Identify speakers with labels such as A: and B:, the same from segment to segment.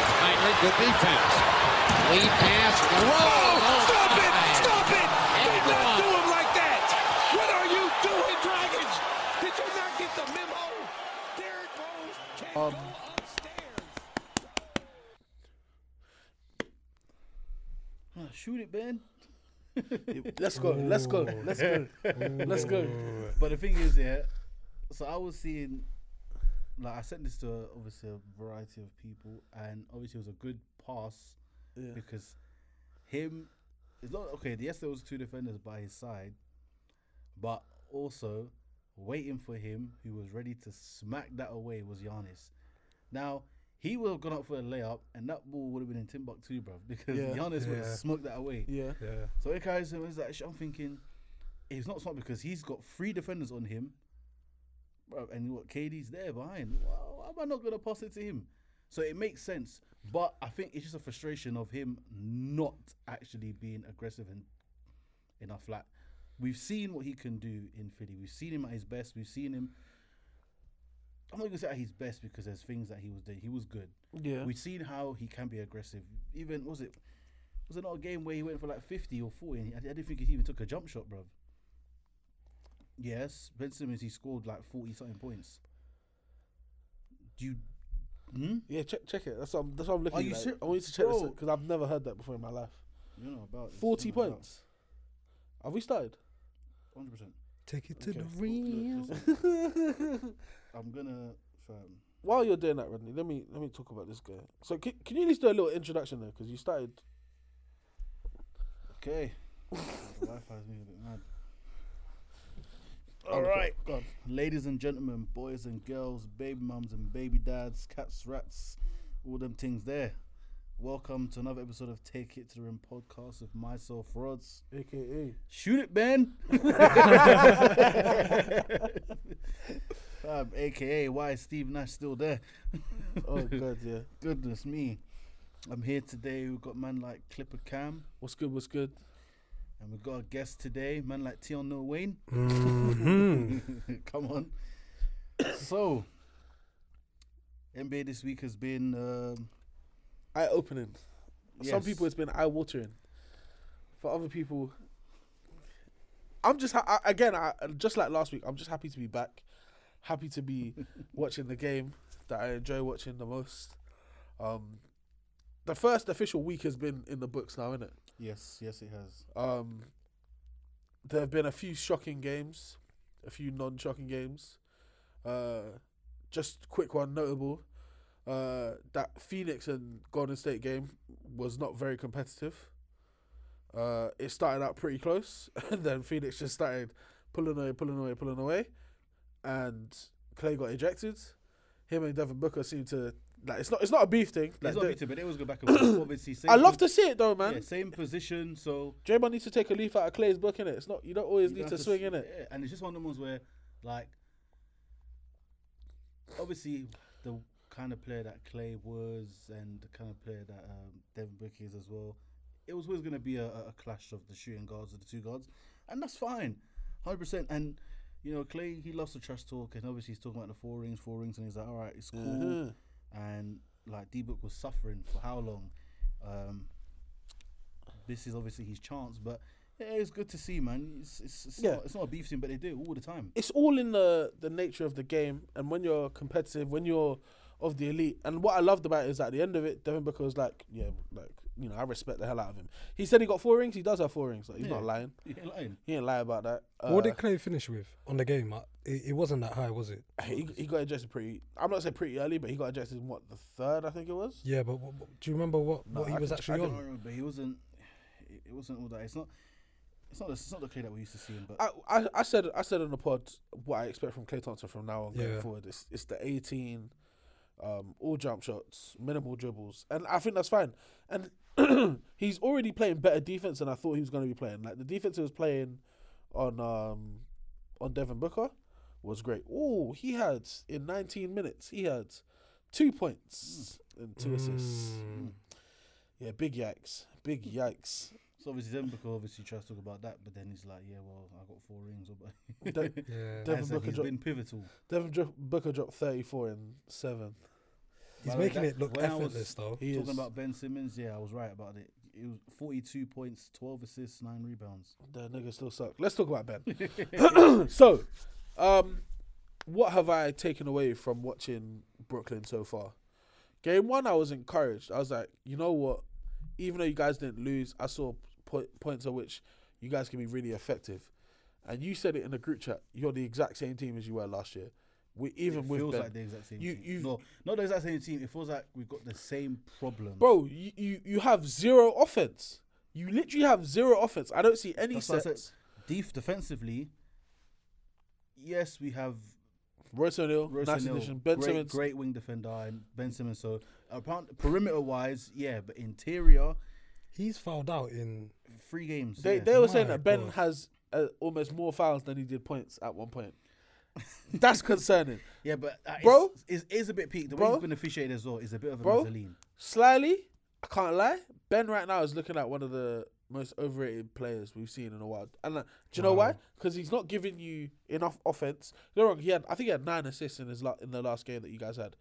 A: the defense. Lead pass.
B: Whoa! Oh, Stop it! Stop it! Do
A: And
B: not
A: one.
B: do him like that! What are you doing, Dragons? Did you not get the memo? Derrick Rose can go upstairs.
C: Huh, shoot it, Ben.
D: Let's go. Let's go. Let's go. Let's go.
C: But the thing is, yeah. So I was seeing, like, I sent this to uh, obviously a variety of people, and obviously it was a good pass
D: Yeah.
C: because him is not okay. Yes, there was two defenders by his side, but also waiting for him, who was ready to smack that away, was Giannis. Now. He would have gone up for a layup, and that ball would have been in Timbuktu, bruv, because
D: Yeah.
C: Giannis would have
E: Yeah.
C: smoked that away.
D: Yeah.
E: Yeah.
C: So it carries him. It's like shit, I'm thinking, it's not smart because he's got three defenders on him, bro, and what KD's there behind. Why why am I not gonna pass it to him? So it makes sense, but I think it's just a frustration of him not actually being aggressive and enough. Like we've seen what he can do in Philly. We've seen him at his best. We've seen him. I'm not gonna say at his best because there's things that he was doing. He was good.
D: Yeah.
C: We've seen how he can be aggressive. Even was it was it not a game where he went for like fifty or forty? And he, I, I didn't think he even took a jump shot, bruv. Yes, Ben Simmons he scored like forty something points. Do you? Hmm?
D: Yeah. Check. Check it. That's what I'm, that's what I'm looking.
C: Are
D: at.
C: you
D: like.
C: ser-
D: I want you to check this
C: Bro.
D: because I've never heard that before in my life.
C: You know about this.
D: Forty
C: You know about
D: points. Have we started?
C: that. Hundred percent.
E: Take it to
D: Okay.
E: the rim.
C: I'm gonna. Um,
D: While you're doing that, Rodney, let me let me talk about this guy. So can, can you at least do a little introduction there because you started.
C: okay. the Wi-Fi's moving a bit mad.
D: All right.
C: Ladies and gentlemen, boys and girls, baby mums and baby dads, cats, rats, all them things there. Welcome to another episode of Take It to the Rim podcast with myself, Rods.
D: AKA.
C: Shoot it, Ben. um, AKA, why is Steve Nash still there?
D: Oh God, yeah.
C: Goodness me. I'm here today. We've got man like Clipper Cam,
D: What's good? What's good?
C: and we've got a guest today, man like Tion No Wayne. Come on. so, NBA this week has been. Um,
D: Eye opening. Some
C: yes.
D: people it's been eye watering. For other people, I'm just ha- I, again I, just like last week. I'm just happy to be back, happy to be watching the game that I enjoy watching the most. Um, the first official week has been in the books now, isn't it?
C: Yes, yes, it has.
D: Um, there have been a few shocking games, a few non-shocking games. Uh, just quick one notable. Uh, that Phoenix and Golden State game was not very competitive. Uh, it started out pretty close, and then Phoenix just started pulling away, pulling away, pulling away, and Clay got ejected. Him and Devin Booker seem to like it's not it's not a beef thing. Like,
C: It's not
D: they-
C: bitter, but they always go back and forth. Obviously, same
D: I love
C: pos-
D: to see it though, man.
C: yeah, same position, so
D: Draymond needs to take a leaf out of Clay's book in it. It's not you don't always
C: you
D: need
C: have
D: to swing
C: s-
D: in it.
C: yeah, and it's just one of the ones where, like, obviously the kind of player that Clay was and the kind of player that um, Devin Booker is as well. It was always going to be a, a a clash of the shooting guards and the two guards, and that's fine, hundred percent. And you know, Clay he loves to trash talk, and obviously he's talking about the four rings, four rings, and he's like, all right, it's cool.
D: Mm-hmm.
C: And like D Book was suffering for how long? Um, this is obviously his chance, but yeah, it's good to see, man. It's it's, it's,
D: Yeah.
C: not, it's not a beef team, but they do it all the time.
D: It's all in the the nature of the game, and when you're competitive, when you're of the elite, and what I loved about it is at the end of it, Devin Booker was like, yeah, like you know, I respect the hell out of him. He said he got four rings. He does have four rings. Like he's not
C: Yeah.
D: lying.
C: You ain't lying.
D: He ain't lie about that. Uh,
E: what did Clay finish with on the game? Uh, It, it wasn't that high, was it?
D: he, he got ejected pretty. I'm not saying pretty early, but he got ejected in what the third, I think it was.
E: Yeah, but what, what- do you remember what,
D: No,
E: what he
D: I
E: was
D: can- I
E: actually
C: I
E: on?
C: don't remember, but he wasn't. It it wasn't all that. It's not. It's not. It's not the Clay that we used to see him. But
D: I, I, I said I said on the pod what I expect from Clay Thompson from now on going
E: Yeah.
D: forward. It's, it's the 18, um, all jump shots, minimal dribbles, and I think that's fine. And he's already playing better defense than I thought he was going to be playing. Like the defense he was playing on um, on Devin Booker was great. Oh, he had in 19 minutes he had two points and two assists.
E: Mm.
D: Yeah, big yikes, big yikes.
C: so obviously Devin Booker obviously tries to talk about that, but then he's like, yeah, well, I got four rings. Or but
D: De-
E: Yeah.
C: Devin
D: Devin
C: Booker
D: Booker
C: has
D: dro-
C: been pivotal.
D: Devin dro- Booker dropped 34 and seven.
E: He's
C: By the way,
E: making
C: that-
E: it look
C: when I was
E: effortless, though.
D: He
C: Talking
D: is.
C: about Ben Simmons, yeah, I was right about it. It was 42 points, 12 assists, 9 rebounds.
D: The niggas still suck. Let's talk about Ben. so, um, what have I taken away from watching Brooklyn so far? Game one, I was encouraged. I was like, you know what? Even though you guys didn't lose, I saw po- points at which you guys can be really effective. And you said it in the group chat. You're the exact same team as you were last year. We even
C: It
D: with
C: feels
D: Ben.
C: like the exact same
D: You-
C: team.
D: you-
C: no, not the exact same team. It feels like we've got the same problems.
D: Bro, you, you, you have zero offense. You literally have zero offense. I don't see any
C: That's why I
D: sets.
C: said def- defensively, yes, we have
D: Royce O'Neal,
C: Royce
D: nice
C: O'Neal,
D: addition. Ben
C: great,
D: Simmons,
C: great wing defender, and Ben Simmons. So, apparent, perimeter-wise, yeah, but interior,
E: He's fouled out in.
C: three games.
D: They
C: yeah.
D: they were saying
E: My
D: that Ben
E: God.
D: has uh, almost more fouls than he did points at one point. That's concerning.
C: Yeah, but uh,
D: Bro?
C: it's- it's, it's, a bit peak. The way
D: Bro?
C: he's been officiated as well is a bit of a
D: Bro?
C: mezzaline.
D: Slyly, I can't lie. Ben right now is looking like one of the most overrated players we've seen in a while. And uh, do you know why? Because he's not giving you enough offense. You're wrong. He had I think he had nine assists in his la- in the last game that you guys had.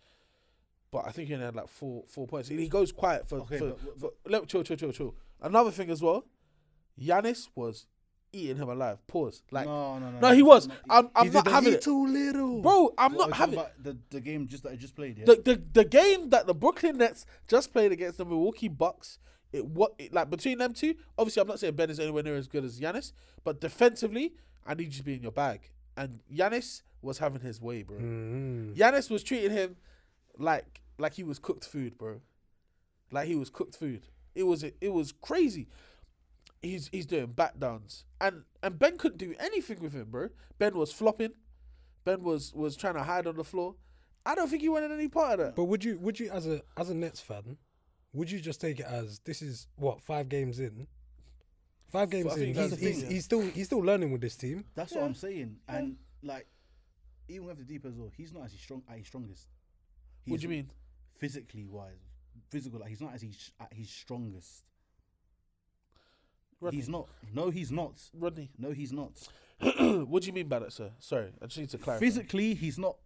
D: But I think he only had like four four points. He goes quiet for
C: Okay,
D: for,
C: but-
D: for let, chill chill chill chill. Another thing as well, Giannis was eating him alive. Pause. Like
C: No, no, no.
D: No, he was.
C: No,
D: I'm, I'm
E: He's
D: not having it,
E: too little.
D: bro. I'm
C: What,
D: not
C: we're
D: having
C: talking about the the game just that I just played. Yeah,
D: the, the the game that the Brooklyn Nets just played against the Milwaukee Bucks. It what it, like between them two. Obviously, I'm not saying Ben is anywhere near as good as Giannis, but defensively, I need you to be in your bag. And Giannis was having his way, bro. Giannis was treating him like like he was cooked food, bro. Like he was cooked food. It was it was crazy. He's he's doing back downs, and and Ben couldn't do anything with him, bro. Ben was flopping. Ben was was trying to hide on the floor. I don't think he wanted any part of that.
E: But would you would you as a as a Nets fan, would you just take it as this is what five games in? Five games
D: I
E: in,
D: think
E: he's,
D: that's the
E: he's,
D: thing.
E: he's still he's still learning with this team.
C: that's what I'm saying. And like, even with the deep as well, he's not as strong at his strongest.
D: what do you
C: He's-
D: mean?
C: Physically wise, physical. Like he's not as he's at his strongest.
D: Rodney,
C: He's not. No, he's not.
D: Rodney.
C: No, he's not.
D: what do you mean by that, sir? Sorry, I just need to clarify.
C: Physically, he's not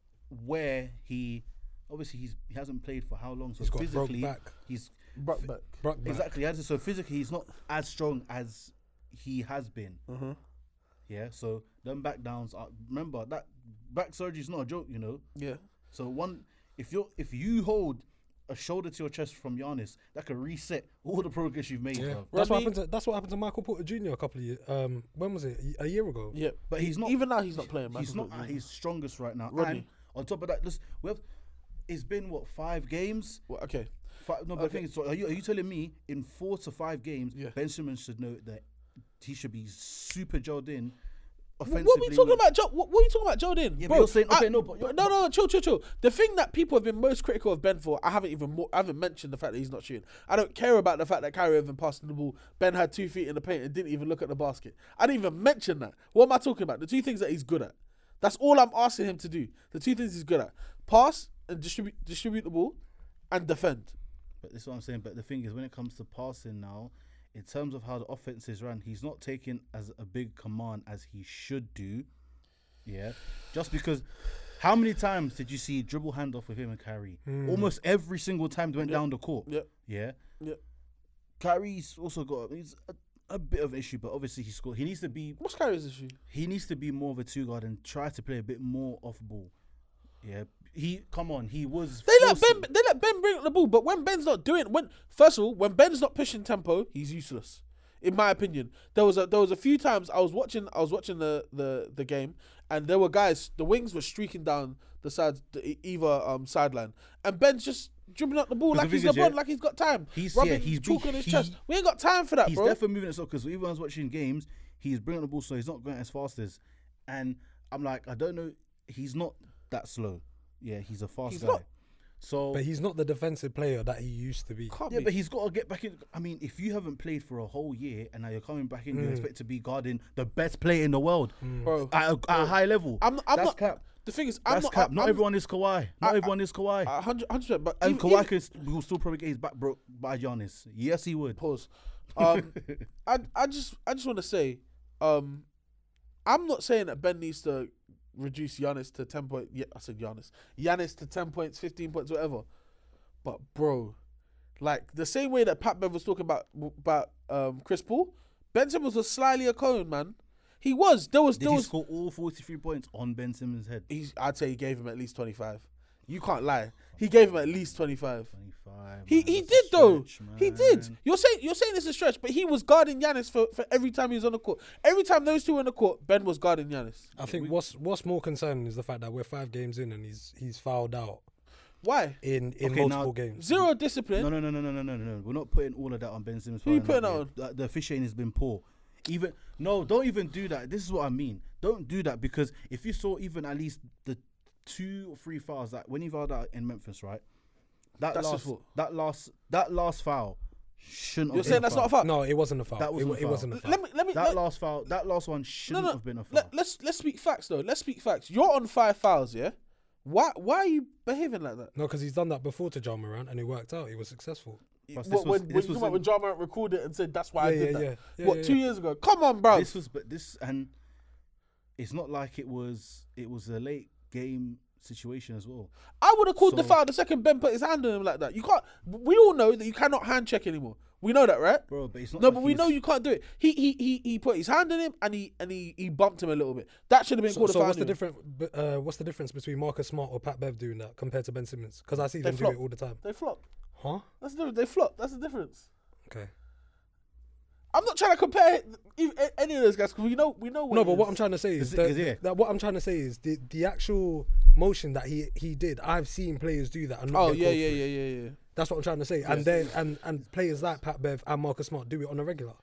C: where he. Obviously, he's he hasn't played for how long. So
E: He's got broke
C: physically,
E: back.
C: he's
D: Brought back.
E: Brock back.
C: Exactly. as- So physically, he's not as strong as he has been.
D: Mm-hmm.
C: Yeah. So them back downs. Are, remember that back surgery's not a joke, you know.
D: Yeah.
C: So one, if you are if you hold a shoulder to your chest from Giannis, that could reset all the progress you've made.
E: Yeah,
C: bruv.
E: that's what
D: Rodney-
E: happened. To, that's what happened to Michael Porter Jr. a couple of years. Um, when was it? A year ago.
D: Yeah.
C: But he's not.
D: Even now, he's not playing.
C: He's
D: Michael
C: not
D: Jordan.
C: at his strongest right now.
D: Rodney.
C: And on top of that, listen, we have. It's been what five games.
D: Well, okay.
C: Five, no, but the thing is, so are you, are you telling me in four to five games,
D: Yeah.
C: Ben Simmons should know that he should be super gelled in offensively?
D: What are we talking about? Jo- what, what are you talking about, Jordan?
C: Yeah, but you're saying- okay, no, but you're-
D: no, no, no, chill, chill, chill. The thing that people have been most critical of Ben for, I haven't even, more, I haven't mentioned the fact that he's not shooting. I don't care about the fact that Kyrie Irving passed the ball. Ben had two feet in the paint and didn't even look at the basket. I didn't even mention that. What am I talking about? The two things that he's good at. That's all I'm asking him to do. The two things he's good at: pass and distribute, distribute the ball, and defend.
C: But this is what I'm saying. But the thing is, when it comes to passing now, in terms of how the offense is run, he's not taking as a big command as he should do. Yeah, just because. How many times did you see dribble handoff with him and Kyrie?
D: Hmm.
C: Almost every single time they went down the court.
D: Yep.
C: Yeah.
D: Yep.
C: Kyrie's also got he's a, a bit of issue, but obviously he scored. He needs to be
D: What's Kyrie's issue?
C: he needs to be more of a two guard and try to play a bit more off ball. Yeah, he come on, he was.
D: They let
C: forcing-
D: Ben. They let Ben bring up the ball, but when Ben's not doing, when first of all, when Ben's not pushing tempo, he's useless. In my opinion, there was a there was a few times I was watching I was watching the the, the game, and there were guys. The wings were streaking down the side, the e- either um sideline, and Ben's just dribbling up the ball like
C: the
D: he's
C: thing is,
D: LeBron,
C: yeah,
D: like he's got time.
C: he's-
D: rubbing
C: yeah, he's
D: chalk
C: big.
D: on his
C: He-
D: chest. We ain't got time for that,
C: He's
D: bro.
C: definitely moving it so because everyone's watching games. He's bringing the ball slow. He's not going as fast as, and I'm like, I don't know. He's not that slow. Yeah, he's a fast
D: He's
C: guy.
D: not.
C: So
E: But he's not the defensive player that he used to be.
D: Can't
C: yeah,
D: be.
C: but he's got to get back in. I mean, if you haven't played for a whole year and now you're coming back in, you
D: Mm.
C: expect to be guarding the best player in the world
D: Bro,
C: at, a, at a high level.
D: I'm, I'm
C: That's
D: not.
C: cap.
D: The thing is, I'm
C: That's
D: not.
C: cap.
D: I'm,
C: not everyone is Kawhi. Not everyone is Kawhi.
D: I'm, 100 percent. But
C: And
D: even-
C: Kawhi
D: even-
C: could, will still probably get his back broke by Giannis. Yes, he would.
D: pause. Um, I I just I just want to say, um, I'm not saying that Ben needs to reduce Giannis to ten point. Yeah, I said Giannis. Giannis to ten points, fifteen points, whatever. But bro, like the same way that Pat Bev was talking about about um, Chris Paul, Ben Simmons was slyly a cone, man. He was. There was.
C: Did
D: there
C: he
D: was.
C: score all 43 points on Ben Simmons' head?
D: He's, I'd say he gave him at least twenty five. You can't lie. He gave him at least twenty five.
C: 25.
D: He
C: man,
D: he
C: that's a
D: did though.
C: stretch,
D: He did.
C: man.
D: You're saying you're saying it's a stretch, but he was guarding Giannis for, for every time he was on the court. Every time those two were on the court, Ben was guarding Giannis.
E: I think what's what's more concerning is the fact that we're five games in and he's he's fouled out
D: Why?
E: in in
C: Okay, now-
E: multiple games.
D: Zero discipline.
C: No, no, no, no, no, no, no, no. We're not putting all of that on Ben Simmons.
D: Who you
C: fouling
D: putting
C: out there. The, the officiating has been poor. Even no, don't even do that. This is what I mean. Don't do that because if you saw even at least the two or three fouls that when he fouled out in Memphis, right? That
D: That's his
C: last,
D: fault.
C: that last, that last foul shouldn't.
D: You're
C: have
D: saying
C: been
D: that's not a foul.
E: No, it wasn't a foul.
C: That wasn't
E: it,
C: a
E: wa-
C: foul.
E: it wasn't a foul.
D: Let me let me
C: That
D: let-
C: last foul, that last one
D: no,
C: shouldn't
D: no.
C: have been a foul.
D: Let, let's let's speak facts though. Let's speak facts. You're on five fouls, yeah. Why why are you behaving like that?
E: No, because he's done that before to John Moran and it worked out. He was successful.
C: Plus, was-
D: What,
C: this
D: when when you
C: was
D: come out
C: in-
D: when John Morant recorded it and said that's why I
E: Yeah,
D: did
E: yeah,
D: that.
E: yeah. Yeah,
D: what
E: yeah,
D: two
E: yeah.
D: years ago? Come on, bro.
C: this was but this and it's not like it was it was a late game situation as well.
D: I would have called the
C: So-
D: foul the second Ben put his hand on him like that. You can't. We all know that you cannot hand check anymore. We know that, right?
C: Bro, but it's not
D: No,
C: like
D: but
C: he
D: we
C: was-
D: know you can't do it. He he he, he put his hand on him and he and he, he bumped him a little bit. That should have been
E: So,
D: called a
E: so
D: foul.
E: what's the
D: anyway.
E: difference? Uh, what's the difference between Marcus Smart or Pat Bev doing that compared to Ben Simmons? Because I see them do
D: flopped.
E: it all the time.
D: They flopped.
E: Huh?
D: That's the difference. They flopped. That's the difference.
E: Okay.
D: I'm not trying to compare e- e- any of those guys because we know we know. What
E: No,
D: it
E: but what
D: is.
E: I'm trying to say is
C: Is it-
E: that,
C: is it?
E: that what I'm trying to say is the the actual motion that he he did. I've seen players do that and not
D: Oh
E: get
D: yeah
E: called
D: yeah
E: for it.
D: yeah yeah yeah.
E: That's what I'm trying to say. And then and and players like Pat Bev and Marcus Smart do it on a regular.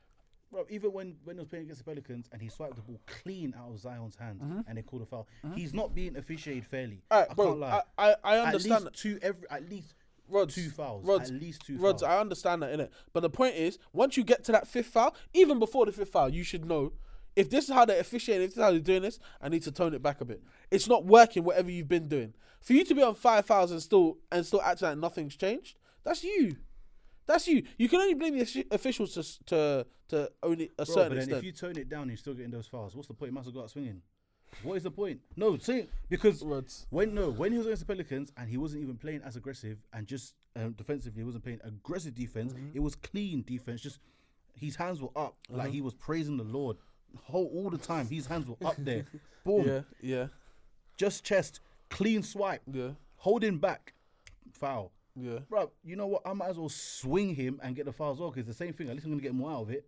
C: Bro, even when when he was playing against the Pelicans and he swiped the ball clean out of Zion's hand and they called a foul, he's not being officiated fairly.
D: Mm-hmm. All right,
C: I
D: bro.
C: can't lie.
D: I, I, I
C: at
D: understand.
C: least two every at least
D: Rods,
C: two fouls.
D: Rods,
C: at least two
D: Rods,
C: fouls.
D: I understand that, innit? But the point is, once you get to that fifth foul, even before the fifth foul, you should know if this is how they're officiating, if this is how they're doing this, I need to tone it back a bit. It's not working, whatever you've been doing. For you to be on five fouls and still and still acting like nothing's changed, that's you. That's you. You can only blame the offici- officials to s- to to only
C: Bro,
D: a certain
C: but then
D: extent.
C: if you tone it down, you're still getting those fouls. What's the point? You must have got out swinging. What is the point? No, see, because
D: Rods.
C: when no, when he was against the Pelicans and he wasn't even playing as aggressive and just um, defensively, he wasn't playing aggressive defense.
D: Mm-hmm.
C: It was clean defense. Just his hands were up,
D: Uh-huh.
C: like he was praising the Lord whole, all the time. His hands were up there. Boom,
D: yeah, yeah,
C: just chest, clean swipe,
D: yeah,
C: holding back, foul.
D: yeah.
C: Bro, you know what? I might as well swing him and get the foul as well because the same thing. At least I'm gonna get more out of it.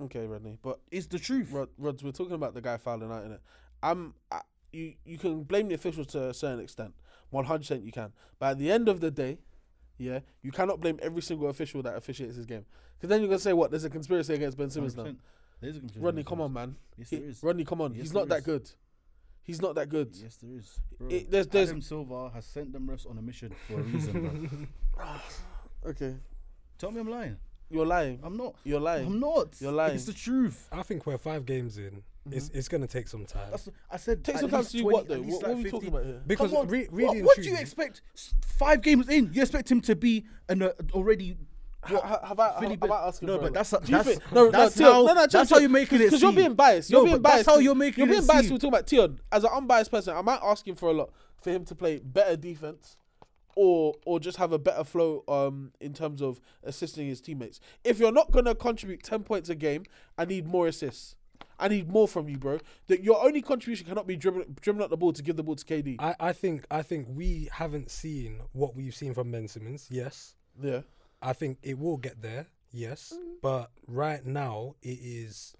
D: Okay, Rodney, but
C: It's the truth.
D: Rod, Rods, we're talking about the guy fouling out in it. I'm, I, you, you can blame the officials to a certain extent. 100% you can. But at the end of the day, yeah, you cannot blame every single official that officiates his game. Because then you're going to say, what, there's a conspiracy against Ben Simmons now.
C: 100%. There is a confusion
D: Rodney,
C: there,
D: come
C: guys.
D: on, man.
C: Yes,
D: He-
C: there is.
D: Rodney, come on.
C: Yes,
D: He's not
C: there
D: that
C: is.
D: good. He's not that good.
C: Yes, there is. Bro.
D: It- there's- there's-
C: Adam Silva has sent them refs on a mission for a reason. Bro.
D: Okay.
C: Tell me I'm lying.
D: You're lying.
C: I'm not.
D: You're lying.
C: I'm not.
D: You're lying.
C: It's the truth.
E: I think we're five games in.
D: Mm-hmm.
E: It's it's gonna take some time.
C: That's, I said.
D: Take
C: at
D: some time
C: least
D: to do
C: 20,
D: what, though?
C: at least
D: What,
C: like
D: what are we
C: 50.
D: talking about here?
E: because
C: Come on,
E: re-
C: what-
E: really
C: what,
E: and
C: do you
E: truly-
C: expect? S- Five games in, you expect him to be an uh, already. What,
D: ha- have I-
C: Philly
D: have-
C: Bill-
D: have I asked you
C: no,
D: for
C: but
D: it?
C: that's, that's
D: Do you think-
C: no,
D: no,
C: that's
D: no, Tion-
C: how
D: no, no,
C: that's how you're making it.
D: Because you're
C: seem.
D: being biased.
C: No,
D: You're being
C: but
D: biased.
C: That's how you're making
D: You're
C: it.
D: being biased.
C: seem.
D: We're talking about Tion. As an unbiased person, I might ask him for a lot for him to play better defense, or or just have a better flow um in terms of assisting his teammates. If you're not gonna contribute ten points a game, I need more assists. I need more from you, bro. That your only contribution cannot be dribbling dribbling up the ball to give the ball to KD.
E: I, I think I think we haven't seen what we've seen from Ben Simmons. Yes,
D: yeah.
E: I think it will get there. Yes,
D: Mm-hmm.
E: but right now it is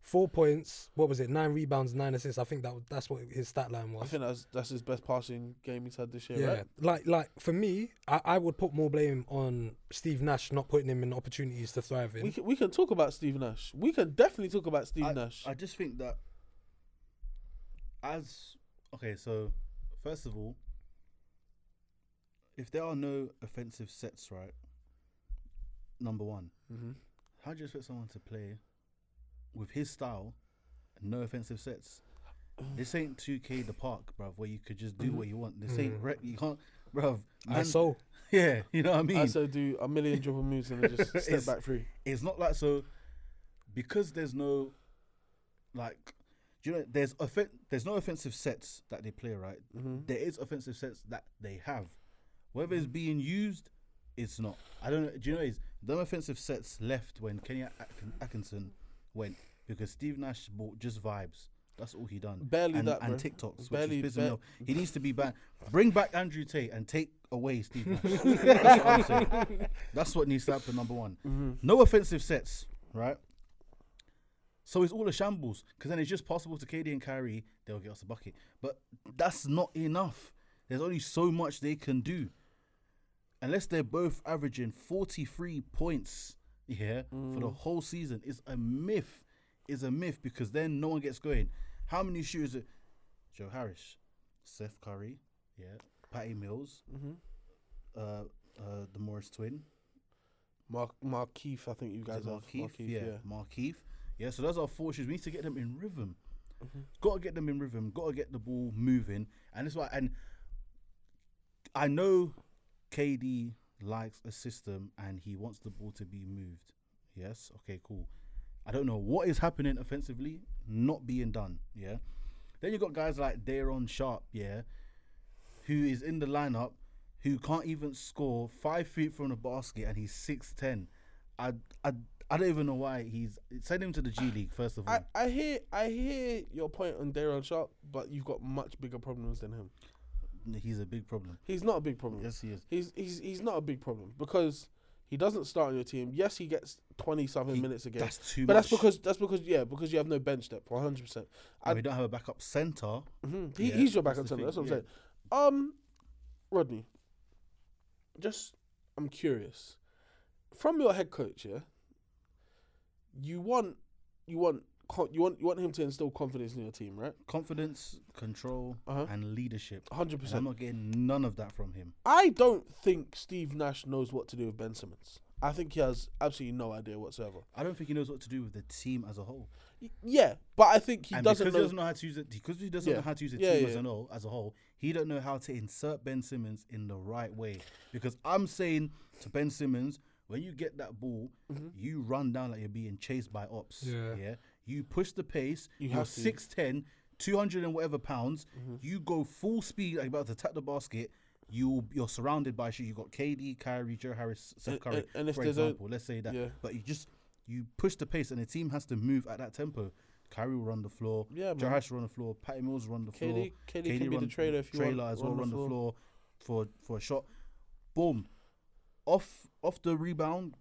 E: four points. What was it? Nine rebounds, nine assists. I think that that's what his stat line
D: I
E: was.
D: think that's that's his best passing game he's had this year,
E: Yeah,
D: right?
E: like like for me, I, I would put more blame on Steve Nash not putting him in opportunities to thrive in.
D: We can, we can talk about Steve Nash. We can definitely talk about Steve
C: I,
D: Nash.
C: I just think that as okay, so first of all, if there are no offensive sets, right? Number one,
D: Mhm.
C: how do you expect someone to play with his style and no offensive sets? This ain't 2K the park, bruv, where you could just do what you want. This
D: Mm.
C: ain't rep, you can't, bruv.
E: I
C: man-
E: so
C: yeah, you know what I mean.
D: I say do a million dribble moves and then just step
C: It's-
D: back three.
C: it's not like so because there's no like do you know there's
D: Mm-hmm.
C: offen- there's no offensive sets that they play right There is offensive sets that they have Whether it's being used, it's not. I don't know. Do you know what it is? Them offensive sets left when Kenya Atkin- Atkinson went because Steve Nash bought just vibes. That's all he done.
D: Barely
C: and,
D: that,
C: and
D: bro.
C: TikToks, which
D: Barely-
C: is pissing me
D: bare-
C: off. He needs to be back. Bring back Andrew Tate and take away Steve Nash. That's what I'm saying. That's what needs to happen. Number one, no offensive sets, right? So it's all a shambles because then it's just possible to KD and Kyrie they'll get us a bucket, but that's not enough. There's only so much they can do, unless they're both averaging 43 points. Yeah, for the whole season It's a myth. Is a myth because then no one gets going. How many shooters? Are, Joe Harris, Seth Curry, yeah, Patty Mills, uh, uh, the Morris twin,
D: Mark Markeith, I think you guys have
C: Markeith, yeah, Markeith. Yeah, so those are four shoes. We need to get them in rhythm. Got to get them in rhythm. Got to get the ball moving, and it's why. And I know KD likes a system, and he wants the ball to be moved. Yes, okay, cool. I don't know what is happening offensively, not being done. Yeah. Then you got guys like Daron Sharp, yeah, who is in the lineup, who can't even score five feet from the basket, and he's six ten. I I I don't even know why he's send him to the G League first of all.
D: I, I hear I hear your point on Daron Sharp, but you've got much bigger problems than him.
C: he's a big problem.
D: He's not a big problem.
C: Yes, he is.
D: He's he's he's not a big problem because he doesn't start on your team. Yes, he gets twenty something
C: He-
D: minutes a game.
C: that's too
D: But that's
C: much.
D: because that's because yeah, because you have no bench depth, one hundred percent.
C: And we don't have a backup center.
D: Hmm, He,
C: Yeah,
D: he's your
C: that's
D: backup
C: the
D: center.
C: thing,
D: That's what I'm
C: yeah.
D: saying. Um, Rodney, just I'm curious. From your head coach, yeah, you want you want co- you want you want him to instill confidence in your team, right?
C: Confidence, control,
D: Uh-huh.
C: and leadership. And
D: Hundred
C: I'm
D: percent.
C: not getting none of that from him.
D: I don't think Steve Nash knows what to do with Ben Simmons. I think he has absolutely no idea whatsoever.
C: I don't think he knows what to do with the team as a whole.
D: Y- Yeah, but I think he
C: and
D: doesn't
C: because
D: know.
C: he doesn't know how to use it, because he doesn't
D: Yeah.
C: know how to use the
D: Yeah,
C: team
D: yeah,
C: as
D: yeah.
C: a whole, as a whole, he don't know how to insert Ben Simmons in the right way. Because I'm saying to Ben Simmons, when you get that ball,
D: Mm-hmm.
C: you run down like you're being chased by ops.
E: Yeah.
C: you push the pace. You are
D: have to. Mm-hmm.
C: 6'10", 200 and whatever pounds. You go full speed, like about to tap the basket. You you're surrounded by shit. You got KD, Kyrie, Joe Harris, Seth
D: And-
C: Curry,
D: and- and if
C: for
D: there's a-
C: example. Let's say that.
D: Yeah.
C: But you just you push the pace, and the team has to move at that tempo. Kyrie will run the floor.
D: Yeah,
C: Joe
D: man.
C: Harris will run the floor. Patty Mills will run the floor.
D: KD can be the
C: run-
D: trailer if you want,
C: trailer as well.
D: run the
C: Run the
D: floor.
C: floor for for a shot. Boom, off off the rebound,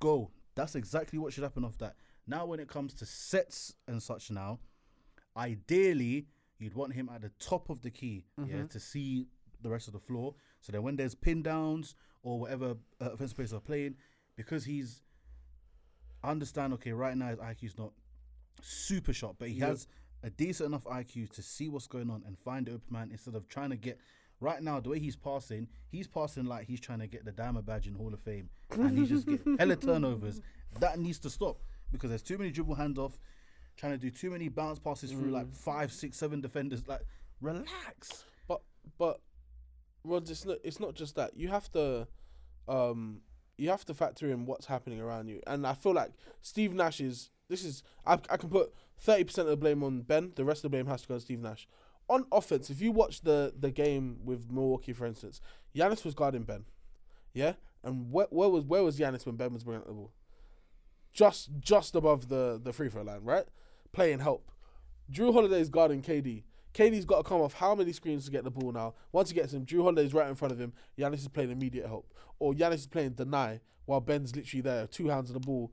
C: go. That's exactly what should happen off that. Now, when it comes to sets and such, now, ideally, you'd want him at the top of the key,
D: Mm-hmm.
C: yeah, to see the rest of the floor. So then, when there's pin downs or whatever uh, offensive players are playing, because he's I understand. Okay, right now his IQ's not super sharp, but he has a decent enough IQ to see what's going on and find the open man instead of trying to get. Right now, the way he's passing, he's passing like he's trying to get the diamond badge in Hall of Fame, and he's just getting hella turnovers. That needs to stop because there's too many dribble handoff, trying to do too many bounce passes through like five, six, seven defenders. Like, relax.
D: But but Rod, it's not it's not just that. You have to um you have to factor in what's happening around you. And I feel like Steve Nash is this is I, I can put thirty percent of the blame on Ben, the rest of the blame has to go to Steve Nash. On offense, if you watch the the game with Milwaukee for instance, Giannis was guarding Ben. Yeah? And where, where was where was Giannis when Ben was bringing up the ball? Just just above the the free throw line, right? Playing help. Drew Holiday's guarding KD. KD's got to come off how many screens to get the ball now. Once he gets him, Drew Holiday's right in front of him. Giannis is playing immediate help, or Giannis is playing deny while Ben's literally there, two hands on the ball,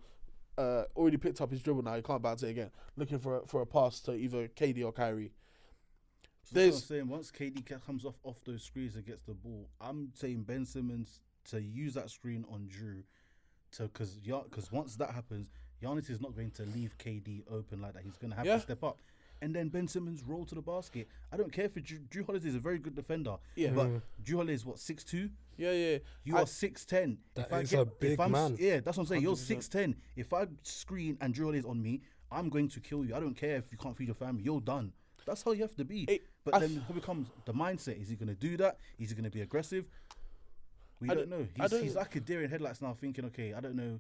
D: uh, already picked up his dribble now. He can't bounce it again, looking for a, for a pass to either KD or Kyrie.
C: So that's
D: There's-
C: what I'm saying once KD ca- comes off off those screens and gets the ball, I'm saying Ben Simmons to use that screen on Drew, to because because once that happens, Giannis is not going to leave KD open like that. He's going to have
D: Yeah.
C: to step up. And then Ben Simmons roll to the basket. I don't care for Drew, Drew Holiday is a very good defender.
D: Yeah. Mm.
C: but Drew Holiday is what six two.
D: Yeah, yeah.
C: You
D: I-
C: are six ten.
E: That is a big
C: I'm, s-
E: man.
C: Yeah, that's what I'm saying. You're six ten. If I screen and Drew Holiday's on me, I'm going to kill you. I don't care if you can't feed your family. You're done. That's how you have to be.
D: It-
C: but
D: I
C: then
D: f-
C: it becomes the mindset. Is he going to do that? Is he going to be aggressive? We
D: I
C: don't
D: don't-
C: know.
D: I
C: He's,
D: don't-
C: he's like a deer in headlights now, thinking, okay, I don't know.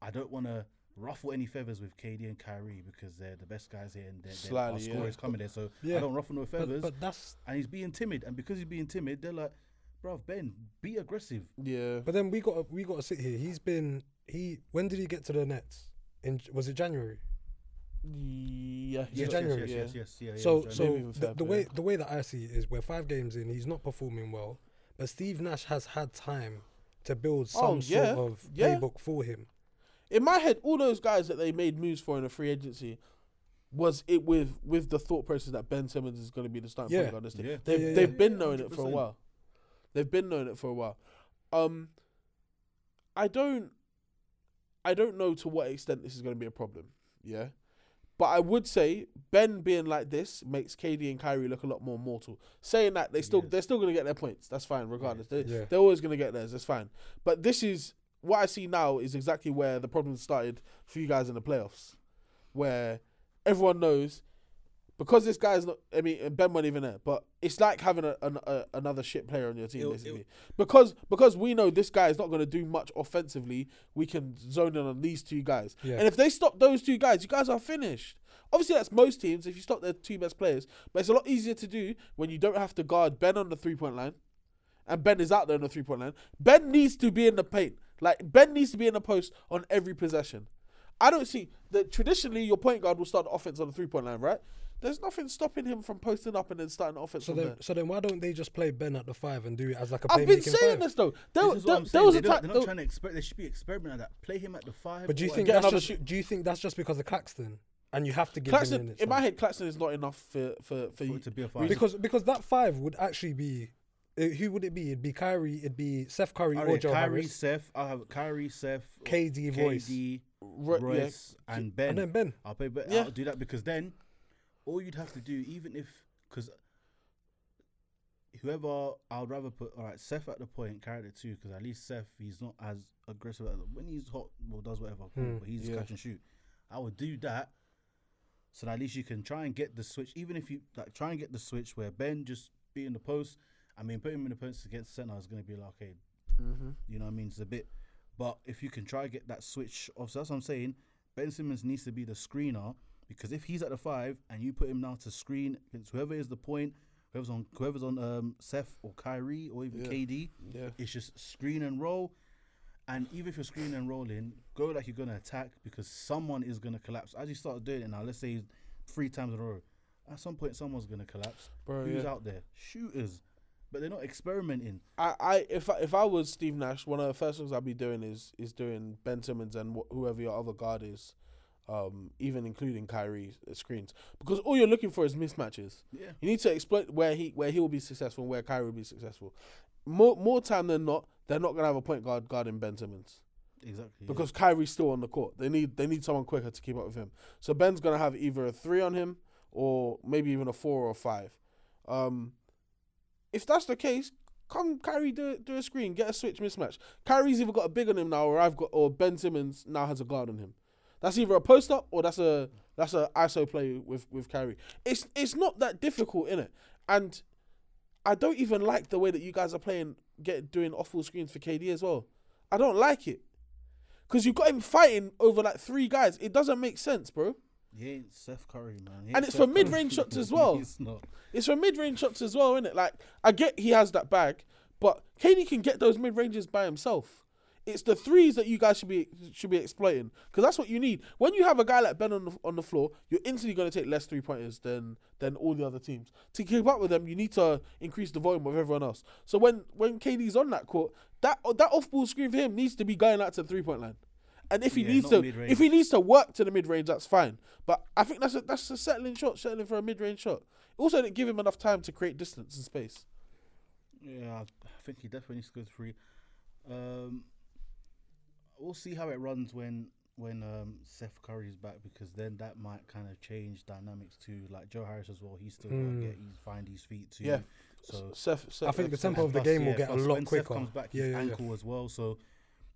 C: I don't want to ruffle any feathers with KD and Kyrie because they're the best guys here and they're, they're, our
D: Slightly,
C: score
D: yeah.
C: is coming there. So I
E: Yeah.
C: don't ruffle no feathers
E: But, but that's
C: and he's being timid. And because he's being timid, they're like, Bruv, Ben, be aggressive.
D: Yeah.
E: But then we got to, we got to sit here. He's been he. When did he get to the Nets? In was it January?
D: Yeah.
E: Yeah,
D: he's-
E: January.
C: yes,
D: yeah.
C: yes, yes, yeah, yeah.
E: so
C: January.
D: Maybe
E: so
D: even
E: the, the
D: February.
E: way the way that I see it is we're five games in. He's not performing well, but Steve Nash has had time to build some
D: Oh, yeah,
E: sort of
D: yeah.
E: playbook for him.
D: In my head, all those guys that they made moves for in a free agency was it with with the thought process that Ben Simmons is going to be the starting
E: Yeah.
D: point guard. This
C: Yeah.
D: team. They've
E: Yeah, yeah,
D: they've
E: yeah.
D: been knowing it for a
C: 100%.
D: while. They've been knowing it for a while. Um, I don't, I don't know to what extent this is going to be a problem. Yeah, but I would say Ben being like this makes KD and Kyrie look a lot more mortal. Saying that they still
C: Yes.
D: they're still going to get their points. That's fine, regardless. They,
E: Yeah.
D: They're always going to get theirs. That's fine. But this is what I see now is exactly where the problem started for you guys in the playoffs, where everyone knows because this guy's not. I mean, and Ben wasn't even there, but it's like having a, an a, another shit player on your team,
C: It'll-
D: basically.
C: it'll-
D: because because we know this guy is not going to do much offensively, we can zone in on these two guys.
E: Yeah.
D: And if they stop those two guys, you guys are finished. Obviously, that's most teams if you stop their two best players, but it's a lot easier to do when you don't have to guard Ben on the three point line and Ben is out there on the three point line. Ben needs to be in the paint. Like Ben needs to be in the post on every possession. I don't see that traditionally your point guard will start the offense on the three point line, right? There's nothing stopping him from posting up and then starting the offense
E: So
D: from
E: then
D: there.
E: so then why don't they just play Ben at the five and do it as like a playmaking
D: I've been saying
E: five?
D: this though. There,
C: This is what
D: there-
C: I'm
D: there
C: saying.
D: was
C: they
D: a
C: don't,
D: time.
C: they're not
D: there-
C: trying to expect. They should be experimenting at that. Play him at the five.
E: But do you
C: or
E: think
C: at-
D: Get
E: that's
D: another
E: just
D: shoot.
E: do you think that's just because of Claxton and you have to give him
D: Claxton,
E: minutes
D: in my
E: now?
D: head, Claxton is not enough for for for,
C: for
D: you.
C: it to be a five?
E: because because that five would actually be uh, who would it be? It'd be Kyrie, it'd be Seth Curry
C: All
E: or
C: right,
E: Joe
C: Kyrie,
E: Harris,
C: Seth. I'll have Kyrie, Seth,
E: KD, Royce.
C: KD,
D: Ro- yeah.
C: Royce, and Ben.
E: and then Ben.
C: I'll play, but
D: Yeah.
C: I'll do that because then all you'd have to do, even if because whoever I'd rather put, all right, Seth at the point, carry it too, because at least Seth he's not as aggressive at the, when he's hot or does whatever, cool,
E: Hmm.
C: but he's
D: Yeah.
C: catch and shoot. I would do that. So that at least you can try and get the switch, even if you like try and get the switch where Ben just be in the post. I mean, put him in the post against center is going to be like, okay, you know what I mean? It's a bit. But if you can try get that switch off, so that's what I'm saying. Ben Simmons needs to be the screener because if he's at the five and you put him now to screen against whoever is the point, whoever's on whoever's on um, Seth or Kyrie or even
D: Yeah.
C: KD,
D: Yeah.
C: it's just screen and roll. And even if you're screening and rolling, go like you're gonna attack because someone is gonna collapse. As you start doing it now, let's say three times in a row, at some point someone's gonna collapse.
D: Bro,
C: Who's
D: yeah.
C: out there? Shooters, but they're not experimenting.
D: I, I if I, if I was Steve Nash, one of the first things I'd be doing is is doing Ben Simmons and wh- whoever your other guard is, um, even including Kyrie uh, screens because all you're looking for is mismatches.
C: Yeah.
D: You need to exploit where he where he will be successful and where Kyrie will be successful. More more time than not, they're not gonna have a point guard guarding Ben Simmons
C: Exactly. yeah.
D: because Kyrie's still on the court. They need they need someone quicker to keep up with him. So Ben's gonna have either a three on him or maybe even a four or a five. Um, if that's the case, come Kyrie do do a screen, get a switch mismatch. Kyrie's either got a big on him now, or I've got, or Ben Simmons now has a guard on him. That's either a post up or that's a that's a ISO play with with Kyrie. It's it's not that difficult in it, and I don't even like the way that you guys are playing, get doing off ball screens for KD as well. I don't like it. Cause you got him fighting over like three guys. It doesn't make sense, bro.
C: He ain't Seth Curry, man. He
D: And
C: ain't
D: it's
C: Seth
D: for
C: Curry.
D: mid-range shots as well.
C: He's not.
D: It's for mid range shots as well, isn't it? Like I get he has that bag, but KD can get those mid ranges by himself. It's the threes that you guys should be should be exploiting because that's what you need. When you have a guy like Ben on the, on the floor, you're instantly going to take less three pointers than than all the other teams. To keep up with them, you need to increase the volume of everyone else. So when when KD's on that court, that that off ball screen for him needs to be going out to the three point line. And if he
C: Yeah,
D: needs
C: not
D: to,
C: mid-range.
D: if he needs to work to the mid range, that's fine. But I think that's a, that's a settling shot, settling for a mid range shot. Also, didn't give him enough time to create distance and space.
C: Yeah, I think he definitely needs to go three. Um, we'll see how it runs when when um, Seth Curry's back because then that might kind of change dynamics too. Like Joe Harris as well. He's still
E: Hmm.
C: gonna get he's find his feet too.
D: Yeah.
C: So
D: Seth, Seth,
E: I think the
D: Seth-
E: tempo of the
C: plus,
E: game will
C: yeah,
E: get a
C: plus
E: lot
C: when
E: quicker.
C: Seth comes back,
E: yeah,
C: his
E: yeah, yeah.
C: ankle as well. So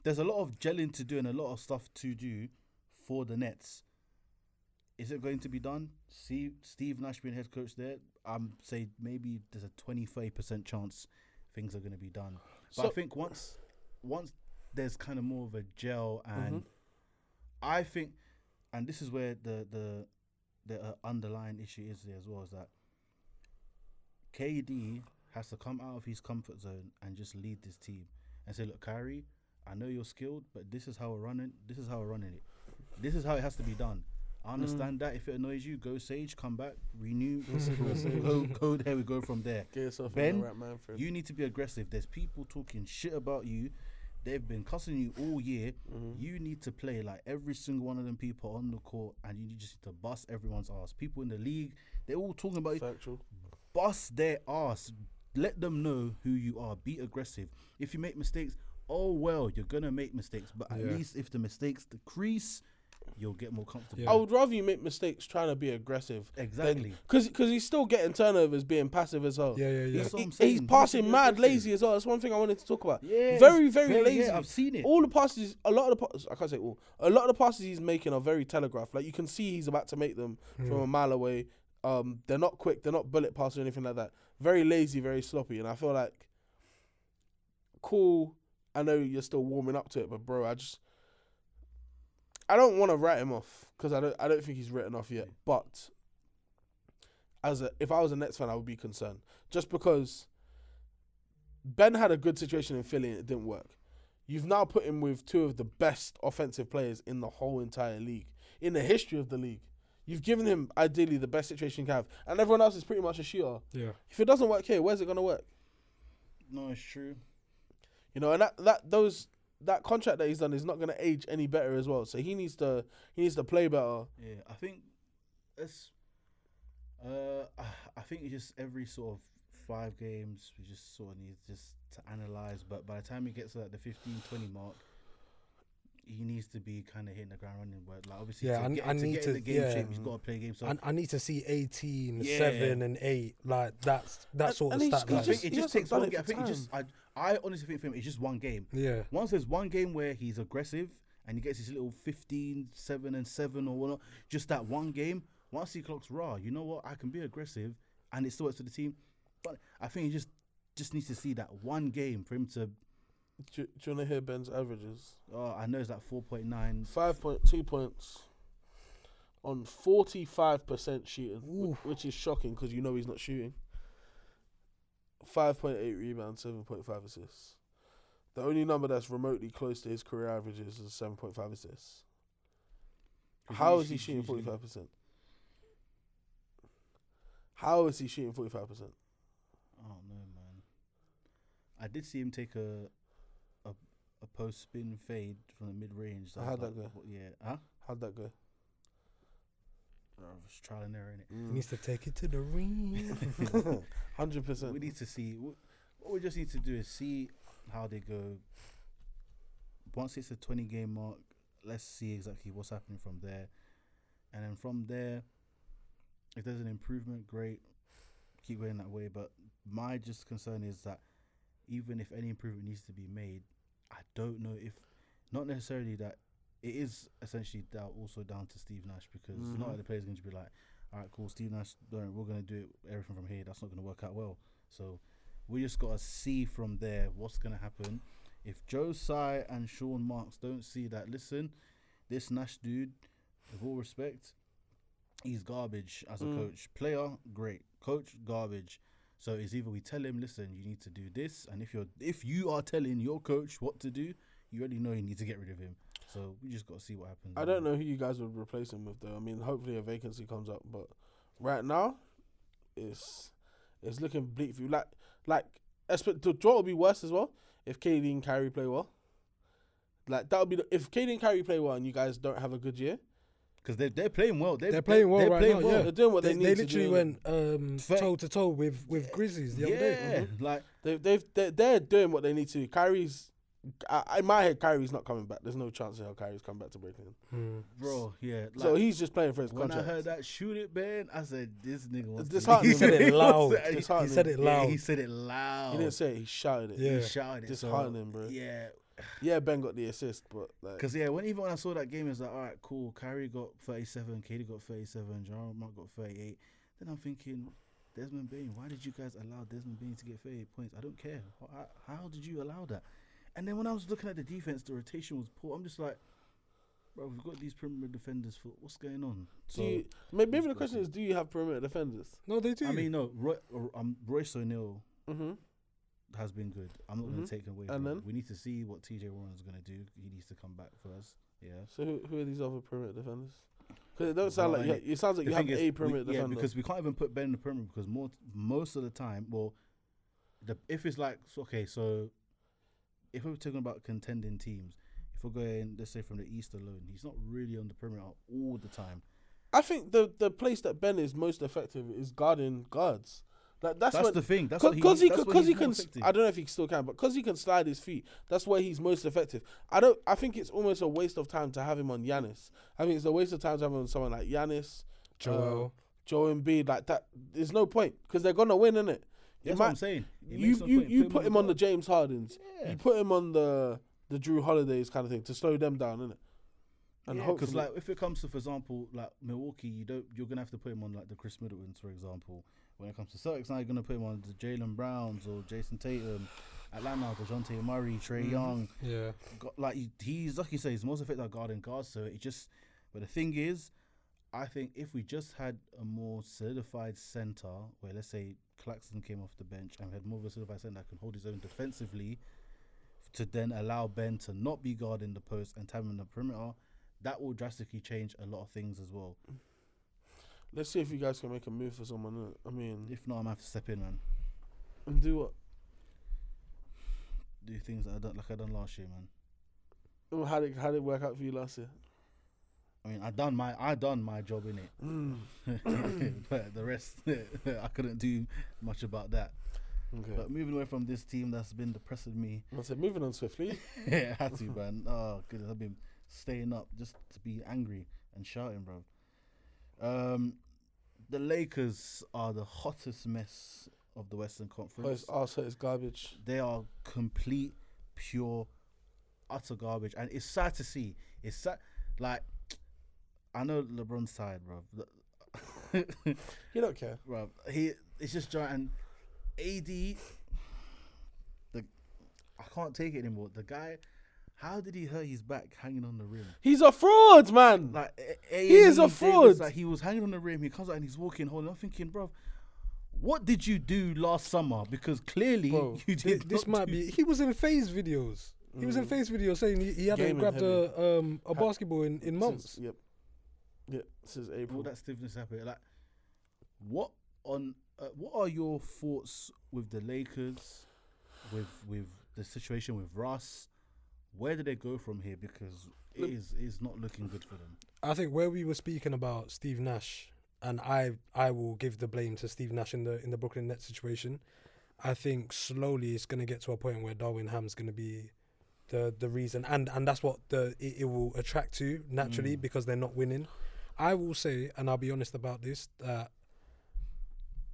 C: there's a lot of gelling to do and a lot of stuff to do for the Nets. Is it going to be done? See, Steve Nash being head coach there, I'm say maybe there's a 20 30 percent chance things are going to be done. But I
D: So-
C: think once once there's kind of more of a gel
E: Mm-hmm.
C: and I think and this is where the the the uh, underlying issue is there as well is that KD has to come out of his comfort zone and just lead this team and say, look, Kyrie, I know you're skilled, but this is how we're running. This is how we're running it. This is how it has to be done.
D: Mm.
C: I understand that. If it annoys you, go Sage, come back, renew, go, go there. We go from there.
D: Get yourself in
C: Ben,
D: the right man for
C: you need to be aggressive. There's people talking shit about you. They've been cussing you all year.
D: Mm-hmm.
C: You need to play like every single one of them people on the court, and you just need to bust everyone's ass. People in the league, they're all talking about you.
D: factual.
C: Bust their ass. Let them know who you are. Be aggressive. If you make mistakes, oh well, you're gonna make mistakes. But at
E: Yeah.
C: least if the mistakes decrease, you'll get more comfortable.
E: Yeah.
D: I would rather you make mistakes trying to be aggressive.
C: Exactly.
D: Because he's still getting turnovers, being passive as well.
E: Yeah, yeah, yeah.
C: That's what I'm
D: He- he's
C: saying.
D: passing
C: Don't
D: mad
C: be aggressive.
D: lazy as well. That's one thing I wanted to talk about.
C: Yeah,
D: very,
C: it's
D: very
C: very-
D: lazy.
C: yeah, I've seen it.
D: All the passes, a lot of the passes, I can't say all. A lot of the passes he's making are very telegraphed. Like you can see he's about to make them from
C: Hmm.
D: a mile away. Um, they're not quick. They're not bullet passes or anything like that. Very lazy, very sloppy. And I feel like, cool. I know you're still warming up to it, but bro, I just, I don't want to write him off because I don't, I don't think he's written off yet. But as a, if I was a Nets fan, I would be concerned just because Ben had a good situation in Philly and it didn't work. You've now put him with two of the best offensive players in the whole entire league, in the history of the league. You've given him ideally the best situation he can have, and everyone else is pretty much a shooter.
E: Yeah.
D: If it doesn't work here, where's it gonna work?
C: No, it's true.
D: You know, and that, that those that contract that he's done is not gonna age any better as well. So he needs to he needs to play better.
C: Yeah, I think it's. Uh, I- I think it's just every sort of five games we just sort of need just to analyze. But by the time he gets to like the 15, 20 mark, he needs to be kind of hitting the ground running. But like obviously,
E: Yeah,
C: to,
E: I n-
C: get,
E: I
C: to
E: need
C: get
E: to-
C: in the game
E: yeah.
C: shape, he's got to play games. So
E: I, I need to see 18,
C: Yeah.
E: 7, and 8. Like, that's that
D: And-
E: sort
D: and
E: of
D: he's
E: stat
D: got-
E: line.
C: I think
D: just-
C: it
D: he
C: just
D: hasn't
C: takes
D: done
C: one.
D: it
C: Game. I
D: for
C: think it's just. I, I honestly think for him, it's just one game.
E: Yeah.
C: Once there's one game where he's aggressive and he gets his little 15, 7 and 7 or whatnot, just that one game, once he clocks raw, you know what? I can be aggressive and it still works for the team. But I think he just just needs to see that one game for him to.
D: Do, do you wanna hear Ben's averages?
C: Oh, I know it's like 4.9.
D: Five point two points on forty five percent shooting, whi- which is shocking because you know he's not shooting. Five point eight rebounds, seven point five assists. The only number that's remotely close to his career averages is seven point five assists. How is he shooting forty five percent? How is he shooting forty five percent?
C: Oh, no, man. I did see him take a a, a post spin fade from the mid range.
D: How'd that go?
C: Yeah. Huh?
D: How'd that go?
C: Oh, it was trial and error, innit?
E: He needs to take it to the ring.
C: We
D: Hundred percent.
C: need to see. wh- What we just need to do is see how they go. Once it's a twenty game mark, let's see exactly what's happening from there, and then from there, if there's an improvement, great. Keep going that way. But my just concern is that even if any improvement needs to be made, I don't know if not necessarily that it is essentially down, also down to Steve Nash because it's not like the players going to be like, all right, cool, Steve Nash, don't worry, we're going to do it, everything from here. That's not going to work out well. So we just got to see from there what's going to happen. If Joe Sy and Sean Marks don't see that, listen, this Nash dude, with all respect, he's garbage as a
D: Mm.
C: coach. Player, great. Coach, garbage. So it's either we tell him, listen, you need to do this, and if you're if you are telling your coach what to do, you already know you need to get rid of him. So we just got to see what happens.
D: I don't know who you guys would replace him with though. I mean, hopefully a vacancy comes up, but right now, it's it's looking bleak for you. Like like expect the draw will be worse as well if KD and Kyrie play well. Like that would be the, if KD and Kyrie play well and you guys don't have a good year.
C: because they're they're playing well. They're,
E: They're playing well
C: They're
E: right
C: playing
E: now.
C: well.
E: Yeah.
D: They're doing what they need to
E: literally
D: do.
E: went um,
C: Fair-
E: toe to toe with with Grizzlies the
C: Yeah,
E: other day. Mm-hmm.
C: like
D: They they've they're, they're doing what they need to. do. Kyrie's I, in my head, Kyrie's not coming back. There's no chance in hell Kyrie's come back to Brooklyn.
C: bro, yeah. Like,
D: so he's just playing for his
C: when I
D: contract.
C: heard that shoot it, man, I said this nigga wants
D: This
C: to
D: hard-
C: leave."
E: He said it loud.
D: It's
E: He said it
C: Yeah,
E: loud.
C: he said it loud.
D: he didn't say it, he shouted it.
E: Yeah.
C: He shouted it. so-
D: Disheartening, bro.
C: Yeah,
D: Yeah, Ben got the assist, but like
C: Because yeah, when even when I saw that game, it was like, all right, cool. Kyrie got thirty seven, Katie got thirty seven, Jamal Mark got thirty eight. Then I'm thinking, Desmond Bain, why did you guys allow Desmond Bain to get thirty eight points? I don't care. How, how did you allow that? And then when I was looking at the defense, the rotation was poor. I'm just like, bro, we've got these perimeter defenders. For what's going on?
D: Do you, may- maybe the question is, do you have perimeter defenders?
E: No, they do.
C: I mean, no, Roy, or, um, Royce O'Neal
D: Mm-hmm.
C: has been good. I'm not going
D: Mhm.
C: to take away.
D: And
C: from it.
D: then?
C: we need to see what TJ Warren's going to do. He needs to come back first. Yeah.
D: So who, who are these other perimeter defenders? Because it don't sound
C: Well,
D: like you
C: I-
D: ha- it sounds like you
C: The
D: have
C: thing is,
D: a
C: we-
D: perimeter
C: yeah,
D: defender.
C: because we can't even put Ben in the perimeter because more most of the time, well, the if it's like so- okay, so if we're talking about contending teams, if we're going let's say from the East alone, he's not really on the perimeter all the time.
D: I think the the place that Ben is most effective is guarding guards. Like that's,
C: That's
D: what
C: the thing, that's what he-
D: because he
C: that's what
D: because he
C: he's more
D: can. s-
C: effective.
D: I don't know if he still can, but because he can slide his feet, that's where he's most effective. I don't. I think it's almost a waste of time to have him on Yanis. I mean, it's a waste of time to have him on someone like Yanis,
E: Joel.
D: Joe Embiid. Like that, there's no point because they're gonna win, innit? You
C: That's
D: might-
C: what I'm saying. It
D: you
C: makes no
D: you,
C: point.
D: you put him on the
C: guard.
D: James Hardens.
C: Yeah.
D: You put him on the the Drew Holidays kind of thing to slow them down, innit? And
C: Yeah,
D: hopefully,
C: because like if it comes to, for example, like Milwaukee, you don't you're gonna have to put him on like the Chris Middletons, for example. When it comes to Celtics, now you're gonna put him on the Jalen Browns or Jason Tatum, Atlanta, Dejounte Murray,
D: Mm-hmm.
C: Trey Young.
E: Yeah.
C: Got, like he- he's like you say, he's most effective at guarding guards. So it just, but the thing is, I think if we just had a more solidified center, where let's say Claxton came off the bench and we had more of a solidified center that can hold his own defensively, to then allow Ben to not be guarding the post and time in the perimeter, that will drastically change a lot of things as well.
D: let's see if you guys can make a move for someone. innit? I mean,
C: If not, I'm gonna have to step in, man.
D: and do what?
C: Do things that I done like I done last year, man.
D: Oh, How did how did it work out for you last year?
C: I mean, I done my I done my job in it, but the rest I couldn't do much about that.
D: Okay.
C: But moving away from this team that's been depressing me,
D: I said moving on swiftly.
C: I had to, man. Oh goodness, I've been staying up just to be angry and shouting, bro. Um, the Lakers are the hottest mess of the Western
D: oh, it's
C: Conference.
D: arsehole, it's garbage.
C: They are complete, pure, utter garbage, and it's sad to see. It's sad, like I know LeBron's tired, bro.
D: You don't care.
C: bro. He it's just giant. And AD, the I can't take it anymore. The guy, how did he hurt his back hanging on the rim?
D: He's a fraud, man.
C: Like a-
D: He is a
C: Davis,
D: fraud.
C: Like he was hanging on the rim. He comes out and he's walking, holding. I'm thinking, bro, what did you do last summer? Because clearly
D: Bro,
C: you
E: Thi-
C: did.
E: this
C: not
E: might
C: do-
E: be. He was in phase videos. He was in phase videos saying he, he hadn't
D: Gaming
E: grabbed
D: heavy.
E: a um a basketball in, in months.
D: Since- yep. Yep. Since April.
C: all that stiffness happened. Like, what on? Uh, what are your thoughts with the Lakers? With with the situation with Russ, where do they go from here? Because it is is not looking good for them.
E: I think where we were speaking about Steve Nash, and I I will give the blame to Steve Nash in the in the Brooklyn Nets situation. I think slowly it's going to get to a point where Darwin Ham's going to be the the reason, and and that's what the it, it will attract to naturally because they're not winning. I will say, and I'll be honest about this, that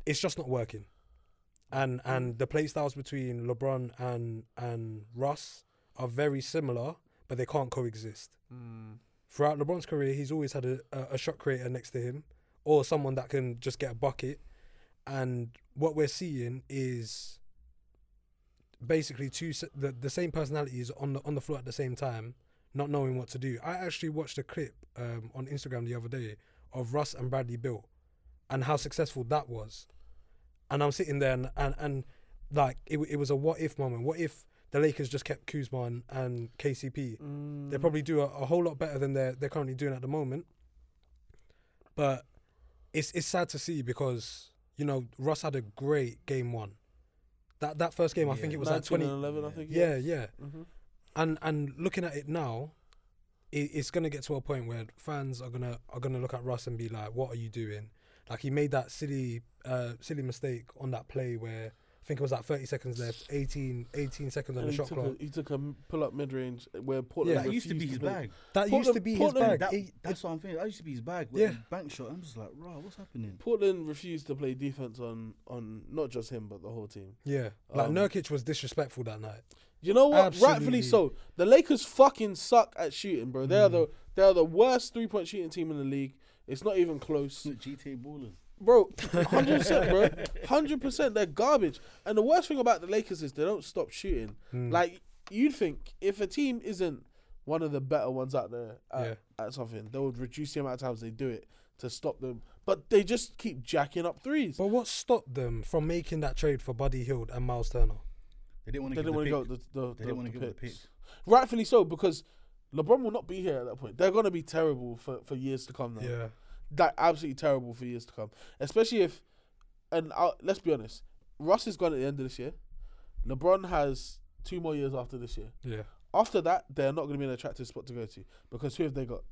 E: it's just not working, and and the play styles between LeBron and and Russ are very similar, but they can't coexist throughout LeBron's career, he's always had a, a, a shot creator next to him or someone that can just get a bucket. And what we're seeing is basically two s- the, the same personalities on the on the floor at the same time, not knowing what to do. I actually watched a clip um, on Instagram the other day of Russ and Bradley Bill and how successful that was. And I'm sitting there and and, and like it, w- it was a what if moment. What if the Lakers just kept Kuzma and, and KCP? They probably do a, a whole lot better than they're they're currently doing at the moment. But it's it's sad to see because you know Russ had a great game one. That that first game I think it was like
D: 19
E: twenty.
D: and 11, I think.
E: Yeah, yeah.
D: Mm-hmm.
E: And and looking at it now, it, it's gonna get to a point where fans are gonna are gonna look at Russ and be like, "What are you doing?" Like he made that silly uh, silly mistake on that play where I think it was like 30 seconds left, 18, 18 seconds on
D: And
E: the
D: he,
E: shot
D: took
E: clock.
D: a, he took a pull up mid range where Portland.
E: Yeah.
C: that used to be
D: refused
C: his
D: play.
C: bag.
E: That used to
D: Portland-
E: be
D: Portland-
E: his bag.
C: That,
E: He-
C: that's what I'm thinking. That used to be his bag. With
E: Yeah.
C: yeah. Bank shot. I'm just like, raw, what's happening?
D: Portland refused to play defense on on not just him but the whole team.
E: yeah, like
D: Um,
E: Nurkic was disrespectful that night.
D: You know what?
E: Absolutely.
D: Rightfully so. The Lakers fucking suck at shooting, bro. They are the they are the worst three point shooting team in the league. It's not even close.
C: Mm. GTA ballers.
D: Bro, hundred percent, bro, hundred percent. They're garbage. And the worst thing about the Lakers is they don't stop shooting. Like you'd think if a team isn't one of the better ones out there at, at something, they would reduce the amount of times they do it. to stop them. But they just keep jacking up threes.
E: But what stopped them from making that trade for Buddy Hield and Miles Turner?
C: They didn't want to
D: they didn't
C: give
D: want to go
C: the
D: with
C: pick.
D: the, the,
C: They didn't want to give
D: the
C: the pick.
D: picks. Rightfully so, because LeBron will not be here at that point. They're gonna be terrible for, for years to come. Now.
E: Yeah.
D: that absolutely terrible for years to come. Especially if, and i let's be honest, Russ is gone at the end of this year. LeBron has two more years after this year.
E: Yeah.
D: After that, they're not going to be an attractive spot to go to because who have they got?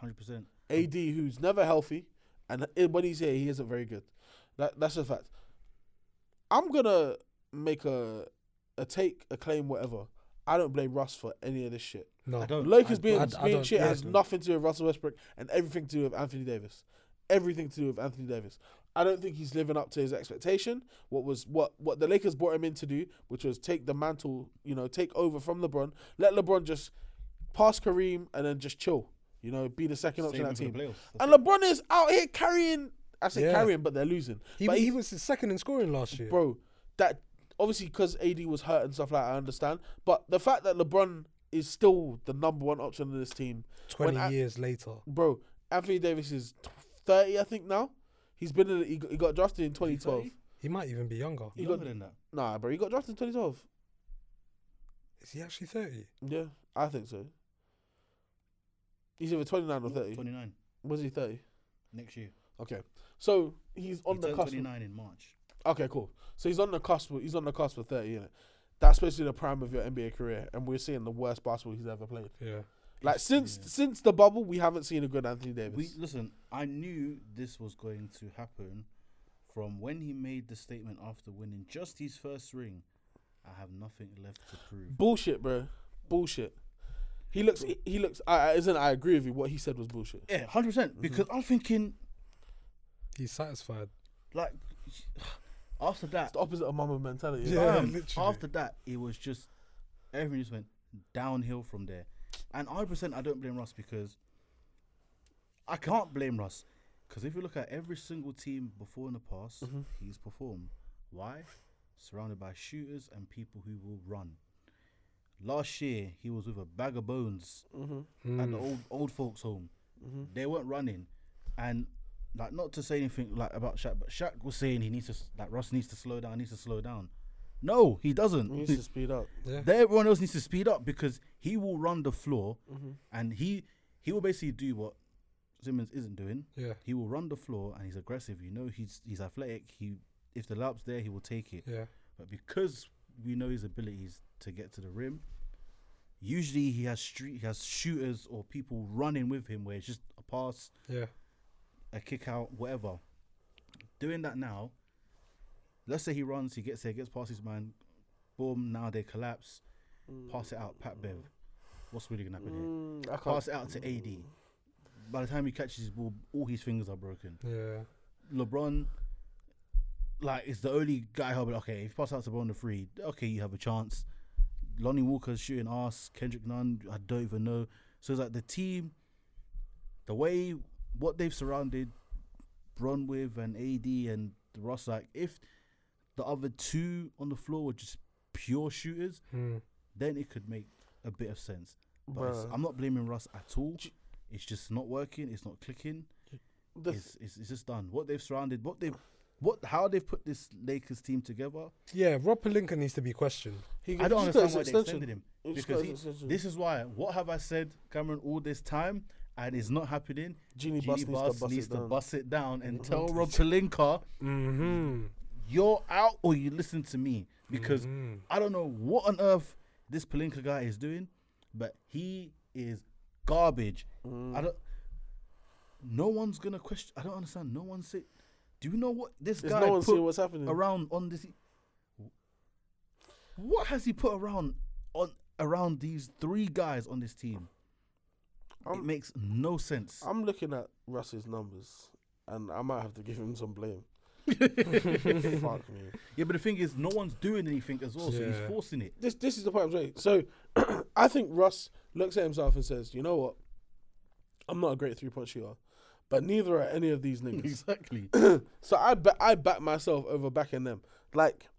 C: Hundred percent.
D: AD, who's never healthy, and i- when he's here, he isn't very good. That that's a fact. I'm gonna make a a take, a claim, whatever. I don't blame Russ for any of this shit.
E: No.
C: I don't.
D: Lakers
C: I
D: being
E: I
C: don't-
D: being
E: don't-
D: shit
E: yeah.
D: has nothing to do with Russell Westbrook and everything to do with Anthony Davis. Everything to do with Anthony Davis. I don't think he's living up to his expectation. What was what what the Lakers brought him in to do, which was take the mantle, you know, take over from LeBron, let LeBron just pass Kareem and then just chill. You know, be the second option
C: Save
D: on that
C: him
D: team.
C: for the playoffs. That's
D: And LeBron is out here carrying. I say
E: Yeah.
D: carrying, but they're losing.
E: He,
D: but
E: he
D: he,
E: was the second in scoring last year.
D: bro, that obviously because AD was hurt and stuff like that, I understand. But the fact that LeBron is still the number one option on this team,
E: Twenty
D: when I-
E: years later.
D: bro, Anthony Davis is t- thirty, I think now. He's been in. He got, he got drafted in twenty twelve.
C: 30?
E: He might even be younger.
D: You
C: Younger
D: got-
C: than that.
D: Nah, bro, he got drafted in twenty twelve.
E: Is he actually thirty?
D: Yeah, I think so. He's either twenty nine or thirty.
C: Twenty nine
D: Was he thirty?
C: next year.
D: Okay, so he's on
C: he
D: the
C: turned
D: cusp.
C: twenty nine in March.
D: Okay, cool. So he's on the cusp. of- He's on the cusp of thirty, innit? That's basically the prime of your NBA career, and we're seeing the worst basketball he's ever played.
E: Yeah.
D: Like since since the bubble, we haven't seen a good Anthony Davis.
C: We listen. I knew this was going to happen from when he made the statement after winning just his first ring. I have nothing left to prove.
D: bullshit, bro. Bullshit. He looks. He, he looks. I, I isn't. I agree with you. What he said was bullshit.
C: Yeah, hundred percent. Because I'm thinking
E: He's satisfied.
C: like after that,
D: The opposite of mama mentality.
E: Yeah.
C: fam,
E: literally.
C: after that, it was just everything just went downhill from there. And hundred percent, I don't blame Russ because I can't blame Russ because if you look at every single team before in the past,
E: Mm-hmm.
C: he's performed. Why? Surrounded by shooters and people who will run. Last year, he was with a bag of bones
D: Mm-hmm.
C: at
D: Mm.
C: the old old folks' home. They weren't running, and like not to say anything like about Shaq, but Shaq was saying he needs to s- like Russ needs to slow down, needs to slow down. No, he doesn't.
D: He needs to speed up.
E: Yeah.
C: They- everyone else needs to speed up because he will run the floor,
D: Mm-hmm.
C: and he he will basically do what Simmons isn't doing.
E: Yeah.
C: he will run the floor and he's aggressive. You know, he's he's athletic. He if the lap's there, he will take it.
E: Yeah.
C: But because we know his abilities to get to the rim, usually he has street he has shooters or people running with him where it's just a pass,
E: Yeah.
C: a kick out, whatever. Doing that now, let's say he runs, he gets there, gets past his man, boom, now they collapse, pass it out, Pat Bev. What's really gonna happen here?
D: Mm, I can't.
C: Pass it out to AD. By the time he catches his ball, all his fingers are broken.
E: Yeah.
C: LeBron, like, is the only guy who okay, if you pass out to LeBron the three, okay, you have a chance. Lonnie Walker's shooting ass. Kendrick Nunn, I don't even know. So it's like the team, the way what they've surrounded Bron with and AD and Ross, like, if the other two on the floor were just pure shooters,
E: Mm.
C: then it could make a bit of sense. But it's-
D: Bruh.
C: I'm not blaming Russ at all. It's just not working. It's not clicking
D: The th-
C: it's, it's, it's just done. What they've surrounded, what they've, what how they've put this Lakers team together.
E: Yeah. Rob Pelinka needs to be questioned.
D: he
C: I don't
D: just got
C: understand
D: his
C: why they extended him
D: He just
C: because
D: got
C: he-
D: his extension.
C: this is why. What have I said, Cameron, all this time, and it's not happening.
D: Genie
C: Genie
D: Bus needs to
C: Bus
D: bust it
C: needs to
D: down. Mm-hmm.
C: bust it down and tell Rob Pelinka,
E: Mm-hmm.
C: you're out or you listen to me because I don't know what on earth this Pelinka guy is doing, but he is garbage.
D: Mm.
C: I don't. No one's gonna question. I don't understand. No one said. Do you know what this
D: There's
C: guy
D: no one
C: put
D: seeing what's happening.
C: around on this? What has he put around on around these three guys on this team? it
D: I'm-
C: makes no sense.
D: I'm looking at Russ's numbers, and I might have to give him some blame. Fuck me.
C: yeah, but the thing is, no one's doing anything as well, so
E: Yeah.
C: he's forcing it.
D: this this is the point I'm saying. So I think Russ looks at himself and says, "You know what? I'm not a great three point shooter, but neither are any of these niggas.
C: Exactly.
D: so I ba- I back myself over backing them. Like,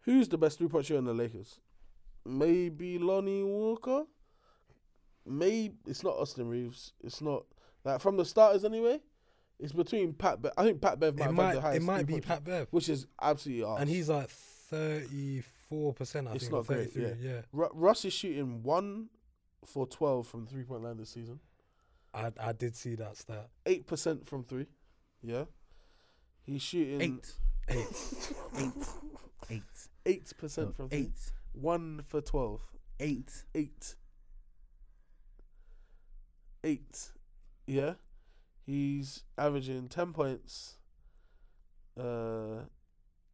D: who's the best three point shooter in the Lakers? Maybe Lonnie Walker. Maybe it's not Austin Reeves. It's not like from the starters anyway. It's between Pat. Be- I think Pat Bev might
E: It
D: have
E: might
D: had the highest.
E: it might be
D: three-point
E: Pat Bev,
D: which is absolutely arse.
E: and he's like thirty four percent. I
D: It's
E: think
D: not
E: thirty
D: great,
E: three.
D: yeah.
E: yeah.
D: Ru- Russ is shooting one for twelve from three point line this season.
E: I I did see that stat.
D: Eight percent from three. Yeah, he's shooting
C: Eight.
E: Eight.
C: Eight.
D: eight percent
E: Oh,
C: No,
D: from three.
C: eight.
D: One for twelve.
C: Eight.
D: Eight. Eight. Yeah, he's averaging ten points. Uh,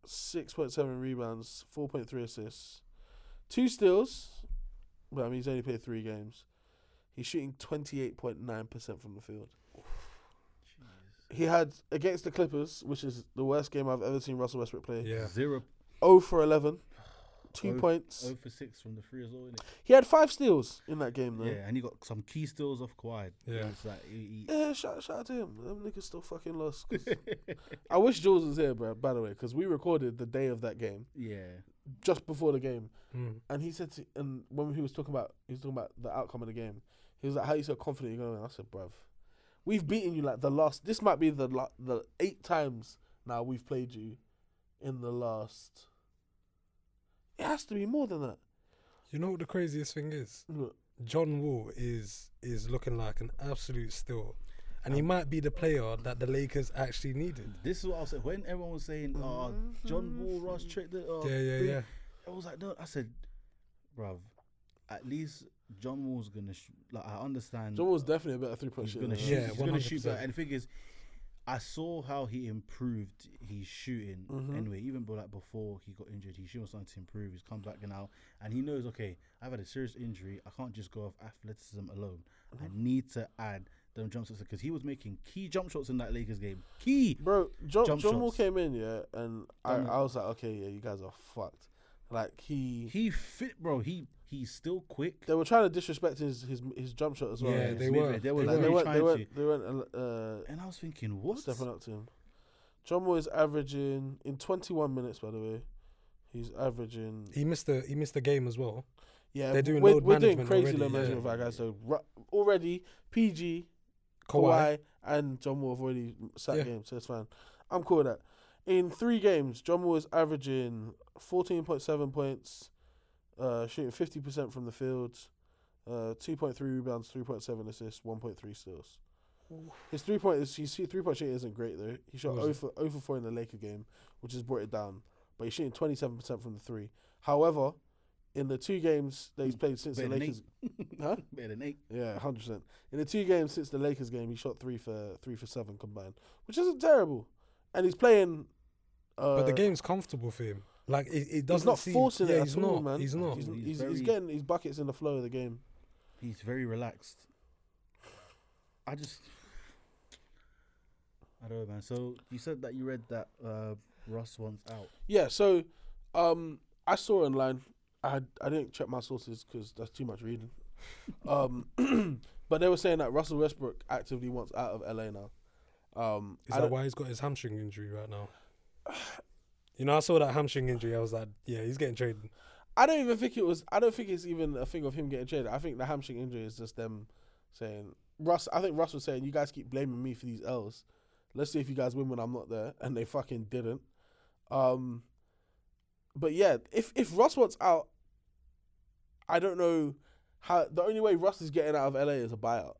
D: six point seven rebounds, four point three assists, two steals. Well, I mean, he's only played three games. He's shooting twenty eight point nine percent from the field. He had against the Clippers, which is the worst game I've ever seen Russell Westbrook play.
E: yeah.
C: Zero.
D: Oh for 11, two
C: Oh-
D: points.
C: Oh for six from the free as well. Innit?
D: He had five steals in that game, though.
C: Yeah, and he got some key steals off Kawhi.
E: Yeah.
C: It's like he,
D: Yeah, shout, shout out to him. Them niggas still fucking lost. 'cause- I wish Jules was here, bro. By the way, because we recorded the day of that game,
C: he, yeah.
D: just before the game,
C: Hmm.
E: Mm.
D: and he said, to, and when he was talking about, he was talking about the outcome of the game. He was like, "How you so confident you're gonna win?" I said, "Bruv, we've beaten you like the last. This might be the la- the eight times now we've played you in the last. It has to be more than that."
E: You know what the craziest thing is?
D: Look,
E: John Wall is is looking like an absolute steal, and he
D: Um,
E: might be the player that the Lakers actually needed.
C: This is what I was saying. When everyone was saying, "Oh, John Wall, Ross Trick," uh,
E: Yeah, yeah,
C: big,"
E: yeah.
C: I was like, "No," I said, "Bruv, at least John Wall's gonna sh- like I understand
D: John was definitely a better three point
C: he's
D: shooter.
C: gonna
D: than
C: shoot.
D: us.
E: Yeah,
C: he's gonna shoot
E: 100%.
C: better. And the thing is, I saw how he improved his shooting. Anyway, even but like before he got injured, his shooting was starting to improve. He's come back now, and he knows. Okay, I've had a serious injury. I can't just go off athleticism alone. I need to add them jump shots because he was making key jump shots in that Lakers game. Key.
D: Bro, John,
C: Jump
D: John Wall
C: shots.
D: came in, yeah, and I,
E: Mm.
D: I was like, okay, yeah, you guys are fucked. Like he,
C: He fit, bro. He he's still quick.
D: they were trying to disrespect his his, his jump shot as well.
E: Yeah,
D: Like,
E: they
C: mid-
E: were.
C: They were,
E: They
C: like,
D: they
C: really
D: weren't,
C: trying
D: they
C: to.
D: weren't, they weren't uh,
C: And I was thinking, what?
D: stepping up to him. John Wall is averaging in 21 minutes, by the way. He's averaging.
E: He missed the he missed the game as well.
D: Yeah,
E: they're doing
D: we're,
E: load
D: we're doing
E: management
D: crazy
E: already,
D: low
E: yeah.
D: management with our guys. So ru- already, PG, Kawhi, and John Wall have already sat
E: Yeah.
D: games, so it's fine. I'm cool with that. In three games, John Wall is averaging 14.7 points, uh, shooting 50% from the field, uh, 2.3 rebounds, 3.7 assists, 1.3 steals. His three point is his three point shooting isn't great though. He shot
E: Wasn't.
D: 0 for, 0 for 4 in the Laker game, which has brought it down. But he's shooting 27% from the three. However, in the two games that he's played since the
C: better than
D: Lakers, huh?
C: Better than eight.
D: Yeah, hundred percent. In the two games since the Lakers game, he shot three for three for seven combined, which isn't terrible. And he's playing. Uh,
E: But the game's comfortable for him. Like it, it doesn't
D: he's not
E: seem,
D: forcing
E: yeah,
D: it
E: he's
D: at
E: not,
D: all, man.
E: He's not.
D: He's,
C: He's
D: he's- he's
C: very-
D: getting his buckets in the flow of the game.
C: He's very relaxed. I just, I don't know, man. So you said that you read that uh, Russ wants out.
D: Yeah. So, um, I saw online. I had, I didn't check my sources because that's too much reading. Um, but they were saying that Russell Westbrook actively wants out of LA now. Um,
E: Is
D: I
E: that
D: don't-
E: why he's got his hamstring injury right now? You know, I saw that hamstring injury. I was like, yeah, he's getting traded.
D: I don't even think it was. I don't think it's even a thing of him getting traded. I think the hamstring injury is just them saying Russ. I think Russ was saying, "You guys keep blaming me for these L's. Let's see if you guys win when I'm not there." And they fucking didn't. Um, but yeah, if if Russ wants out, I don't know how. The only way Russ is getting out of LA is a buyout.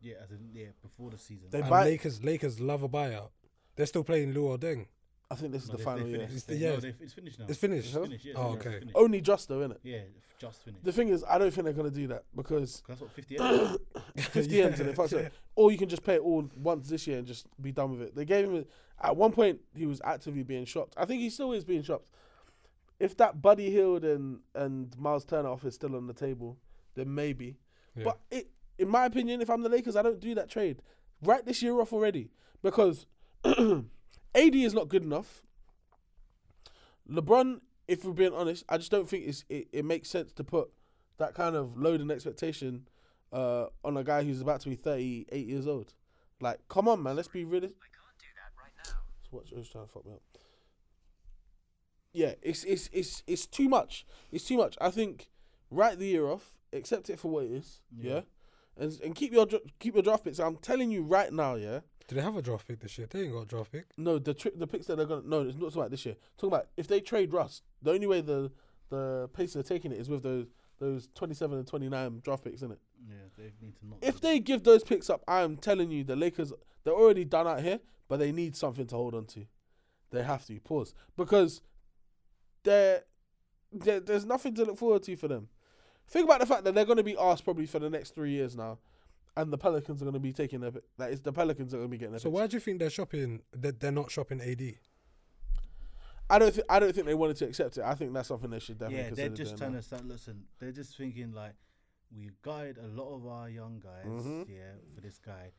C: Yeah, as in, yeah, before the season.
D: They
E: And
D: buy.
E: Lakers, Lakers love a buyout. They're still playing Luol Deng.
D: I think this is
C: No,
D: the
C: they- they
D: final year.
C: finished.
E: It's the-
C: They-
E: yeah.
C: no, they- it's finished now.
E: It's finished.
D: Huh?
C: finished, yeah,
E: Oh,
C: yeah, it's
E: okay.
C: finished.
D: Only just though, innit?
C: Yeah, it's just finished.
D: The thing is, I don't think they're gonna do that because
C: 'Cause that's what 58.
D: 50 ends and it fucks up. Or you can just pay it all once this year and just be done with it. They gave him a- at one point he was actively being shopped. I think he still is being shopped. If that Buddy Hield and and Miles Turner offer is still on the table, then maybe.
E: Yeah.
D: But it, in my opinion, if I'm the Lakers, I don't do that trade. Write this year off already because AD is not good enough. LeBron, if we're being honest, I just don't think it's, it, it makes sense to put that kind of load and expectation uh, on a guy who's about to be 38 years old. Like, come on, man, let's be realistic. Watch, I was trying to fuck me up. Yeah, it's it's it's it's too much. It's too much. I think write the year off, accept it for what it is. Yeah, and, and keep your dra- keep your draft picks. I'm telling you right now, yeah.
E: Do they have a draft pick this year? They ain't got a draft pick.
D: No, the tri- the picks that they're gonna no, it's not about this year. Talking about if they trade Russ, the only way the the Pacers are taking it is with those those 27 and 29 draft picks, isn't it?
C: Yeah, they need to not.
D: If they give those picks up, I am telling you, the Lakers they're already done out here, but they need something to hold on to. They have to pause because there there- there's nothing to look forward to for them. Think about the fact that they're going to be asked probably for the next three years now, and the Pelicans are going to be taking their pick. that is the Pelicans are going to be getting their
E: So
D: picks.
E: why do you think they're shopping? That they're not shopping AD.
D: I don't. Th- I don't think they wanted to accept it. I think that's something they should definitely.
C: yeah, they're
D: consider
C: just
D: doing
C: trying
D: now.
C: to start. Listen, they're just thinking like we guide a lot of our young guys.
D: Mm-hmm.
C: Yeah, for this guy,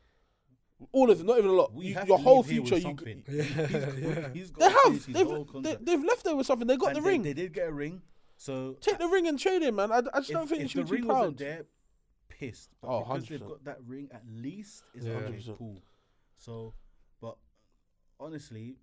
D: all of them. Not even a lot.
C: we
D: You-
C: have
D: your
C: to
D: whole
C: leave here
D: future.
C: with
D: You,
C: something.
E: Yeah,
C: He's-
E: yeah.
C: he's got
D: they
C: to
D: have.
C: finish his whole
D: They've, they,
C: contract.
D: they've left there with something. They got
C: And
D: the
C: they-
D: ring.
C: They did get a ring, so
D: Take the ring and trade him, man. I, I just
C: if,
D: don't think you
C: if the
D: should be
C: ring
D: too
C: wasn't
D: proud.
C: there, pissed. But
D: Oh,
C: because they
D: 100%.
C: have got that ring, at least it's
E: Yeah.
C: okay,
D: 100%.
C: cool. So, but honestly,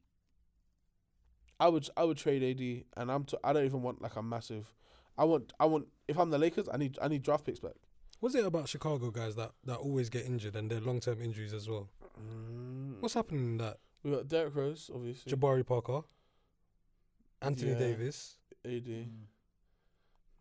D: I would. I would trade AD, and I'm. T- I don't even want like a massive. I want. I want. If I'm the Lakers, I need. I need draft picks back.
E: Was it about Chicago guys that, that always get injured and their long term injuries as well?
C: Mm.
E: What's happening in that?
D: We got Derrick Rose, obviously.
E: Jabari Parker, Anthony
D: Yeah.
E: Davis.
D: AD.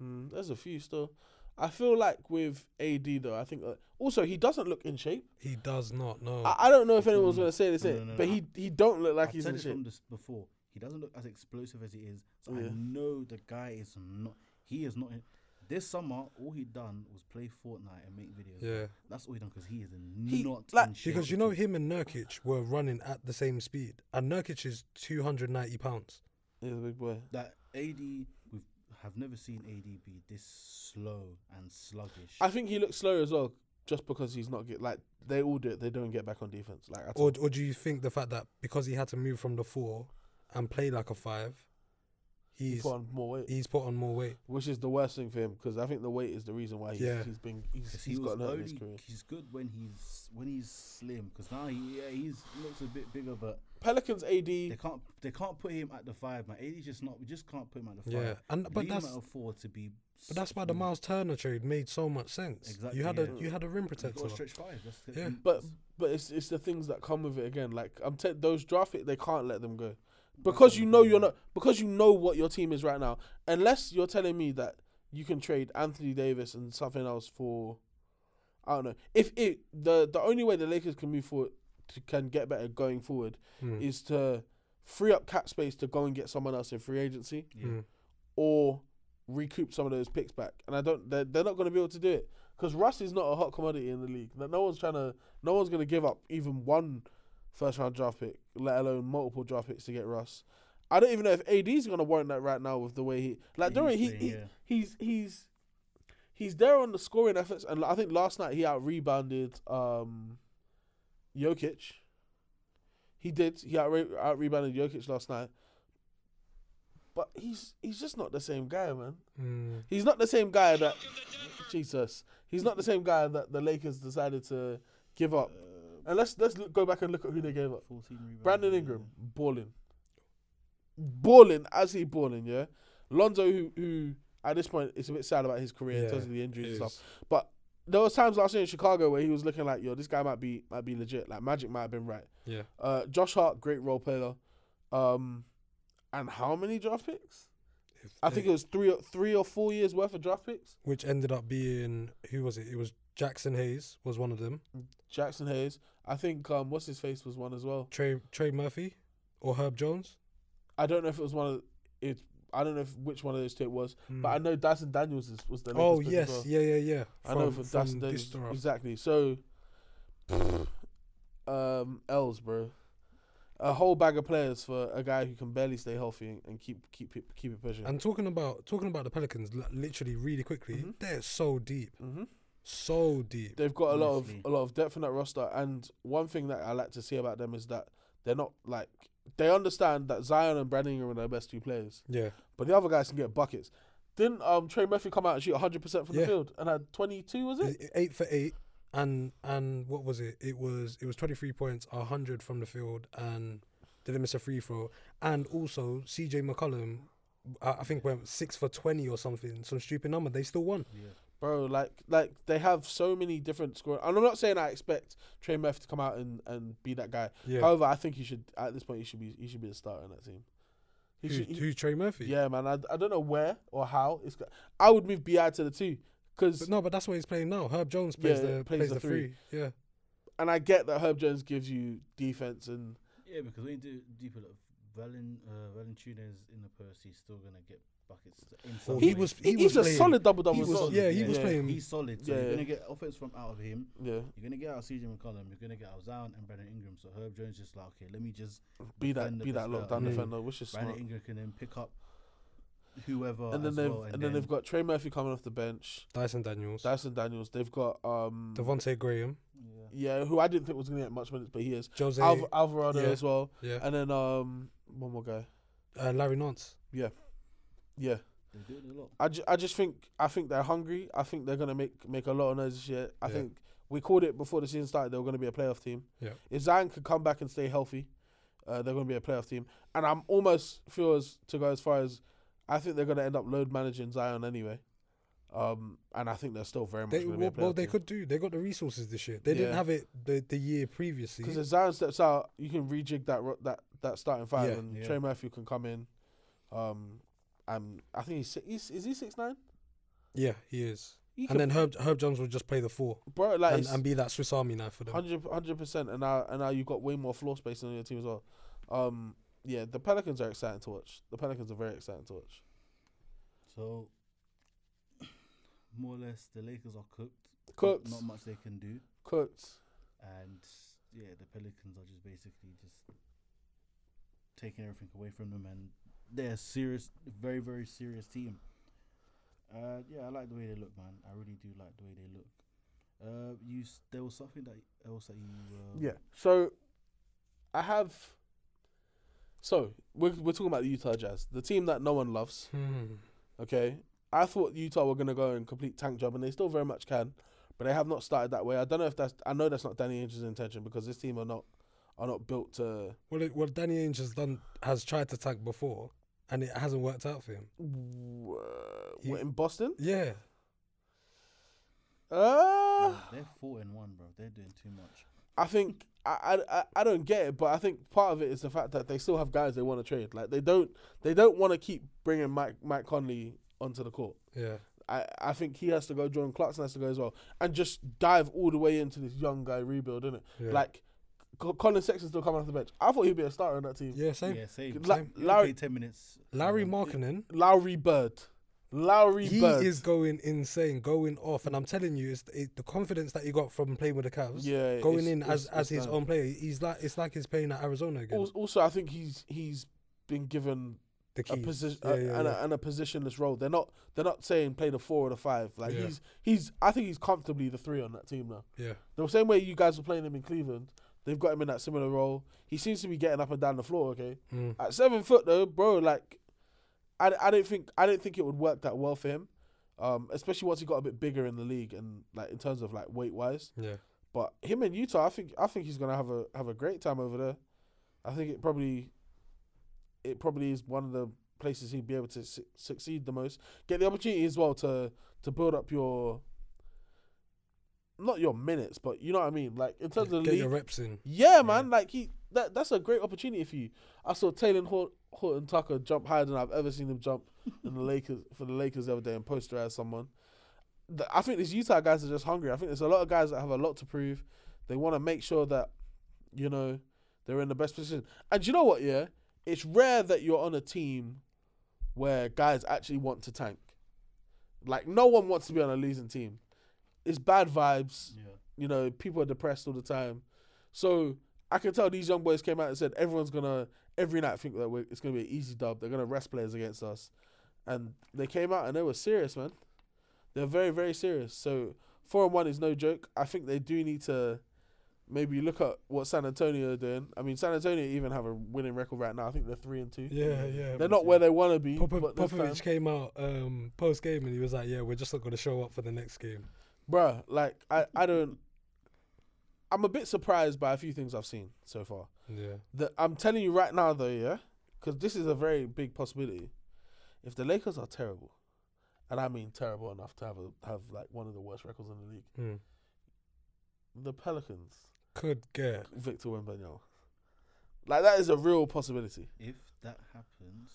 D: Mm, there's a few still. I feel like with AD though, I think uh, also he doesn't look in shape.
E: He does not know.
D: I, I don't know if anyone's
C: no.
D: gonna say this,
C: No,
D: eh,
C: no, no,
D: but
C: no.
D: he he don't look like
C: I've
D: he's
C: said
D: in
C: it from
D: shape.
C: this before. He doesn't look as explosive as he is. So
D: Yeah.
C: I know the guy is not. He is not. In, this summer, all he done was play Fortnite and make videos.
E: Yeah.
C: that's all he done because he is
D: He-
C: not
D: like-
C: in shape
E: because you
C: at
E: know
C: all.
E: him and Nurkic were running at the same speed, and Nurkic is two hundred ninety pounds.
D: He's a big boy.
C: that AD we have never seen AD be this slow and sluggish.
D: I think he looks slow as well, just because he's not get like they all do it. They don't get back on defense like at all.
E: Or or do you think the fact that because he had to move from the four and play like a five,
D: He
E: he's
D: put on more weight,
E: he's put on more weight.
D: which is the worst thing for him because I think the weight is the reason why he's
E: Yeah.
D: he's been he's,
C: 'Cause
D: he's
C: he was
D: gotten hurt in his
C: only-
D: career.
C: he's good when he's when he's slim because now he yeah, he's looks a bit bigger, but
D: Pelicans
C: they
D: AD.
C: can't they can't put him at the five. Man, AD's just not. We just can't put him at the five.
E: Yeah, and- but
C: Leave him
E: that's-
C: at a four to be.
E: But that's why
D: Mm.
E: the Miles Turner trade made so much sense.
C: Exactly,
E: you had
C: yeah.
E: a you had a rim
C: You've got
E: protector.
C: to stretch five. That's the-
E: Yeah.
D: But but it's it's the things that come with it again. Like I'm t- those draft pick, they can't let them go because you know you're not because you know what your team is right now. Unless you're telling me that you can trade Anthony Davis and something else for, I don't know. If it the the only way the Lakers can move forward to, can get better going forward
E: Hmm.
D: is to free up cap space to go and get someone else in free agency
C: Hmm.
E: Mm.
D: or recoup some of those picks back. And I don't, they're, they're not going to be able to do it because Russ is not a hot commodity in the league. No no one's trying to, no one's going to give up even one first round draft pick, let alone multiple draft picks to get Russ. I don't even know if AD's going to warrant that right now with the way he, like,
C: Yeah,
D: during
C: he's
D: he,
C: playing,
D: he
C: yeah.
D: he's he's he's there on the scoring efforts, and I think last night he out rebounded um, Jokic. He did. He out out rebounded Jokic last night. But he's he's just not the same guy, man.
E: Mm.
D: He's not the same guy that Jesus. He's not the same guy that the Lakers decided to give up. And let's let's look, go back and look at who they gave up.
C: Fourteen rebounds.
D: Brandon
C: yeah.
D: Ingram, balling. Balling as he balling, yeah. Lonzo, who, who at this point is a bit sad about his career in
E: Yeah,
D: terms of the injuries and
E: it
D: stuff. But there was times last year in Chicago where he was looking like, yo, this guy might be might be legit. Like Magic might have been right.
E: Yeah,
D: Uh, Josh Hart, great role player. Um, and how many draft picks? I think it was three, or three or four years worth of draft picks.
E: which ended up being who was it? It was Jackson Hayes was one of them.
D: Jackson Hayes. I think um, what's his face was one as well.
E: Trey Trey Murphy or Herb Jones.
D: I don't know if it was one of it. I don't know if, which one of those two it was, but I know Dyson Daniels is, was the. Lakers
E: Hmm. Oh
D: pick as
E: yes,
D: well.
E: yeah, yeah, yeah.
D: I know for Dyson Daniels
E: this draft.
D: exactly. So, um, L's bro, a whole bag of players for a guy who can barely stay healthy and, and keep keep it keep it pushing.
E: And talking about talking about the Pelicans, li- literally really quickly, they're so deep,
D: hmm
E: so deep.
D: They've got a lot of
C: Honestly.
D: a lot of depth in that roster, and one thing that I like to see about them is that they're not like they understand that Zion and Brandon Ingram are their best two players.
E: Yeah,
D: But the other guys can get buckets. Didn't um, Trey Murphy come out and shoot 100% from the
E: Yeah.
D: field and had 22, was it?
E: It- it- e, eight for eight, and and what was it? It was it was twenty three points, hundred from the field, and didn't miss a free throw. And also CJ McCollum, I, I think went six for twenty or something, some stupid number. They still won.
D: bro. Like like they have so many different score. And I'm not saying I expect Trey Murphy to come out and, and be that guy.
E: Yeah.
D: However, I think he should at this point he should be he should be the starter in that team. He
E: Who,
D: should. he-
E: who, Trey Murphy?
D: yeah, man. I, I don't know where or how it's. go- I would move Bi to the two because
E: But no, but that's what he's playing now. Herb Jones plays
D: Yeah,
E: the plays, the, three. Yeah.
D: and I get that Herb Jones gives you defense and
C: Yeah, because when you do deeper look, Valen, uh, Valentuna's in the purse, he's still going to get buckets. In some
E: He
C: way.
E: was he
D: he
E: was
D: he's a
E: playing-
D: solid double
E: he
D: double.
E: was- yeah, he was
D: yeah.
E: playing-
C: He's solid. So
D: Yeah,
C: you're
D: yeah.
C: going to get offense from out of him.
D: Yeah,
C: You're going to get out of CJ McCollum. You're going to get out of Zion and Brandon Ingram. So Herb Jones just like, okay, let me just.
D: be that
C: defend the
D: be that
C: best out.
D: lockdown
E: Mm.
D: defender, which is
C: Brandon
D: smart.
C: Ingram can then pick up whoever.
D: And then
C: as
D: they've
C: well,
D: and, then, they've got Trey Murphy coming off the bench,
E: Dyson Daniels,
D: Dyson Daniels. They've got um
E: Devontae Graham,
C: Yeah.
D: yeah, who I didn't think was gonna get much minutes, but he is
E: Jose,
D: Alv- Alvarado
E: yeah.
D: as well,
E: yeah,
D: and then um one more guy.
E: uh, Larry Nance.
D: Yeah,
C: They're doing a lot.
D: I, ju- I just think I think they're hungry. I think they're gonna make make a lot of noise this year. I
E: Yeah.
D: think we called it before the season started. They were gonna be a playoff team.
E: Yeah.
D: If Zion could come back and stay healthy, uh, they're gonna be a playoff team. And I'm almost feel as to go as far as I think they're gonna end up load managing Zion anyway. Um, and I think they're still very much
E: They,
D: gonna
E: well,
D: be a
E: well,
D: playoff
E: they
D: team.
E: could do. They got the resources this year. They didn't
D: Yeah.
E: have it the, the year previously.
D: Because if Zion steps out, you can rejig that ro- that that starting five,
E: Yeah.
D: and
C: Yeah.
D: Trey Murphy can come in. Um, and I think he's, si- he's is he six nine?
E: Yeah, he is. and then Herb Herb Jones will just play the four
D: bro, like
E: and, and be that Swiss Army knife for them.
D: hundred percent, and now and now you've got way more floor space on your team as well. Um, yeah, the Pelicans are exciting to watch. The Pelicans are very exciting to watch.
C: So, more or less, the Lakers are cooked. Not-
D: Cooked,
C: Not much they can do.
D: cooked.
C: and yeah, the Pelicans are just basically just taking everything away from them, and they're a serious, very very serious team. Uh, yeah, I like the way they look, man. I really do like the way they look. Uh, you s- there was something that else that you um,
D: Yeah. So I have. So we're we're talking about the Utah Jazz, the team that no one loves.
E: Hmm.
D: Okay. I thought Utah were going to go and complete tank job, and they still very much can, but they have not started that way. I don't know if that's. I know that's not Danny Ainge's intention because this team are not are not built to.
E: Well, it, well, Danny Ainge has done has tried to tank before, and it hasn't worked out for him.
D: w- Uh,
E: You-
D: in Boston.
E: Yeah,
D: Uh,
C: no, they're four and one, bro. They're doing too much.
D: I think I, I I- I don't get it, but I think part of it is the fact that they still have guys they want to trade. Like they don't they don't want to keep bringing Mike Mike Conley onto the court.
E: yeah.
D: I, I think he has to go. Jordan Clarkson has to go as well, and just dive all the way into this young guy rebuild, innit?
E: Yeah.
D: Like, Co- Colin Sexton still coming off the bench. I thought he'd be a starter on that team.
E: Yeah, same.
C: Yeah, same.
D: La-
C: Same. He'll
D: Larry-
C: play ten minutes.
E: Larry
C: um,
E: Markkinen,
D: Lowry Bird, Lowry
E: he
D: Bird.
E: is going insane, going off, and I'm telling you, it's it, the confidence that he got from playing with the Cavs.
D: Yeah,
E: going
D: it's-
E: in
D: it's-
E: as as
D: it's
E: his
D: down.
E: own player. He's like it's like he's playing at Arizona again.
D: Al- also, I think he's he's been given
E: the
D: a
E: key.
D: position
E: Yeah, yeah,
D: and,
E: yeah.
D: A, and a positionless role. They're not they're not saying play the four or the five. Like
E: Yeah.
D: he's he's I think he's comfortably the three on that team now.
E: yeah,
D: The same way you guys were playing him in Cleveland, they've got him in that similar role. He seems to be getting up and down the floor. Okay,
E: Mm.
D: at seven foot though, bro, like I, I don't think I don't think it would work that well for him, um, especially once he got a bit bigger in the league and like in terms of like weight wise.
E: yeah.
D: But him in Utah, I think I think he's gonna have a have a great time over there. I think it probably it probably is one of the places he'd be able to su- succeed the most, get the opportunity as well to to build up your not your minutes, but you know what I mean, like in terms
E: Get
D: of the league,
E: your reps in.
D: yeah, man. Like he, that that's a great opportunity for you. I saw Taylor Hor- Horton Tucker jump higher than I've ever seen him jump in the Lakers for the Lakers the other day and posterize someone. The- I think these Utah guys are just hungry. I think there's a lot of guys that have a lot to prove. They want to make sure that you know they're in the best position. And you know what? Yeah, it's rare that you're on a team where guys actually want to tank. Like no one wants to be on a losing team. It's bad vibes
C: Yeah.
D: you know, people are depressed all the time. So I can tell these young boys came out and said everyone's gonna every night think that we're, it's gonna be an easy dub. They're gonna rest players against us, and they came out and they were serious, man. They're very very serious. So four and one is no joke. I think they do need to maybe look at what San Antonio are doing. I mean, San Antonio even have a winning record right now. I think they're three and two.
E: Yeah, yeah.
D: They're not where they want to be.
E: Popo-
D: but there's time.
E: Popovich came out um, post game and he was like, "Yeah, we're just not going to show up for the next game."
D: Bruh, like I, I don't. I'm a bit surprised by a few things I've seen so far.
E: Yeah,
D: The, I'm telling you right now, though, yeah, because this is a very big possibility. If the Lakers are terrible, and I mean terrible enough to have a, have like one of the worst records in the league.
E: Hmm.
D: The Pelicans,
E: Could get.
D: Victor Wembanyama, like that is a real possibility
C: If that happens,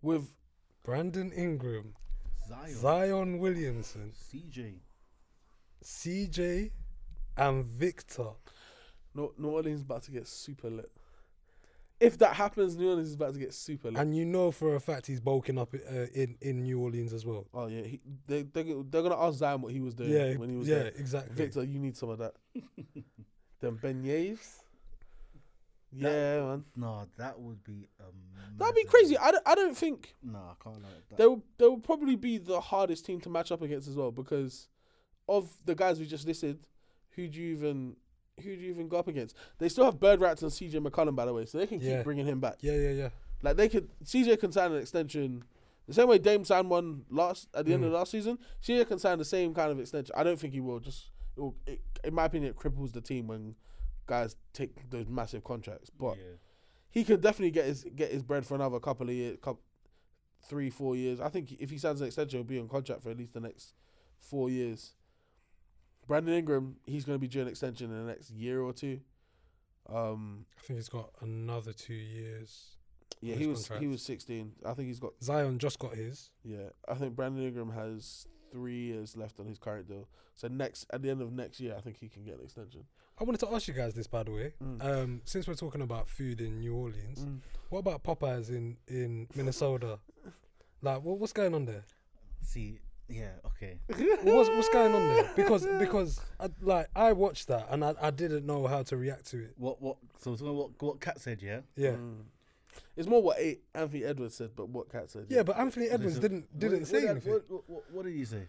D: with
E: Brandon Ingram,
C: Zion,
E: Zion Williamson,
C: CJ,
E: CJ, and Victor.
D: New, New Orleans about to get super lit. If that happens, New Orleans is about to get super lit.
E: And you know for a fact he's bulking up uh, in, in New Orleans as well.
D: oh yeah, he, they they they're gonna ask Zion what he was doing
E: Yeah,
D: when he was
E: yeah,
D: there.
E: exactly.
D: Victor, you need some of that. Them beignets. Yeah, man,
C: no, that would be amazing.
D: that'd be crazy. I don't, I don't think
C: No, I can't like that.
D: they will they will probably be the hardest team to match up against as well because of the guys we just listed. Who do you even who do you even go up against? They still have Bird Rats and CJ McCollum by the way, so they can
E: Yeah.
D: keep bringing him back.
E: Yeah, yeah, yeah.
D: Like they could CJ can sign an extension the same way Dame signed one last at the end of
E: Mm.
D: last season. CJ can sign the same kind of extension. I don't think he will. Just it will, it, in my opinion, it cripples the team when guys take those massive contracts. But
C: Yeah.
D: he can definitely get his get his bread for another couple of years, couple, three four years. I think if he signs an extension, he'll be on contract for at least the next four years. Brandon Ingram, he's going to be due an extension in the next year or two. Um,
E: I think he's got another two years.
D: yeah,
E: His
D: he was he
E: contract.
D: was sixteen. I think he's got
E: Zion just got his.
D: Yeah, I think Brandon Ingram has three years left on his current deal. So next, at the end of next year, I think he can get an extension.
E: I wanted to ask you guys this, by the way.
D: Mm.
E: Um, since we're talking about food in New Orleans, what about Popeyes in, in Minnesota? like, what, what's going on there?
C: See, yeah, okay.
E: What's, what's going on there? Because because I, like I watched that and I, I didn't know how to react to it.
C: What what? So, so what? What Cat said, yeah.
E: Yeah,
D: Mm. It's more what A- Anthony Edwards said, but what Cat said.
E: yeah. But Anthony Edwards
C: So-
E: didn't didn't
C: what,
E: say
C: what,
E: anything.
C: What, what, what, what did he say?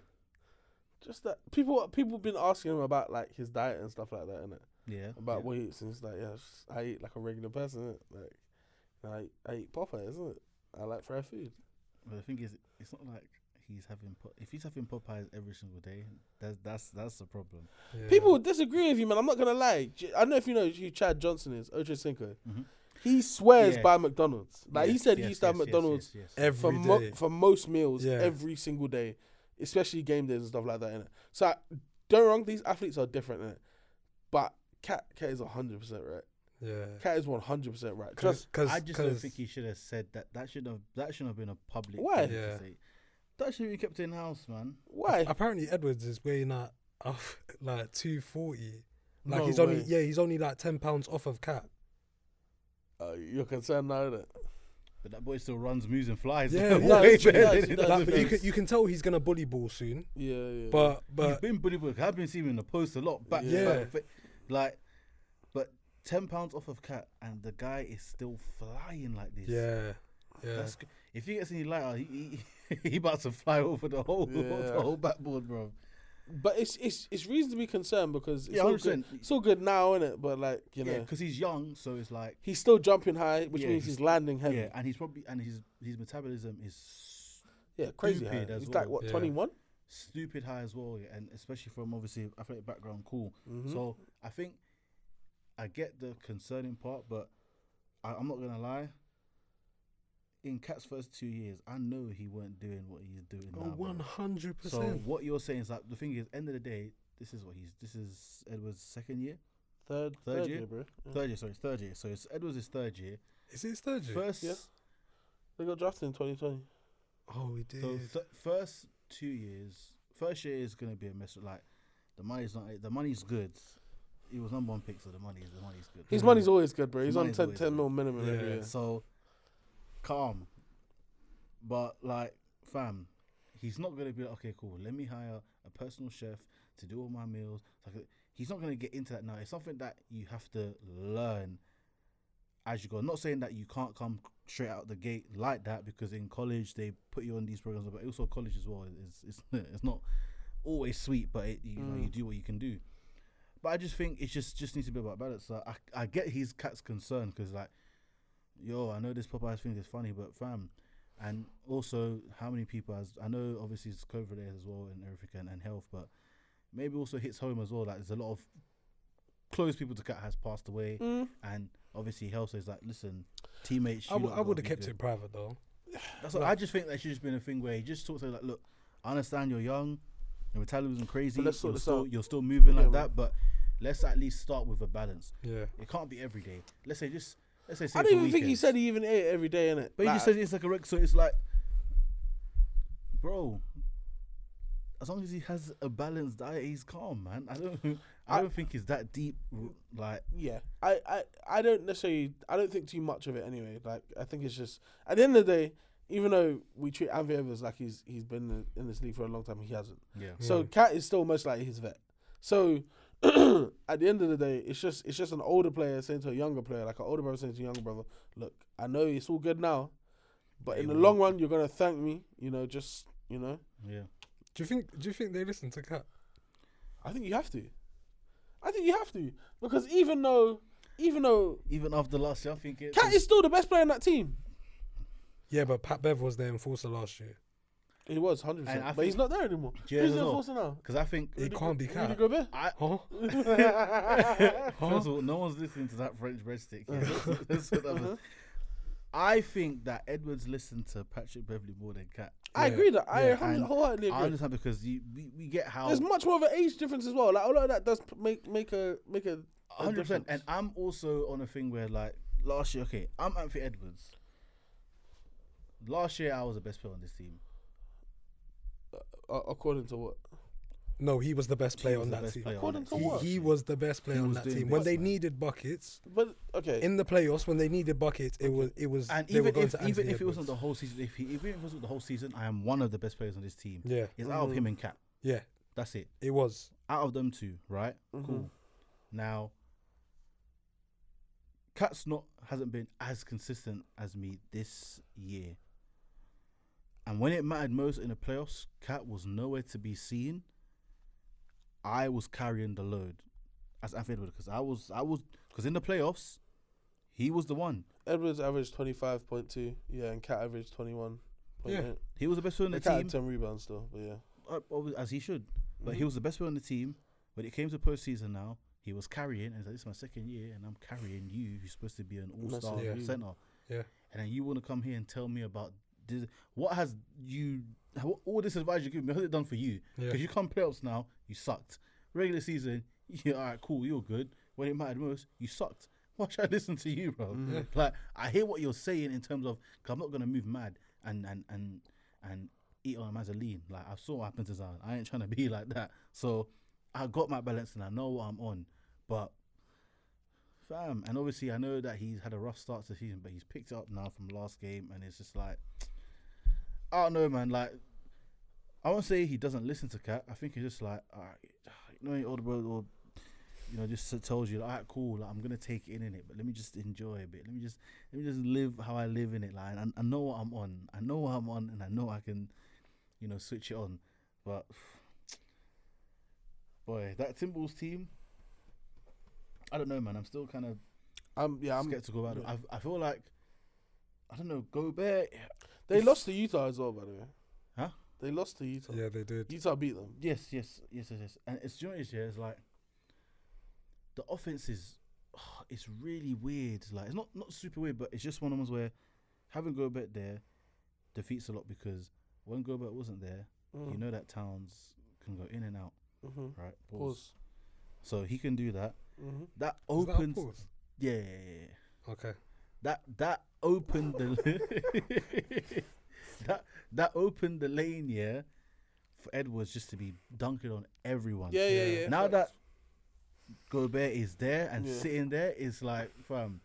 D: just that people people been asking him about like his diet and stuff like that, innit?
C: Yeah. yeah.
D: About what he eats, and he's like, yeah, it's- I eat like a regular person, innit? like I eat- I eat Popeye, isn't it? I like fried food.
C: But the thing is, it's not like he's having. Po- if he's having Popeyes every single day, that's that's that's the problem.
E: Yeah.
D: People would disagree with you, man. I'm not gonna lie. J- I don't know if you know who Chad Johnson is, Ocho Cinco. He swears
C: Mm-hmm. Yeah.
D: by McDonald's. Like he
C: Yes,
D: said, he
C: yes,
D: used to have
C: yes, yes,
D: McDonald's
C: yes, yes.
E: every
D: for
E: day.
D: mo- for most meals
E: Yeah.
D: every single day, especially game days and stuff like that. Innit? So I, don't get me wrong, these athletes are different. Innit? But Cat Cat is hundred percent right.
E: yeah,
D: Cat is one hundred percent right.
E: because
D: Just
C: I just don't think he should have said that. That should have that should have been a public.
D: Why?
C: thing to
E: Yeah.
C: say. That should be kept in house, man.
D: why?
E: apparently Edwards is weighing at off like two forty. Like
D: No
E: he's only
D: way.
E: yeah he's only like ten pounds off of Cat.
D: Uh, you're concerned now that
C: But that boy still runs, moves, and flies.
D: No,
E: Yeah, yeah.
C: Way
D: it's-
C: better
D: yeah,
C: than
D: it's-
C: that.
D: that's
E: Like, but you
D: Defense.
E: can you can tell he's gonna bully ball soon.
D: yeah, yeah.
E: But but
C: He's been bullied. but I've been seeing him in the post a lot. Back,
E: Yeah.
C: back, back, like, but ten pounds off of cat, and the guy is still flying like this.
E: yeah yeah.
C: That's cr- if he gets any lighter, he, he he about to fly over the whole
D: Yeah.
C: the whole backboard, bro.
D: but it's it's it's reason to be concerned because it's
C: Yeah,
D: all
C: 100%.
D: good. It's all good now, isn't it? But like you know,
C: Yeah, because he's young, so it's like
D: he's still jumping high, which
C: Yeah,
D: means he's,
C: he's-
D: landing heavy.
C: yeah,
D: Yeah,
C: and he's probably and his his metabolism is
D: crazy high.
C: Stupid as
D: He's
C: well.
D: like what
E: Yeah.
D: twenty one.
C: stupid high as well, yeah, and especially from obviously athletic background, cool.
E: Mm-hmm.
C: So I think I get the concerning part, but I, I'm not gonna lie. In Cat's first two years, I know he weren't doing what he's doing now. bro.
E: Oh, One hundred
C: So
E: percent.
C: what you're saying is like the thing is, end of the day, this is what he's. This is Edward's second year,
D: Third,
C: Third
D: third
C: year?
D: year, bro.
E: Mm.
D: Yeah.
C: third year. Sorry, it's third year. So it's Edward's his third year.
E: Is it his third year?
C: First,
D: Yeah. They got drafted in twenty twenty.
E: Oh, he did.
C: so th- first two years, first year is gonna be a mess. Like the money's not. The money's good. He was number one pick, so the money is the money's good.
D: His money's always good, bro. He's
C: His
D: on
C: money's
D: 10,
C: always
D: 10
C: good.
D: mil minimum every
E: Yeah.
D: year.
C: So calm. But like, fam, he's not gonna be like, okay, cool. Let me hire a personal chef to do all my meals. It's Like, he's not gonna get into that now. It's something that you have to learn as you go. I'm not saying that you can't come straight out the gate like that because in college they put you on these programs, but also college as well is it's it's not always sweet, but it, you know you do what you can do. But I just think it just just needs to be about balance. Like, I I get his cat's concern because like, yo, I know this Popeyes thing is funny, but fam, and also how many people has I know obviously it's COVID there as well and everything and, and health, but maybe also hits home as well. Like there's a lot of close people to cat has passed away, and obviously health is like, listen, teammates.
E: I,
C: you
E: w-
C: lot
E: Mm. I
C: gotta
E: would have
C: be
E: kept
C: good.
E: it private though.
C: That's what, I just think that should just been a thing where he just talked to her like, look, I understand you're young, your metabolism crazy,
D: But let's sort
C: you're,
D: this
C: still,
D: out.
C: you're still moving like
D: Yeah,
C: that, but let's at least start with a balance.
E: Yeah.
C: It can't be every day. Let's say just let's say. say
D: I don't
C: for
D: even think he
C: weekends.
D: said he even ate every day in it.
C: But he just says it's like a wreck, so it's like, bro. As long as he has a balanced diet, he's calm, man. I don't, I don't think he's that deep. Like,
D: yeah, I, I, I don't necessarily. I don't think too much of it anyway. Like I think it's just at the end of the day. Even though we treat Anthony Evans like he's he's been in- in this league for a long time, he hasn't.
C: yeah,
D: So Cat is still most likely his vet. So at the end of the day, it's just it's just an older player saying to a younger player, like an older brother saying to a younger brother, look, I know it's all good now, but in the long run, you're gonna thank me. You know, just you know,
C: yeah.
E: Do you think? Do you think they listen to Cat?
D: I think you have to. I think you have to because even though even though
C: Even after last year, I think it.
D: Cat is still the best player in that team.
E: Yeah, but Pat Bev was their enforcer last year.
D: He was hundred
C: And I
D: percent, but he's
C: think-
D: not there anymore.
C: Yeah,
D: Who's
C: no,
D: the
C: no.
D: enforcer now?
C: because I think
E: It can't be
D: Rudy
E: Cat.
D: Gobert.
C: I,
E: Huh?
C: First of all, no one's listening to that French breadstick.
D: Uh-huh.
C: That's what that was. I think that Edwards listened to Patrick Beverly more than Cat.
D: I agree that I
C: Yeah,
D: hundred-
C: and
D: wholeheartedly
C: I
D: agree.
C: understand because you, we, we get how
D: There's much more of an age difference as well. Like a lot of that does p- make make a make a a
C: hundred percent. And
D: difference.
C: I'm also on a thing where like last year, okay, I'm Anthony Edwards. Last year I was the best player on this team.
D: A- according to what?
E: No, he was the best player
C: was
E: on
C: the
E: that
C: best
E: team.
C: player on
D: According
C: that
D: to
C: team.
D: what?
E: He, he was the best player on
C: was
E: that
C: doing
E: team. When
C: bits,
E: they
C: man.
E: needed buckets
D: But okay,
E: in the playoffs, when they needed buckets, it was it was.
C: And
E: they were
C: even
E: going
C: if
E: to
C: even
E: Anthony
C: if it wasn't the
E: Edwards.
C: whole season, if he even if it wasn't the whole season, I am one of the best players on this team.
E: Yeah.
C: It's out of him and Cap.
E: yeah,
C: That's it.
E: it was.
C: Out of them two, right? Cool. Now Cat's not hasn't been as consistent as me this year. And when it mattered most in the playoffs, Cat was nowhere to be seen. I was carrying the load as Anthony Edwards because I was I was because in the playoffs, he was the one.
D: Edwards averaged twenty five point two. Yeah, and Cat averaged twenty one point
E: Yeah.
D: eight.
C: He was the best player on the
D: Cat had
C: team,
D: ten rebounds still, but yeah.
C: uh, obvi- as he should. But he was the best player on the team. When it came to postseason, now he was carrying. And he's like, this is my second year, and I'm carrying you, who's supposed to be an all star
E: Yeah.
C: center.
E: Yeah.
C: and then you want to come here and tell me about this. What has you, what, all this advice you give me, what has it done for you?
E: Yeah.
C: Because you come playoffs now, you sucked. Regular season, yeah, all right, cool, you're good. When it mattered most, you sucked. Why should I listen to you, bro? Like, I hear what you're saying in terms of, i I'm not going to move mad and, and, and, and eat on him as a lean. Like, I saw what happened to Zion. I ain't trying to be like that. So, I got my balance and I know what I'm on. But Fam, and obviously I know that he's had a rough start to the season, but he's picked it up now from last game, and it's just like, I don't know, man. Like, I won't say he doesn't listen to Cat. I think he's just like, all right, you know, your older brother, or you know, just tells you, like, all right, cool, like, I'm gonna take it in in it, but let me just enjoy a bit. Let me just, let me just live how I live in it. Like, and I, I know what I'm on. I know what I'm on, and I know I can, you know, switch it on. But boy, that Timberwolves team. I don't know, man. I'm still kind of
D: I'm yeah. I'm,
C: skeptical about it. I, I feel like I don't know. Gobert,
D: they lost to Utah as well, by the way.
C: huh?
D: They lost to Utah.
E: Yeah, they did.
D: Utah beat them.
C: Yes, yes, yes, yes, yes. And it's during this year. It's like the offense is it's really weird. Like it's not not super weird, but it's just one of those where having Gobert there defeats a lot because when Gobert wasn't there, you know that Towns can go in and out,
D: Mhm.
C: right?
D: Pause.
C: So he can do that.
D: Mhm.
C: That
E: Is that a
C: opens,
E: pause?
C: yeah, yeah, yeah, yeah.
E: Okay.
C: that that opened the that that opened the lane, yeah, for Edwards just to be dunking on everyone.
D: Yeah, yeah, yeah.
C: Now
D: facts.
C: that Gobert is there and
D: Yeah.
C: sitting there, it's like, fam,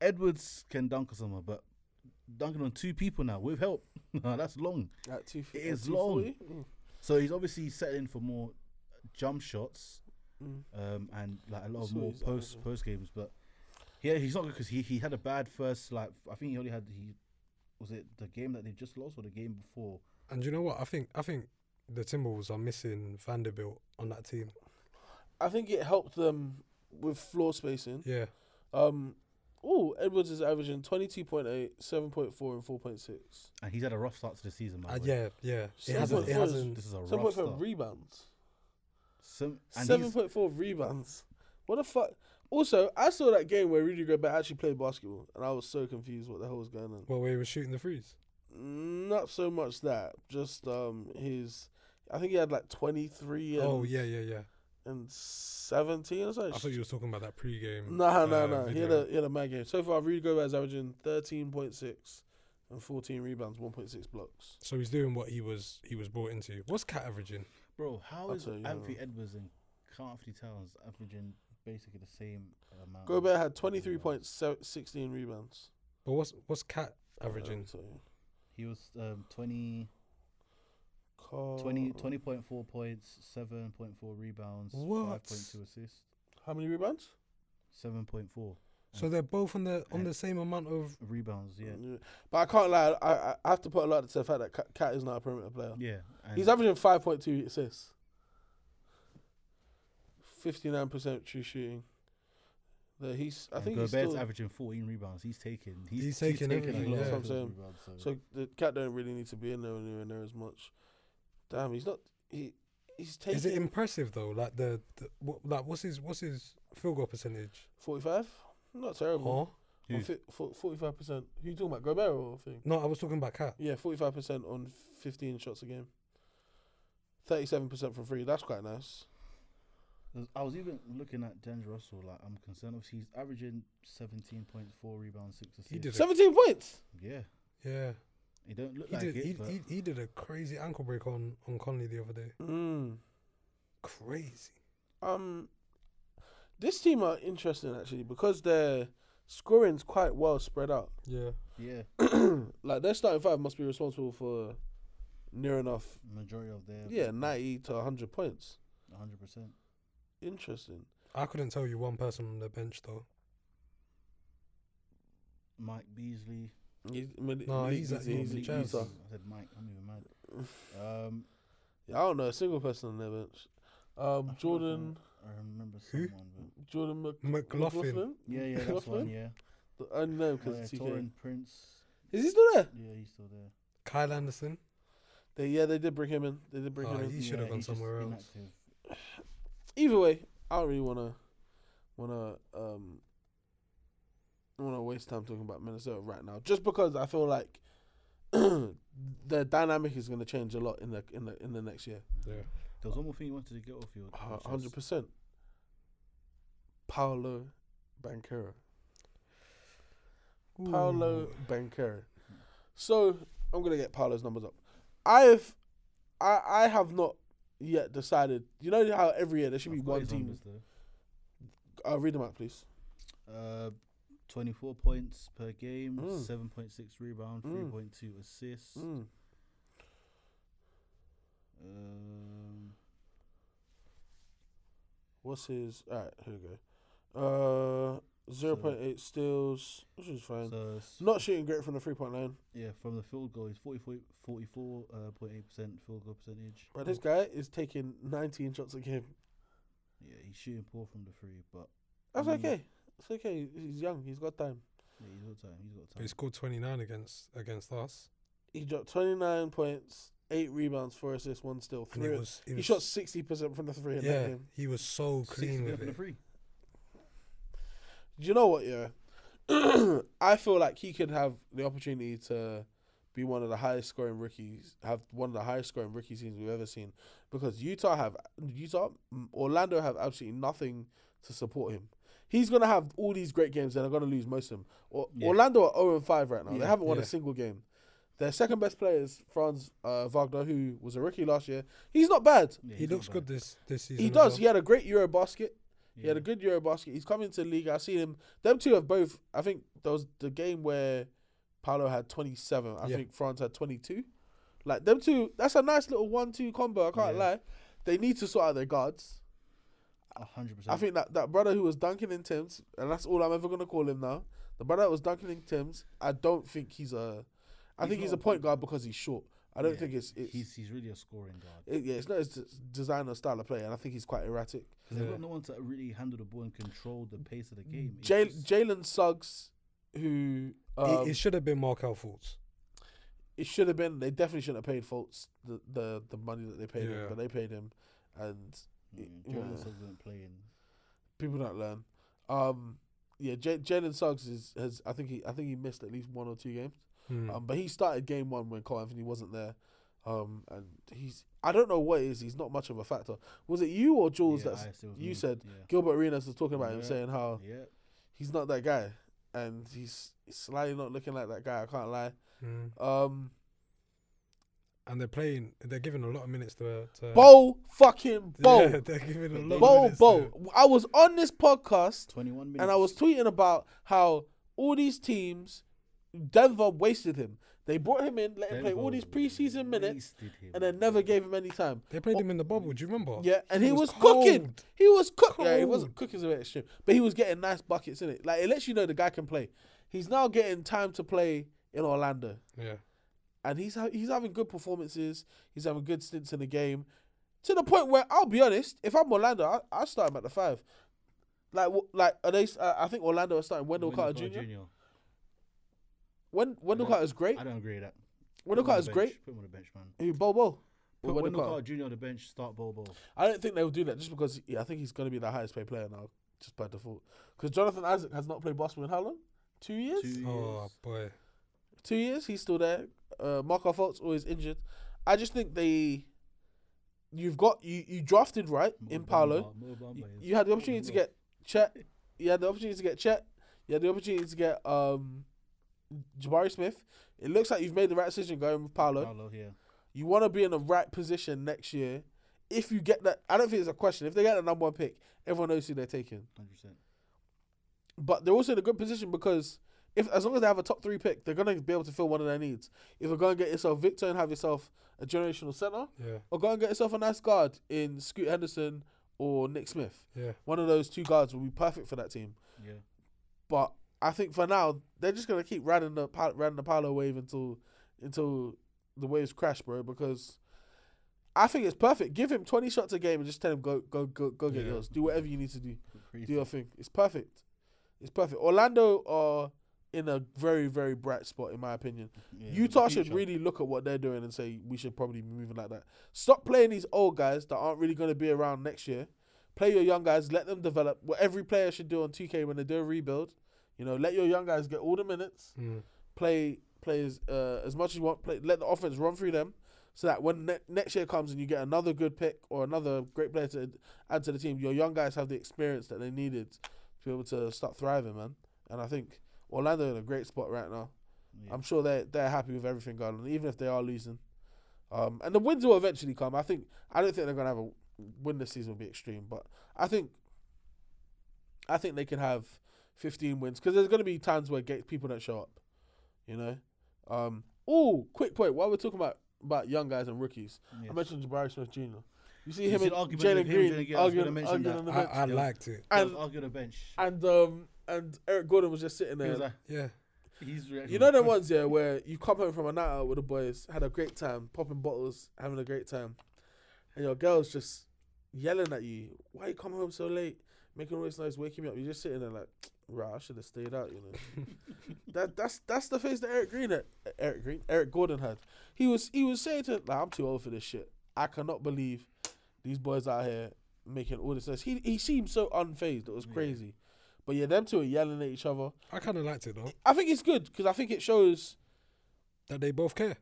C: Edwards can dunk on someone, but dunking on two people now with help, Nah, that's long.
D: at two,
C: it
D: at
C: is
D: 240?
C: So he's obviously settling for more jump shots um, and like a lot of
D: Mm. So
C: more
D: he's- I don't
C: post post games. But yeah, he's not because he, he had a bad first like I think he only had he was it the game that they just lost or the game before.
E: And you know what? I think I think the Timberwolves are missing Vanderbilt on that team.
D: I think it helped them with floor spacing.
E: Yeah.
D: Um, oh, Edwards is averaging 22.8, 7.4, and 4.6.
C: And he's had a rough start to the season. By
E: Uh,
C: the way.
E: yeah, yeah. It
D: Seven
E: hasn't.
D: point
E: It
D: four is-
E: hasn't.
C: this is a rough
D: 7.4
C: start.
D: rebounds.
C: Some, and
D: Seven
C: he's-
D: point four rebounds. What the fuck? Also, I saw that game where Rudy Gobert actually played basketball, and I was so confused what the hell was going on.
E: Well, we were shooting the threes.
D: Not so much that, just um his. I think he had like twenty three and,
E: Oh yeah, yeah, yeah.
D: and seventeen or
E: I thought
D: something.
E: you were talking about that pre-game.
D: No, no,
E: uh,
D: no. He had
E: video.
D: a he had a mad game. So far, Rudy Gobert's averaging thirteen point six and fourteen rebounds, one point six blocks.
E: So he's doing what he was he was brought into. What's Cat averaging?
C: Bro, how
D: I'll
C: is
D: tell you,
C: Anthony
D: yeah.
C: Edwards and Anthony Towns averaging basically the same amount? of
D: Gobert had twenty three
C: rebounds?
D: point sixteen rebounds.
E: But what's what's Cat
D: Um,
E: averaging?
D: so-
C: He was um, 20,
D: Carl,
C: 20, 20.4 points, 7.4 rebounds,
E: What?
C: 5.2 assists,
D: How many rebounds?
C: 7.4
E: So they're both on the on the same amount of.
C: rebounds. Yeah.
D: Mm, Yeah. But I can't lie. I, I- I have to put a lot to the fact that Cat is not a perimeter player.
C: Yeah. And
D: He's averaging five point two assists, fifty nine percent true shooting. The, he's I
C: and
D: think he's
C: Gobert's
D: still,
C: averaging 14 rebounds. He's taking. He's,
E: He's taking everything,
C: a lot
E: yeah.
C: of
D: That's what I'm
C: those
D: saying.
C: rebounds, so-
D: So the cat don't really need to be in there anywhere near as much. Damn, he's not. He he's
E: Is it
D: taking
E: impressive though? Like the, the what, like what's his what's his field goal percentage?
D: forty five. Not terrible.
E: Or
C: Who?
D: Forty five percent. Who you talking about? Gobert or thing?
E: no, I was talking about Cat.
D: Yeah, forty five percent on fifteen shots a game. Thirty seven percent from three. That's quite nice.
C: 'Cause I was even looking at James Russell. Like I'm concerned. Obviously, he's averaging 17.4 rebounds, six assists.
E: He did a,
D: Seventeen points.
C: Yeah.
E: yeah.
C: He don't look
E: He
C: like
E: did
C: it.
E: he,
C: but
E: he, he did a crazy ankle break on on Conley the other day.
D: Mm.
E: Crazy.
D: Um, this team are interesting actually because their scoring's quite well spread out.
E: Yeah.
C: yeah.
D: like their starting five must be responsible for near enough,
C: Majority of their
D: yeah, ninety to hundred points.
C: 100. percent
D: Interesting.
E: I couldn't tell you one person on the bench though.
C: Mike Beasley.
D: He's, Malik-
E: No,
D: Malik
E: he's a-
D: Beasley,
E: he's a
D: Malik
E: chance.
D: Beasley.
C: I said Mike. I'm even mad. Um,
D: Yeah, I don't know a single person on their bench.
C: I
D: Um,
C: feel
D: Jordan,
C: like I, I remember
E: Who?
C: someone. But
D: Jordan Mc-
E: McLaughlin.
C: yeah, yeah, that's one. Yeah.
D: The- I only know
C: Oh,
D: because
C: yeah,
D: TK.
C: Torin Prince.
D: Is he still there?
C: Yeah, he's still there.
E: Kyle Anderson.
D: They, yeah, they did bring him in. They did bring
E: Oh,
D: him in.
E: he should
C: Yeah,
E: have gone
C: he's just
E: somewhere else.
C: inactive.
D: either way, I don't really wanna wanna um wanna waste time talking about Minnesota right now. Just because I feel like the dynamic is gonna change a lot in the in the in the next year.
E: Yeah.
C: There was one more thing you wanted to get off your. your chest.
D: hundred percent. Paolo Banquero. Paolo Banquero.
C: Mm-hmm.
D: So I'm gonna get Paolo's numbers up. I've I I have not yet decided. You know how every year there should be
C: I've got
D: one
C: his
D: team.
C: numbers though.
D: Uh, read them out, please.
C: Uh, 24 points per game,
D: Mm.
C: 7.6 rebound,
D: Mm.
C: 3.2 assists.
D: Mm.
C: Um,
D: What's his? All right, here we go. Uh, zero point eight steals, which is fine.
C: so s-
D: Not shooting great from the three point line,
C: yeah, from the field goal, he's 44 44.8 percent field goal percentage.
D: but this guy is taking nineteen shots a game.
C: Yeah, he's shooting poor from the three, but
D: That's
E: Mm-hmm.
C: Mm.
D: okay. It's okay. He's young. He's got time.
C: yeah, he's got time. He's got
E: But he
C: time.
E: scored 29 against against us,
D: He dropped twenty nine points, eight rebounds, four assists, one steal.
E: and
D: Three.
E: it was, it
D: he
E: was-
D: shot sixty percent from the three in that
E: Yeah,
D: game.
E: he was so
C: 60%
E: clean with
C: from the
E: it.
C: three.
D: Do you know what? Yeah, I feel like he could have the opportunity to be one of the highest scoring rookies, have one of the highest scoring rookie teams we've ever seen, because Utah have Utah, Orlando have absolutely nothing to support him. He's gonna have all these great games, and they're gonna lose most of them. Or,
C: Yeah.
D: Orlando are zero and five right now. They
C: Yeah,
D: haven't won a
E: yeah.
D: single game. Their second best player is Franz uh, Wagner, who was a rookie last year. He's not bad.
C: Yeah,
E: He
C: he's not
E: looks good
C: bad.
E: this this season.
D: He
E: as
D: does.
E: well.
D: He had a great Euro basket. He had a
C: Yeah.
D: good Euro basket. He's coming to the league. I've seen him. Them two have both. I think there was the game where Paolo had 27. I
E: Yeah.
D: think France had 22. Like, them two, that's a nice little one two combo. I can't
C: Yeah.
D: lie. They need to sort out their guards.
C: A hundred percent.
D: I think that, that brother who was dunking in Tim's, and that's all I'm ever going to call him now, the brother that was dunking in Tim's, I don't think he's a. I
C: He's
D: think he's
C: not
D: a
C: a
D: point guard because he's short. I don't
C: Yeah,
D: think it's. it's
C: he's he's really a scoring guard.
D: it, yeah, it's not his d- design or style of play, and I think he's quite erratic.
C: Because they've
E: Yeah.
C: got no one to really handle the ball and control the pace of the game. It's
D: Jal-
C: just-
D: Jalen Suggs, who.
E: It-
D: um,
E: it, should have been Markel Fultz.
D: it should have been. They definitely shouldn't have paid Fultz the the, the money that they paid him,
E: Yeah.
D: but they paid him, and
C: Mm,
D: Yeah.
C: Jalen Suggs isn't playing.
D: people don't learn. Um, yeah, J- Jalen Suggs is has I think he I think he missed at least one or two games.
E: Hmm.
C: Hmm.
D: Um, but he started game one when Cole Anthony wasn't there. Um, and he's I don't know what it is. He's not much of a factor. Was it you or Jules
C: Yeah,
D: that
C: I see it was
D: you
C: me,
D: said
C: yeah.
D: Gilbert Arenas was talking about him
C: Yeah.
D: saying how
C: Yeah.
D: he's not that guy, and he's, he's slightly not looking like that guy. I can't lie.
E: Mm.
D: Um,
E: And they're playing. They're giving a lot of minutes to. to
D: Bo fucking Bo.
E: Yeah, they're giving a lot. of
D: Bo,
E: minutes
D: Bo.
E: To,
D: I was on this podcast
C: 21 minutes.
D: and I was tweeting about how all these teams, Denver wasted him. They brought him in, let him play all these
C: Denver
D: preseason minutes,
C: wasted him.
D: and then never gave him any time. Oh,
E: they played him in the bubble. Do you remember?
D: Yeah, and he, was,
E: cold.
D: cooking. He was cooking. Yeah, he
E: Cold.
D: wasn't cooking as an extreme, but he was getting nice buckets in it. Like it lets you know the guy can play. He's now getting time to play in Orlando,
E: Yeah.
D: and he's ha- he's having good performances. He's having good stints in the game, to the point where I'll be honest. If I'm Orlando, I I start him at the five. Like wh- like are they? s- Uh, I think Orlando are starting Wendell, Carter, Jr. When Wendell Carter is great.
C: I don't agree with that.
D: Wendell
C: Put him on
D: Carter
C: the
D: is great.
C: bench. Put him on the bench, man.
D: Who Bobo? Or
C: Put Wendell
D: Carter?
C: Carter Jr. on the bench, start Bobo.
D: I don't think they'll do that just because yeah, I think he's going to be the highest paid player now, just by default. Because Jonathan Isaac has not played basketball in how long? Two years?
C: Two
D: Two,
E: Oh boy.
D: years? He's still there. Uh, Marco Fultz always injured. I just think they. You've got. You, you drafted right in Paolo. You, you had the opportunity to get Chet. You had the opportunity to get Chet. You had the opportunity to get um, Jabari Smith. It looks like you've made the right decision going with Paolo.
C: Paolo here.
D: You want to be in the right position next year. If you get that, I don't think it's a question. If they get the number one pick, everyone knows who they're taking.
C: 100%.
D: But they're also in a good position because if as long as they have a top three pick, they're gonna be able to fill one of their needs. If you go and get yourself Victor and have yourself a generational center,
E: Yeah.
D: or go and get yourself a nice guard in Scoot Henderson or Nick Smith,
E: Yeah.
D: one of those two guards will be perfect for that team.
C: Yeah.
D: But I think for now they're just gonna keep riding the pil- riding the Palo wave until until the waves crash, bro. Because I think it's perfect. Give him twenty shots a game and just tell him go go go go get
E: Yeah.
D: yours. Do whatever you need to do.
C: Pretty
D: Do your thing. It's perfect. It's perfect. Orlando are in a very very bright spot in my opinion.
C: Yeah,
D: Utah
C: the
D: should
C: future.
D: really look at what they're doing and say we should probably be moving like that. Stop playing these old guys that aren't really going to be around next year. Play your young guys, let them develop. What every player should do on 2K when they do a rebuild, you know, let your young guys get all the minutes,
E: Mm.
D: play play as, uh, as much as you want, play, let the offense run through them, so that when ne- next year comes and you get another good pick or another great player to add to the team, your young guys have the experience that they needed to be able to start thriving, man. And I think Orlando in a great spot right now. I'm sure they're they're happy with everything going on, even if they are losing. Um, and the wins will eventually come. I think I don't think they're gonna have a win this season will be extreme, but I think I think they can have 15 wins because there's gonna be times where ga- people don't show up, you know. Um, oh, quick point while we're talking about about young guys and rookies, I
C: Yes.
D: mentioned Jabari Smith Jr. You see
C: You
D: him
C: see
D: and
C: the argument
D: Jalen
C: with him,
D: Green
C: Jalen Green, I was gonna
D: arguing,
C: mention
D: arguing
C: that.
D: on the
E: I,
D: bench,
E: I liked it.
C: I
D: and
C: was arguing on the bench.
D: and um and Eric Gordon was just sitting
C: He
D: there.
C: was like,
E: Yeah.
C: he's reacting.
D: You know the ones yeah where you come home from a night out with the boys, had a great time, popping bottles, having a great time, and your girls just yelling at you. Why you come home so late? Making all this noise, waking me up. You're just sitting there like, right, I should have stayed out. You know, that that's that's the face that Eric Green had, Eric Green Eric Gordon had. He was he was saying to like, I'm too old for this shit. I cannot believe these boys out here making all this noise. He he seemed so unfazed. It was crazy. But yeah, them two are yelling at each other.
E: I kind of liked it though.
D: I think it's good because I think it shows
E: That they both care.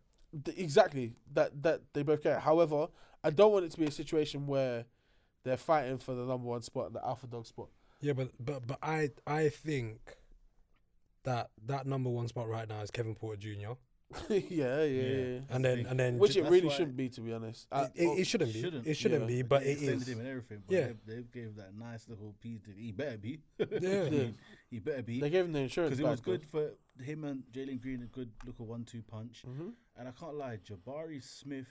D: th- exactly that that they both care. However, I don't want it to be a situation where they're fighting for the number one spot, the alpha dog spot.
E: Yeah, but but but I I think that that number one spot right now is Kevin Porter Jr.
D: yeah, yeah, yeah. yeah.
E: and then and then
D: Which
E: J-
D: it really
C: why-
D: shouldn't be, to be honest. I-
E: it, it,
D: oh,
E: it shouldn't be.
C: shouldn't,
E: it shouldn't
D: yeah.
E: be, but
C: they
E: it
C: extended
E: is.
C: him and everything. But
E: Yeah.
C: they, they gave that nice little piece that he better be.
E: Yeah.
D: Yeah.
C: he better be.
D: they gave him the insurance
C: because it
D: back,
C: was
D: though.
C: good for him and Jalen Green, a good look of one two punch.
D: Mm-hmm.
C: And I can't lie, Jabari Smith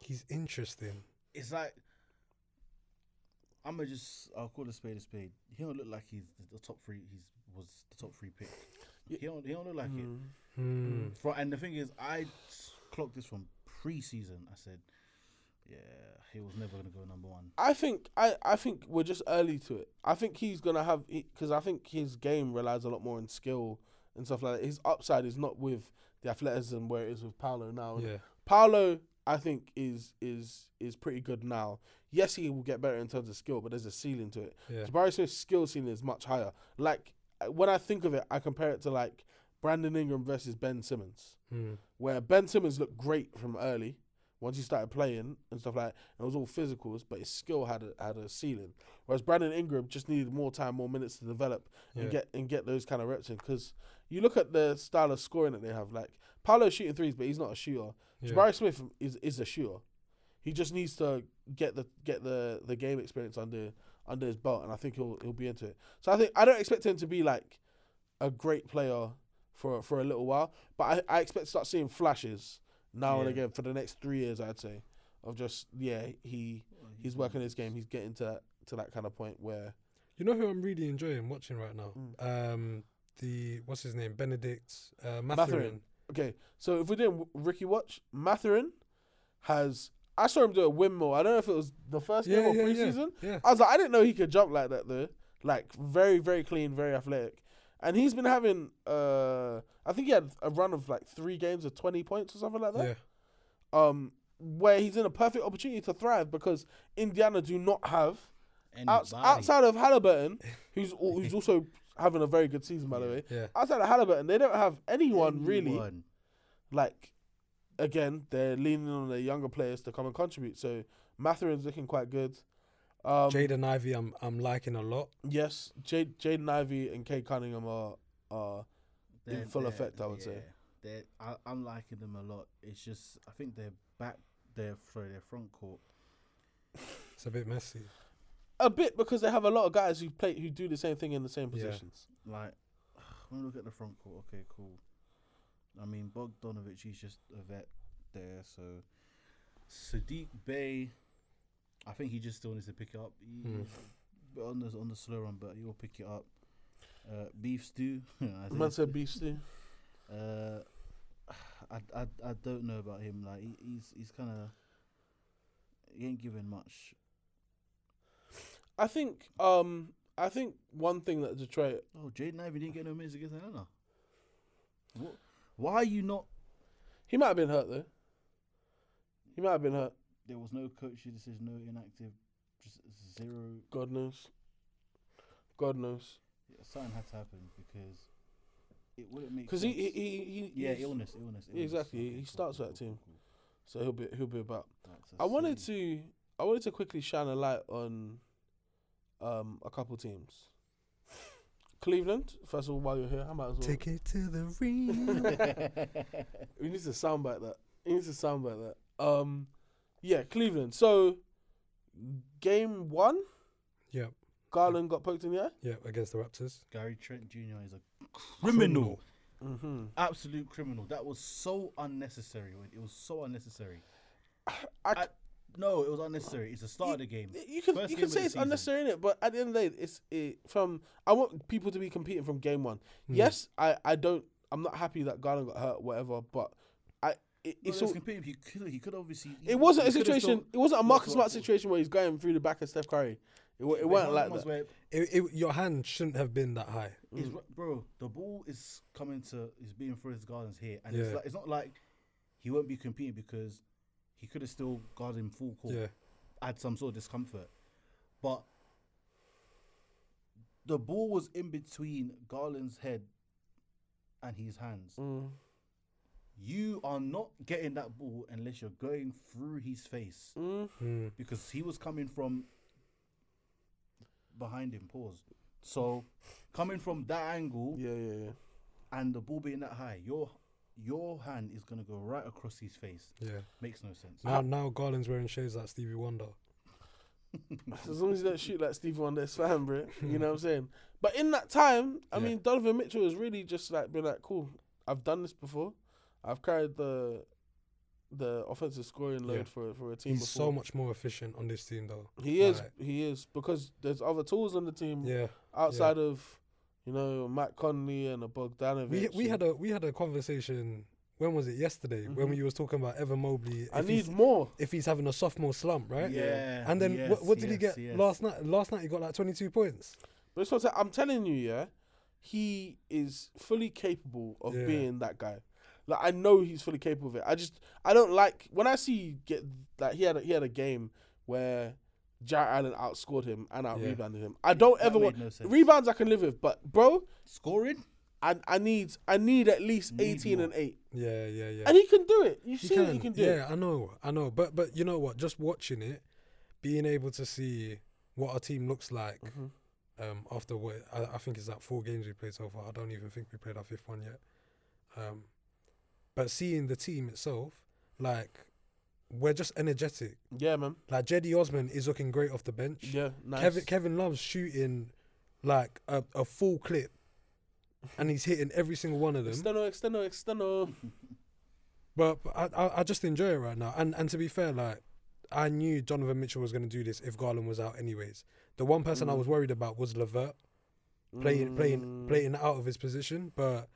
E: He's interesting.
C: is like I'm gonna just I'll call a spade a spade. He don't look like he's the- the top three. He's was the top three pick. He don't he don't look like
D: Hmm.
C: it. Fro- and the thing is, I s- clocked this from preseason. I said, yeah, he was never gonna go number one.
D: I think I, I think we're just early to it. I think he's gonna have because I think his game relies a lot more on skill and stuff like that. His upside is not with the athleticism where it is with Paolo now.
E: Yeah.
D: Paolo, I think is is is pretty good now. Yes, he will get better in terms of skill, but there's a ceiling to it.
E: Yeah.
D: Jabari Smith's skill ceiling is much higher. Like uh, when I think of it, I compare it to like Brandon Ingram versus Ben Simmons,
E: Mm.
D: where Ben Simmons looked great from early. Once he started playing and stuff like that, it was all physicals, but his skill had a, had a ceiling. Whereas Brandon Ingram just needed more time, more minutes to develop and
E: Yeah.
D: get and get those kind of reps in. Because you look at the style of scoring that they have, like Paolo's shooting threes, but he's not a shooter.
E: Yeah.
D: Jabari Smith is is a shooter. He just needs to get the get the, the game experience under under his belt, and I think he'll he'll be into it. So I think I don't expect him to be like a great player for for a little while, but I, I expect to start seeing flashes now and
C: Yeah.
D: again for the next three years. I'd say of just yeah he he's working his game. He's getting to that to that kind of point where
E: You know who I'm really enjoying watching right now?
D: Mm.
E: Um, the what's his name? Benedict uh, Matherin.
D: Mathurin. Okay, so if we're doing w- Ricky Watch, Matherin has. I saw him do a windmill. I don't know if it was the first game
E: Yeah,
D: or
E: yeah, yeah,
D: preseason.
E: yeah.
D: I was like, I didn't know he could jump like that though. Like very, very clean, very athletic. And he's been having. Uh, I think he had a run of like three games of twenty points or something like that.
E: Yeah,
D: Um, where he's in a perfect opportunity to thrive because Indiana do not have outs- outside of Halliburton, who's al- who's also having a very good season by the way.
E: yeah.
D: Outside of Halliburton, they don't have anyone really like again, they're leaning on the younger players to come and contribute. So Matherin's looking quite good. Um,
E: Jaden Ivey, I'm I'm liking a lot.
D: yes, Jade Jaden Ivey and Kate Cunningham are are in full effect, I would say.
C: They're, I, I'm liking them a lot. It's just I think their back, their sorry, their front court.
E: It's a bit messy.
D: a bit because they have a lot of guys who play who do the same thing in the same
E: Yeah.
D: positions.
C: Like when we look at the front court, okay, cool. I mean Bogdanovich, he's just a vet there. So Sadiq Bey, I think he just still needs to pick it up. He-
D: Hmm.
E: Mm.
C: but on the on the slow run, but he'll pick it up. Uh, beef stew. I
D: Man
C: think.
D: said beast too.
C: Uh, I, I I don't know about him. Like he, he's he's kind of he ain't giving much.
D: I think um I think one thing that Detroit
C: Oh, Jaden Ivey didn't get no minutes against Atlanta. What? Why are you not?
D: he might have been hurt though. He might have been hurt.
C: There was no coaching decision, no inactive, just zero.
D: God knows. God knows.
C: Something had to happen because it wouldn't make.
D: Because he, he
C: sense.
D: he he
C: yeah
D: he's-
C: illness illness, illness.
D: Exactly, he
C: cool,
D: starts with that team.
C: cool.
D: So he'll be he'll be about.
C: That's a
D: I wanted
C: silly-
D: to I wanted to quickly shine a light on um a couple teams. Cleveland, first of all, while you're here, I might as well
E: Take it to the ring.
D: We need to soundbite that. He needs to soundbite that. Um, yeah, Cleveland. So, game one,
E: yeah,
D: Garland got poked in the eye.
E: yeah. Against the Raptors.
C: Gary Trent Jr. is a criminal.
D: Mm-hmm.
C: absolute criminal. That was so unnecessary. Wade. It was so unnecessary.
D: I,
C: I- No, it was unnecessary. It's the start of the game.
D: you can
C: First game
D: you can
C: of
D: say
C: the
D: it's
C: season.
D: unnecessary in it, but at the end of the day, it's it, from. I want people to be competing from game one.
C: Hmm.
D: Yes, I I don't. I'm not happy that Garland got hurt, whatever. But I it,
C: No,
D: it's
C: that's
D: all.
C: completely- He could, he could obviously. he-
D: It wasn't
C: he
D: a
C: could've
D: situation.
C: still-
D: It wasn't a Marcus
C: what-
D: Smart situation where he's going through the back of Steph Curry. It, wa- it weren't
C: one
D: like
C: ones
D: that.
C: where
E: It, it, your hand shouldn't have been that high.
C: it's ru- bro, the ball is coming to is being through his gardens here, and it's
E: Yeah.
C: like it's not like he won't be competing because he could have still guarded him full court.
E: Yeah,
C: had some sort of discomfort. But the ball was in between Garland's head and his hands. You are not getting that ball unless you're going through his face
E: Mm.
C: because he was coming from behind him. Pause. So coming from that angle
D: Yeah, yeah, yeah.
C: and the ball being that high, your your hand is gonna go right across his face.
E: yeah.
C: Makes no sense.
E: Now, now Garland's wearing shades like Stevie Wonder.
D: As long as you don't shoot like Stevie Wonder, it's fine, bro. You know what I'm saying? But in that time, I
E: Yeah.
D: mean, Donovan Mitchell has really just like been like, cool. I've done this before. I've carried the the offensive scoring load
E: Yeah.
D: for for a team
E: He's
D: before.
E: so much more efficient on this team, though.
D: he is
E: Like,
D: he is because there's other tools on the team
E: yeah,
D: outside of you know Matt Conley and a Bogdanovich.
E: we we had a we had a conversation. When was it yesterday? When we was talking about Evan Mobley.
D: I
E: if
D: need
E: he's,
D: more.
E: if he's having a sophomore slump, right?
C: Yeah,
E: And then
C: yes,
E: what, what did he
C: yes,
E: get
C: yes.
E: last night? Last night he got like twenty two points.
D: But it's what I'm- I'm telling you, yeah, he is fully capable of
E: Yeah.
D: being that guy. Like I know he's fully capable of it. I just I don't like when I see get like he had a, he had a game where Jarrett Allen outscored him and out rebounded him. I don't ever
C: made
D: want
C: no sense.
D: rebounds I can live with, but bro,
C: Scoring?
D: I I need I need at least
C: Need
D: eighteen
C: more.
D: and eight,
E: Yeah, yeah, yeah.
D: and he can do it. You've seen he can do
E: yeah,
D: it.
E: I know, I know. But but you know what? Just watching it, being able to see what our team looks like
D: Mm-hmm.
E: um, after what I, I think is that four games we played so far. I don't even think we played our fifth one yet. Um, but seeing the team itself, like we're just energetic.
D: Yeah, man.
E: Like Jedi Osman is looking great off the bench.
D: Yeah, nice.
E: Kevin Kevin loves shooting like a, a full clip, and he's hitting every single one of them.
D: external, external, external.
E: But, but I, I I just enjoy it right now. And and to be fair, like I knew Donovan Mitchell was going to do this if Garland was out, anyways. The one person
D: Mm.
E: I was worried about was Levert playing playing playing out of his position. But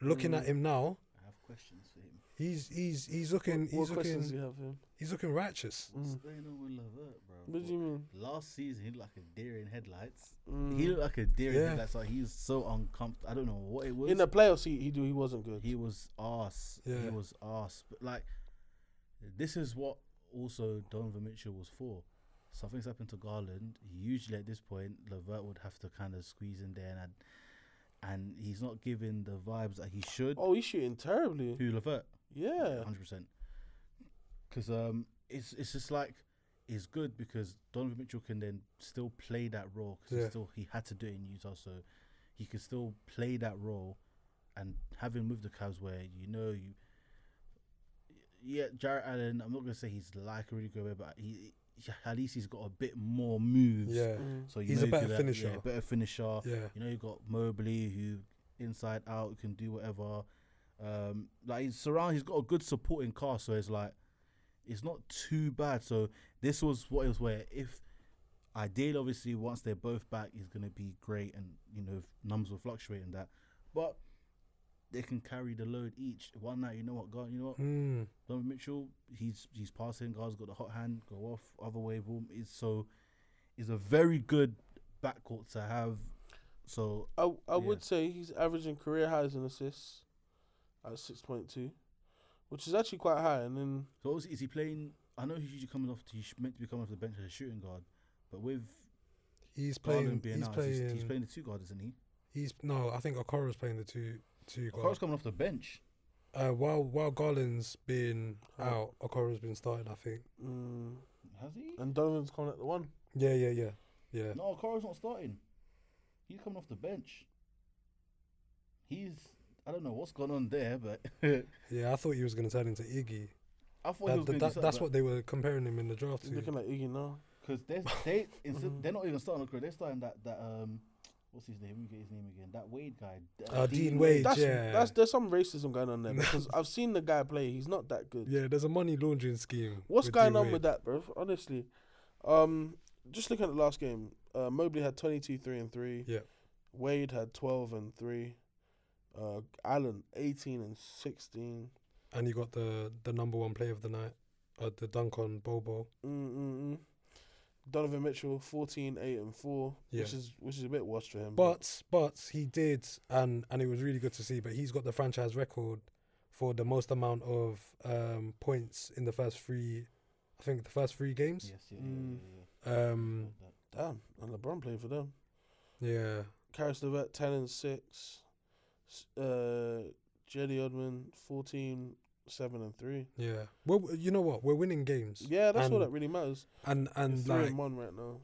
E: looking
D: Mm.
E: at him now,
C: I have questions for him.
E: he's he's he's looking
D: What, what
E: he's looking
D: questions do you Mm. have? Him?
E: he's looking righteous.
C: What's going on with Levert, bro?
D: What do you mean? Mm.
C: Last season, he looked like a deer in headlights. He looked like a deer in
E: Yeah.
C: headlights. Like he was so uncomfortable. I don't know what it was.
D: In the playoffs, he he, do, he wasn't good.
C: he was ass. He
E: Yeah.
C: was ass. But like, this is what also Donovan Mitchell was for. Something's happened to Garland. Usually at this point, Levert would have to kind of squeeze in there, and and he's not giving the vibes that he should.
D: oh, he's shooting terribly.
C: Who Levert?
D: Yeah.
C: hundred percent. Because um, it's it's just like it's good because Donovan Mitchell can then still play that role because
E: Yeah.
C: he still he had to do it in Utah, so he can still play that role, and having moved the Cavs where you know you. Yeah, Jarrett Allen. I'm not gonna say he's like a really good way, but he, he at least he's got a bit more moves.
E: Yeah,
D: Mm.
C: So you
E: He's
C: know
E: a
C: you
E: better
C: could, uh,
E: finisher.
C: Yeah, better finisher.
E: Yeah.
C: You know you got Mobley who inside out can do whatever. Um, like he's surround, he's got a good supporting cast, so it's like it's not too bad. So this was what it was where if ideally, obviously, once they're both back, is going to be great, and you know numbers will fluctuate and that, but. They can carry the load each one night. You know what, God? You know what?
E: Mm.
C: Donovan Mitchell, he's he's passing. Guard's got the hot hand. Go off. Other way, boom. Is so, is a very good backcourt to have. So
D: I I would
C: Yeah.
D: say he's averaging career highs in assists at six point two, which is actually quite high. And then
C: so obviously, is he playing? I know he's usually coming off. He's meant to be coming off the bench as a shooting guard, but with
E: He's
C: Garland
E: playing.
C: being
E: He's
C: out, he's,
E: playing.
C: he's playing the two guard, isn't he?
E: he's- no. I think Okoro's playing the two two. guard.
C: Okoro's coming off the bench.
E: Uh, while while Garland's been out, Okoro's been starting. I think.
D: mm,
C: Has he?
D: and Donovan's coming at the one.
E: Yeah, yeah, yeah, Uh, yeah.
C: No, Okoro's not starting. He's coming off the bench. He's. I don't know what's going on there, but
E: Yeah, I thought he was going to turn into Iggy.
C: I thought
E: That-
C: he was going
E: that-
C: to.
E: that's what they were comparing him in the draft
D: He's
E: to.
D: looking like Iggy now.
C: Because they they
E: Mm-hmm.
C: instead, they're not even starting a career. They're starting that that um what's his name? Let me get his name again. That Wade guy. D-
E: Uh, Dean Wade.
D: That's
E: yeah.
D: that's there's some racism going on there because I've seen the guy play. He's not that good.
E: yeah, there's a money laundering scheme.
D: What's
E: with
D: going
E: D-Wade.
D: on with that, bro? Honestly, um, just looking at the last game, uh, Mobley had 22, 3 and three.
E: Yeah.
D: Wade had twelve and three. Uh, Allen eighteen and sixteen.
E: And you got the the number one play of the night, uh, the dunk on Bobo.
D: Mm-mm-mm. Donovan Mitchell 14, 8 and four, which
E: Yeah.
D: is which is a bit washed for him.
E: But but he did, and and it was really good to see. But he's got the franchise record for the most amount of um, points in the first three. I think the first three games.
C: Yes, yeah,
D: Mm.
C: yeah, yeah, yeah.
E: Um,
D: damn, and LeBron played for them.
E: yeah.
D: Karis Levert 10 and six. S- Uh, Jedi Odman 14, 7 and three.
E: Yeah. Well, you know what? We're winning games.
D: Yeah, that's all
E: And-
D: that really matters.
E: And and
D: three
E: like
D: and one right now.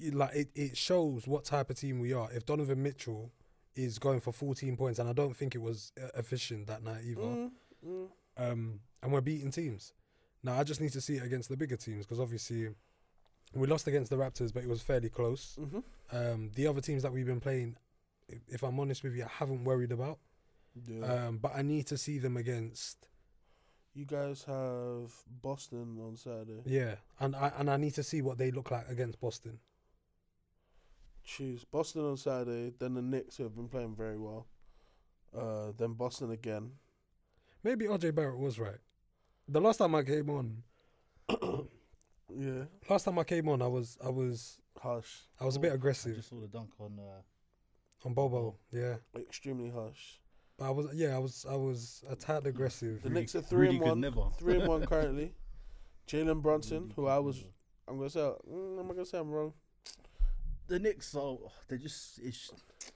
E: it- like it, it shows what type of team we are. If Donovan Mitchell is going for 14 points, and I don't think it was uh, efficient that night either,
D: Mm, mm.
E: um, and we're beating teams. Now I just need to see it against the bigger teams because obviously we lost against the Raptors, but it was fairly close.
D: hmm
E: Um, the other teams that we've been playing, i- if I'm honest with you, I haven't worried about.
D: Yeah.
E: Um, but I need to see them against
D: Uh, you guys have Boston on Saturday.
E: yeah, and I and I need to see what they look like against Boston.
D: Choose Boston on Saturday, then the Knicks who have been playing very well. Uh, then Boston again.
E: Maybe RJ Barrett was right. The last time I came on,
D: Yeah.
E: last time I came on, I was I was
D: Harsh.
E: I was a
C: Oh,
E: bit
C: I
E: aggressive
C: just saw the dunk on. Uh,
E: on Bobo. Yeah,
D: Extremely harsh.
E: but I was yeah I was I was a tad aggressive.
D: The Knicks are three
C: really
D: and
C: good
D: one.
C: never.
D: Three and one currently. Jalen Brunson,
C: Really
D: who
C: good
D: I was,
C: never.
D: I'm gonna say, mm, I'm gonna say I'm wrong.
C: The Knicks are. They just. It's, It's-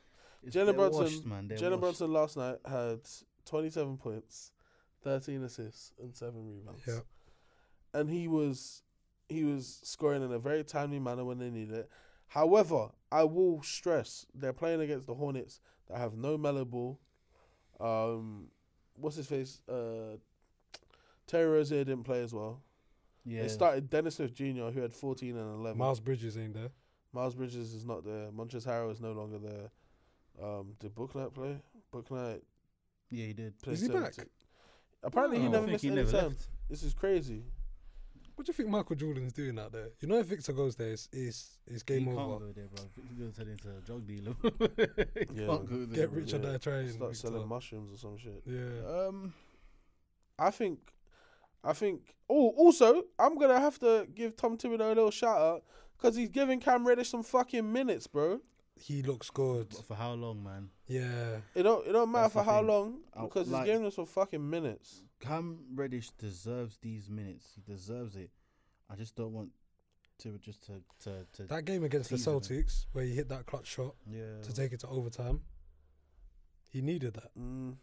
D: Jalen
C: they're
D: Brunson,
C: washed, man. They're
D: Jalen
C: washed.
D: Brunson last night had 27 points, 13 assists, and seven rebounds.
E: Yeah.
D: and he was he was scoring in a very timely manner when they needed it. However, I will stress they're playing against the Hornets that have no mellow ball. Um, what's his face? Uh, Terry Rozier didn't play as well.
C: Yeah.
D: They started Dennis Smith Jr., who had 14 and 11.
E: Miles Bridges ain't there.
D: Miles Bridges is not there. Montrezl Harrell is no longer there. Um, did Booknight play? Booknight
C: yeah, he did.
D: played.
E: Is he back? Oh.
D: Apparently, he
C: I
D: never
C: think
D: missed
C: he
D: any
C: never
D: time.
C: left.
D: This is crazy.
E: What do you think Michael Jordan's doing out there? You know, if Victor goes there, it's, it's, it's game
C: he
E: over.
C: can't go there, bro. He's gonna turn into a drug dealer. He
D: Yeah.
C: can't go there,
E: Get
C: bro.
E: rich or
D: Yeah.
E: die trying.
D: Start selling
E: Victor.
D: mushrooms or some shit.
E: Yeah.
C: Um,
D: I think, I think. Oh, also, I'm gonna have to give Tom Thibodeau a little shout out because he's giving Cam Reddish some fucking minutes, bro.
E: He looks good.
C: but for how long, man?
E: Yeah.
D: It don't it don't matter
C: That's
D: for
C: the
D: how
C: thing.
D: long
C: I-
D: because
C: like-
D: he's giving us some fucking minutes.
C: Cam Reddish deserves these minutes. He deserves it. I just don't want to just to to, to
E: That game against the
C: Teasing him.
E: Celtics, where he hit that clutch shot
C: yeah.
E: to take it to overtime, he needed that.
D: Mm.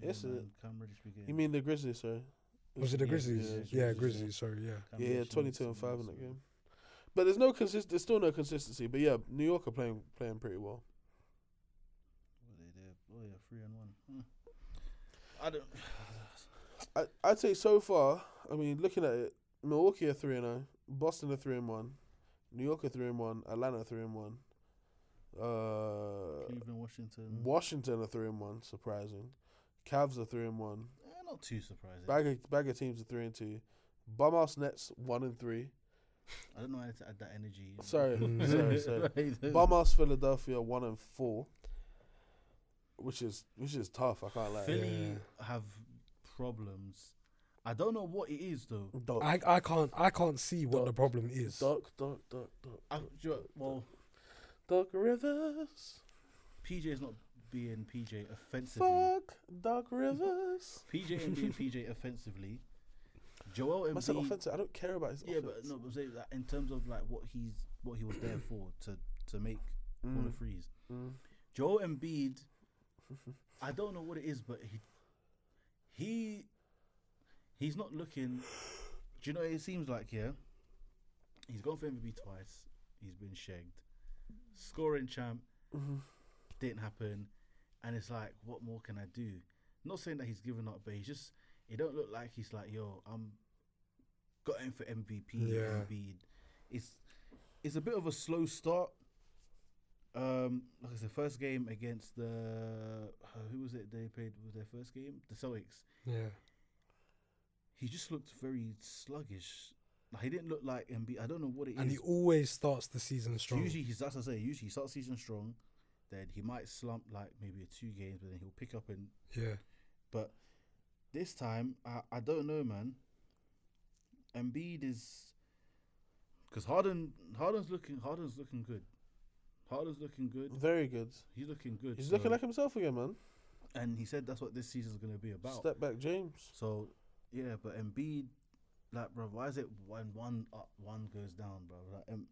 C: yeah,
D: Yes, uh,
C: man, Cam Reddish be getting-
D: You mean the Grizzlies, sorry?
E: Was it the
C: Yeah,
E: Grizzlies?
D: yeah,
E: Yeah,
D: it's
C: Grizzlies,
E: Grizzlies.
C: yeah.
E: Sorry, yeah.
C: Cam
D: Yeah, yeah,
C: Reddish
D: twenty-two and
C: needs some
D: five in
C: minutes,
D: that
C: man.
D: game. But there's no consist. There's still no consistency. But yeah, New York are playing playing pretty well.
C: What they did. Oh yeah, three and one. Hmm. I don't.
D: I I'd say so far. I mean, looking at it, Milwaukee are three and zero, Boston are three and one, New York are three and one, Atlanta are three and one, uh,
C: Cleveland, Washington.
D: Washington are three and one. Surprising, Cavs are three and one.
C: Eh, not too surprising.
D: Bag of, bag of teams are three and two. Bumhouse Nets one and three.
C: I don't know how to add that energy. in.
D: Sorry,
E: Mm.
D: sorry, sorry.
C: Right.
D: Bumhouse Philadelphia one and four, which is which is tough. I can't lie.
C: Philly
E: Yeah.
C: have problems. I don't know what it is though.
D: Doc,
E: I, I can't I can't see what the
D: Doc.
E: problem is.
D: Doc, Doc, Doc, Doc,
C: I, do you know- well,
D: Doc Rivers.
C: PJ is not being PJ offensively.
D: Fuck Doc Rivers.
C: PJ and being PJ offensively. Joel
D: I said
C: Embiid.
D: offensive. I don't care about his
C: yeah,
D: offense.
C: but no, but I'm saying that in terms of like what he's what he was there for to to make corner threes.
D: Mm.
C: Joel Embiid, I don't know what it is, but he he he's not looking. Do you know? It seems like yeah, he's gone for MVP twice. He's been shagged. Scoring champ
E: Mm-hmm.
C: didn't happen, and it's like, what more can I do? Not saying that he's given up, but he's just. It don't look like he's like, yo, I'm got in for MVP.
E: Yeah.
C: Embiid. It's it's a bit of a slow start. Um, like I said, first game against the uh, who was it they played was their first game? The Celtics.
E: Yeah.
C: He just looked very sluggish. Like, he didn't look like Embiid. I don't know what it is.
E: And he always starts the season strong.
C: Usually he's that's what I say. Usually he starts season strong, then he might slump like maybe a two games, but then he'll pick up and.
E: yeah.
C: But this time I I don't know, man. Embiid is because Harden Harden's looking Harden's looking good. Harden's looking good.
D: Very good.
C: He's looking good.
D: He's
C: so-
D: looking like himself again, man.
C: and he said that's what this season's going to be about.
D: Step back, James.
C: So, yeah, but Embiid, like, bro, why is it when one up, one goes down, bro? Like, um,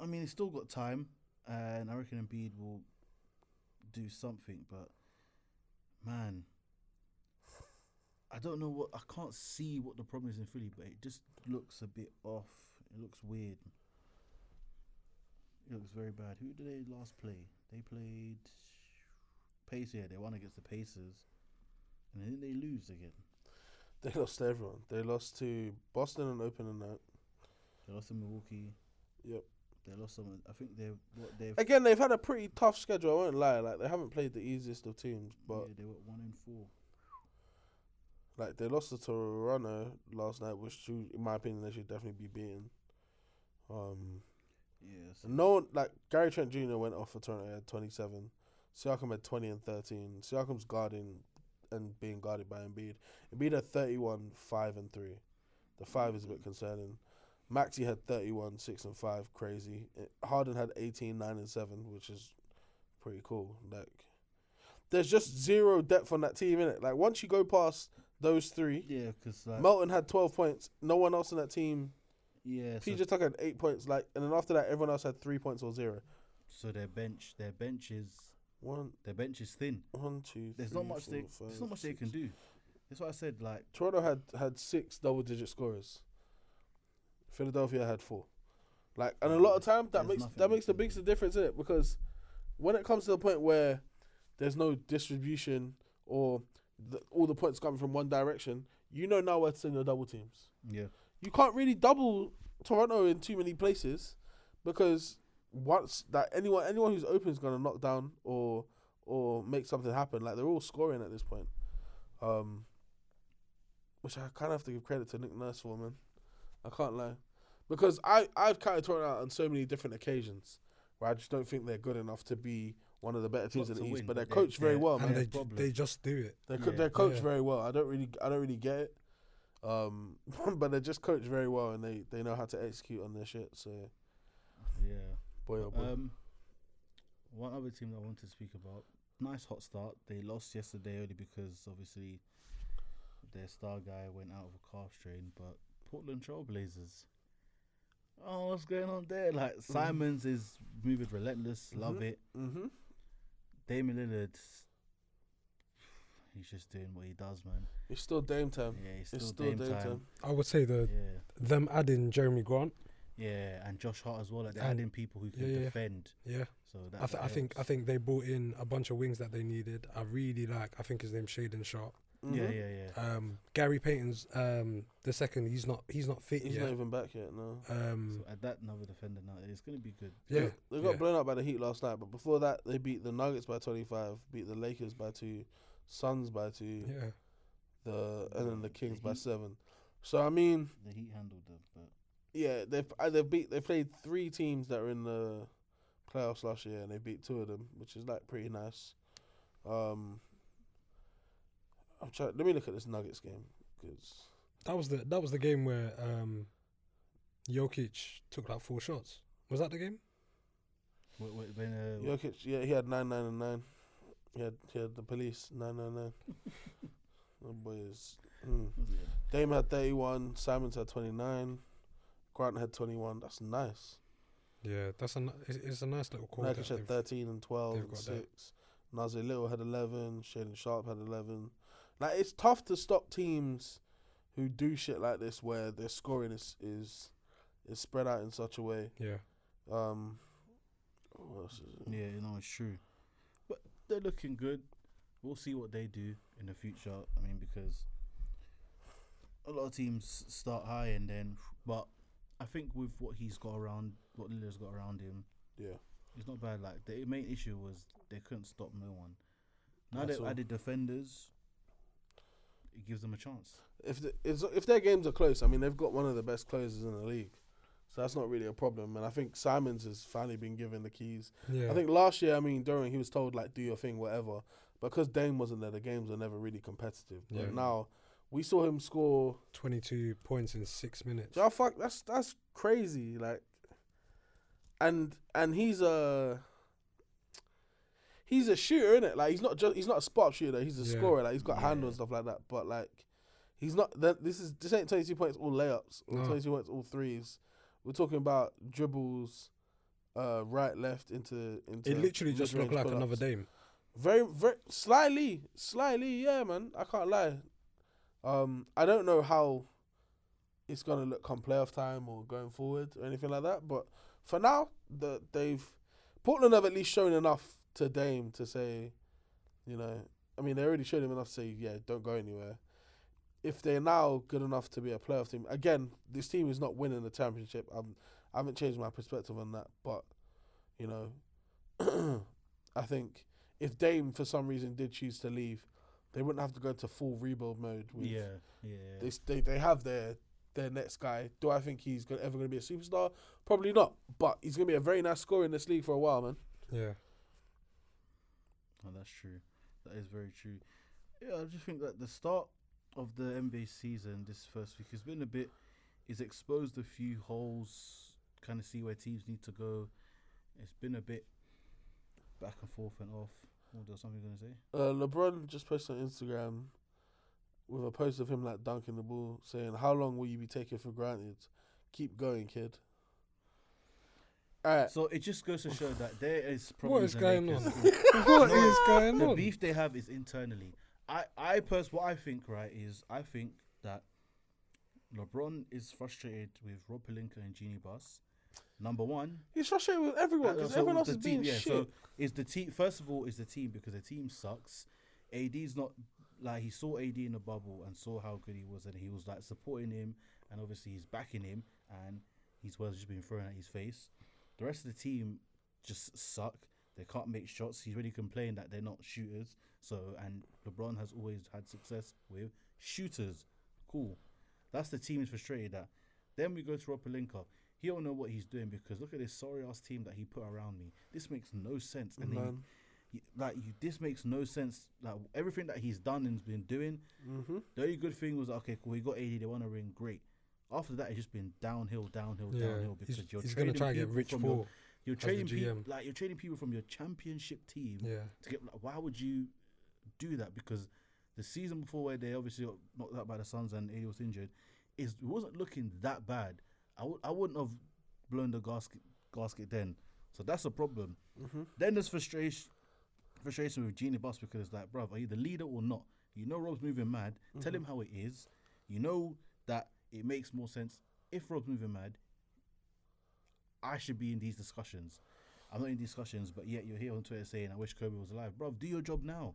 C: I mean, he's still got time, and I reckon Embiid will do something, but man, I don't know what I can't see what the problem is in Philly, but it just looks a bit off. It looks weird. It looks very bad. Who did they last play? They played Pacers. Yeah, they won against the Pacers. And then they lose again.
D: They lost to everyone. They lost to Boston and opening night.
C: They lost to Milwaukee.
D: Yep.
C: They lost someone. I think they what they
D: Again, they've had a pretty tough schedule. I won't lie. Like they haven't played the easiest of teams, but
C: yeah, they were one and four.
D: like they lost to Toronto last night, which should, in my opinion they should definitely be beaten. Um,
C: Yeah. So
D: no one like Gary Trent Jr. went off for Toronto. He had twenty seven. Siakam had twenty and thirteen. Siakam's guarding and being guarded by Embiid. Embiid had thirty one, five and three. The five is a bit concerning. Maxi had 31, 6 and 5, crazy. Eh, Harden had 18, 9 and 7, which is pretty cool. Like there's just zero depth on that team, innit? Like once you go past those three,
C: yeah, because like
D: Melton had 12 points. No one else in that team
C: yeah, so
D: PJ Tucker had eight points, like, and then after that, everyone else had three points or zero.
C: So their bench, their bench is
D: One,
C: their bench is thin.
D: one, two,
C: There's
D: three,
C: not much
D: four,
C: they
D: five,
C: there's not much they
D: six.
C: can do. That's why I said like
D: Toronto had had six double digit scorers. Philadelphia had four. Like, and a lot of time that
C: There's
D: makes
C: nothing
D: that
C: we
D: makes the
C: can
D: biggest
C: do.
D: difference in it because when it comes to the point where there's no distribution or the, all the points coming from one direction, you know now where to send your double teams.
C: yeah
D: You can't really double Toronto in too many places because once that anyone anyone who's open is gonna knock down or or make something happen. Like they're all scoring at this point. Um which I kind of have to give credit to Nick Nurse for, man. I can't lie. Because I, I've counted Toronto out on so many different occasions where I just don't think they're good enough to be one of the better teams
C: Not
D: in the
C: to win,
D: East. but they're
C: but they're-
D: coached very
C: they're-
D: well,
C: and
D: man.
E: and
C: yeah,
E: they ju-
C: problem.
E: they just do it.
D: They're,
C: Yeah.
D: co- they're coached
E: Yeah.
D: very well. I don't really I don't really get it, um, but they're just coached very well and they, they know how to execute on their shit. So
C: yeah.
D: boy oh boy,
C: Um, one other team that I wanted to speak about. Nice hot start. They lost yesterday only because obviously their star guy went out of a calf strain. But Portland Trailblazers. Oh, what's going on there? Like
E: Mm-hmm.
C: Simons is moving relentless. Love it.
D: mm-hmm.
C: Damian Lillard. He's just doing what he does, man.
D: it's still Dame
E: Um,
D: time.
C: Yeah, he's still,
D: It's still
C: Dame,
D: Dame,
C: time.
D: time.
E: I would say the
C: Yeah.
E: them adding Jeremy Grant.
C: Yeah, and Josh Hart as well. Like they're
E: And-
C: adding people who can
E: yeah, yeah.
C: defend.
E: Yeah,
C: So that
E: I, th- I
C: that
E: think I
C: helps.
E: think they brought in a bunch of wings that they needed. I really like. I think his name's Shaden Sharp.
C: yeah,
D: Mhm.
C: yeah, yeah.
E: Um, Gary Payton's um, the second. He's not. He's not fit
D: He's
E: yet.
D: not even back yet. No,
E: um,
C: So
D: Mm.
C: add that another defender now. It's gonna be good.
E: yeah,
D: they got
E: yeah.
D: blown out by the Heat last night, but before that they beat the Nuggets by twenty five, beat the Lakers by two, Suns by two,
E: yeah.
D: the and then the
C: The
D: Kings by
C: Heat.
D: seven. So I mean,
C: The Heat handled them, but
D: yeah, they've uh, they've beat they played three teams that were in the playoffs last year, and they beat two of them, which is like pretty nice. Um, I'm trying. Let me look at this Nuggets game because
E: That was the that was the game where um, Jokic took like four shots. Was that the game?
C: wh- wh- when uh,
D: Jokic, yeah, he had nine nine and nine. He had he had the police nine nine nine. Oh boy, is mm.
C: yeah.
D: Dame had thirty one. Simons had twenty nine. Grant had twenty one. That's nice.
E: Yeah, that's a ni- it's, it's a nice little call.
D: Nurkic had thirteen and twelve
E: they've
D: and
E: got that.
D: six. Nazir Little had eleven. Shaden Sharp had eleven. Like it's tough to stop teams who do shit like this where their scoring is is is spread out in such a way.
E: Yeah,
D: Um, what else is it?
C: yeah, you know it's true. But they're looking good. We'll see what they do in the future. I mean, because a lot of teams start high and then, but I think with what he's got around, what Lillard's got around him,
D: Yeah.
C: It's not bad. Like the main issue was they couldn't stop no one. Now
D: That's
C: they've
D: all.
C: added defenders. It gives them a chance.
D: if the, if, if their games are close, I mean they've got one of the best closers in the league, so that's not really a problem. And I think Simons has finally been given the keys.
E: yeah.
D: I think last year, I mean, during he was told like do your thing, whatever. Because Dame wasn't there, the games were never really competitive. But
E: Yeah.
D: now we saw him score.
E: twenty two points in six minutes.
D: Yeah, fuck, that's that's crazy. Like, and and he's a. He's a shooter, is it? Like he's not just he's not a spot shooter. He's a
E: Yeah.
D: scorer. Like he's got handle
C: Yeah.
D: and stuff like that. But like, he's not. That this is this ain't twenty two points all layups. Or
E: No.
D: Twenty two points all threes. We're talking about dribbles, uh, right left into into.
E: It literally just
D: mid-range
E: looked like
D: pull-ups.
E: another Dame.
D: Very, very slyly, slyly, yeah, man. I can't lie. Um, I don't know how it's gonna look come playoff time or going forward or anything like that. But for now, the they've Portland have at least shown enough to Dame to say, you know, I mean, they already showed him enough to say, yeah, don't go anywhere. If they're now good enough to be a playoff team, again, this team is not winning the championship. I'm, I haven't changed my perspective on that, but you know, I think if Dame for some reason did choose to leave, they wouldn't have to go to full rebuild mode. With
C: Yeah, yeah.
D: they, they they have their their next guy. Do I think he's gonna, ever going to be a superstar? Probably not. But he's going to be a very nice scorer in this league for a while, man.
E: Yeah,
C: Oh, that's true. That is very true. Yeah, I just think that the start of the NBA season this first week has been a bit. It's exposed a few holes. Kind of see where teams need to go. It's been a bit back and forth and off. Oh, there was something you're gonna say?
D: Uh, LeBron just posted on Instagram with a post of him like dunking the ball, saying, "How long will you be taken for granted? Keep going, kid." All right.
C: So it just goes to show that there is
E: What
C: problems.
E: is
C: in
E: going on?
C: Lakers.
E: what is going
C: the
E: on?
C: beef they have is internally. I, I pers- what I think right is I think that LeBron is frustrated with Rob Pelinka and Genie Bus. Number one,
D: He's frustrated with everyone because
C: Uh, so
D: everyone else
C: the
D: is being
C: team, yeah,
D: shit.
C: So is the team first of all is the team because the team sucks. AD's not like he saw AD in the bubble and saw how good he was and he was like supporting him and obviously he's backing him and his words just been thrown at his face. The rest of the team just suck. They can't make shots. He's really complained that they're not shooters. So and LeBron has always had success with shooters. Cool. That's the team he's frustrated at. Then we go to Rob Pelinka. He don't know what he's doing because look at this sorry ass team that he put around me. This makes no sense. And then he, like you, this makes no sense. Like everything that he's done and's been doing. Mm-hmm. The only good thing was okay, cool. We got AD. They won a ring. Great. After that, it's just been downhill, downhill,
E: Yeah,
C: downhill
E: he's-
C: because you're
E: he's gonna
C: trading
E: try and get
C: people
E: Rich
C: from your-
E: Paul
C: You're
E: as the
C: trading people
E: GM.
C: like you're trading people from your championship team
E: Yeah.
C: to get. Like, why would you do that? Because the season before where they obviously got knocked out by the Suns and AD was injured, is it wasn't looking that bad. I w- I wouldn't have blown the gasket gasket then. So that's a problem. Then there's frustration frustration with Genie Bus because it's like, bruv, are you the leader or not? You know Rob's moving mad. Tell him how it is. You know that it makes more sense if Rob's moving mad. I should be in these discussions. I'm not in discussions, but yet you're here on Twitter saying, "I wish Kobe was alive, bruv. Do your job now.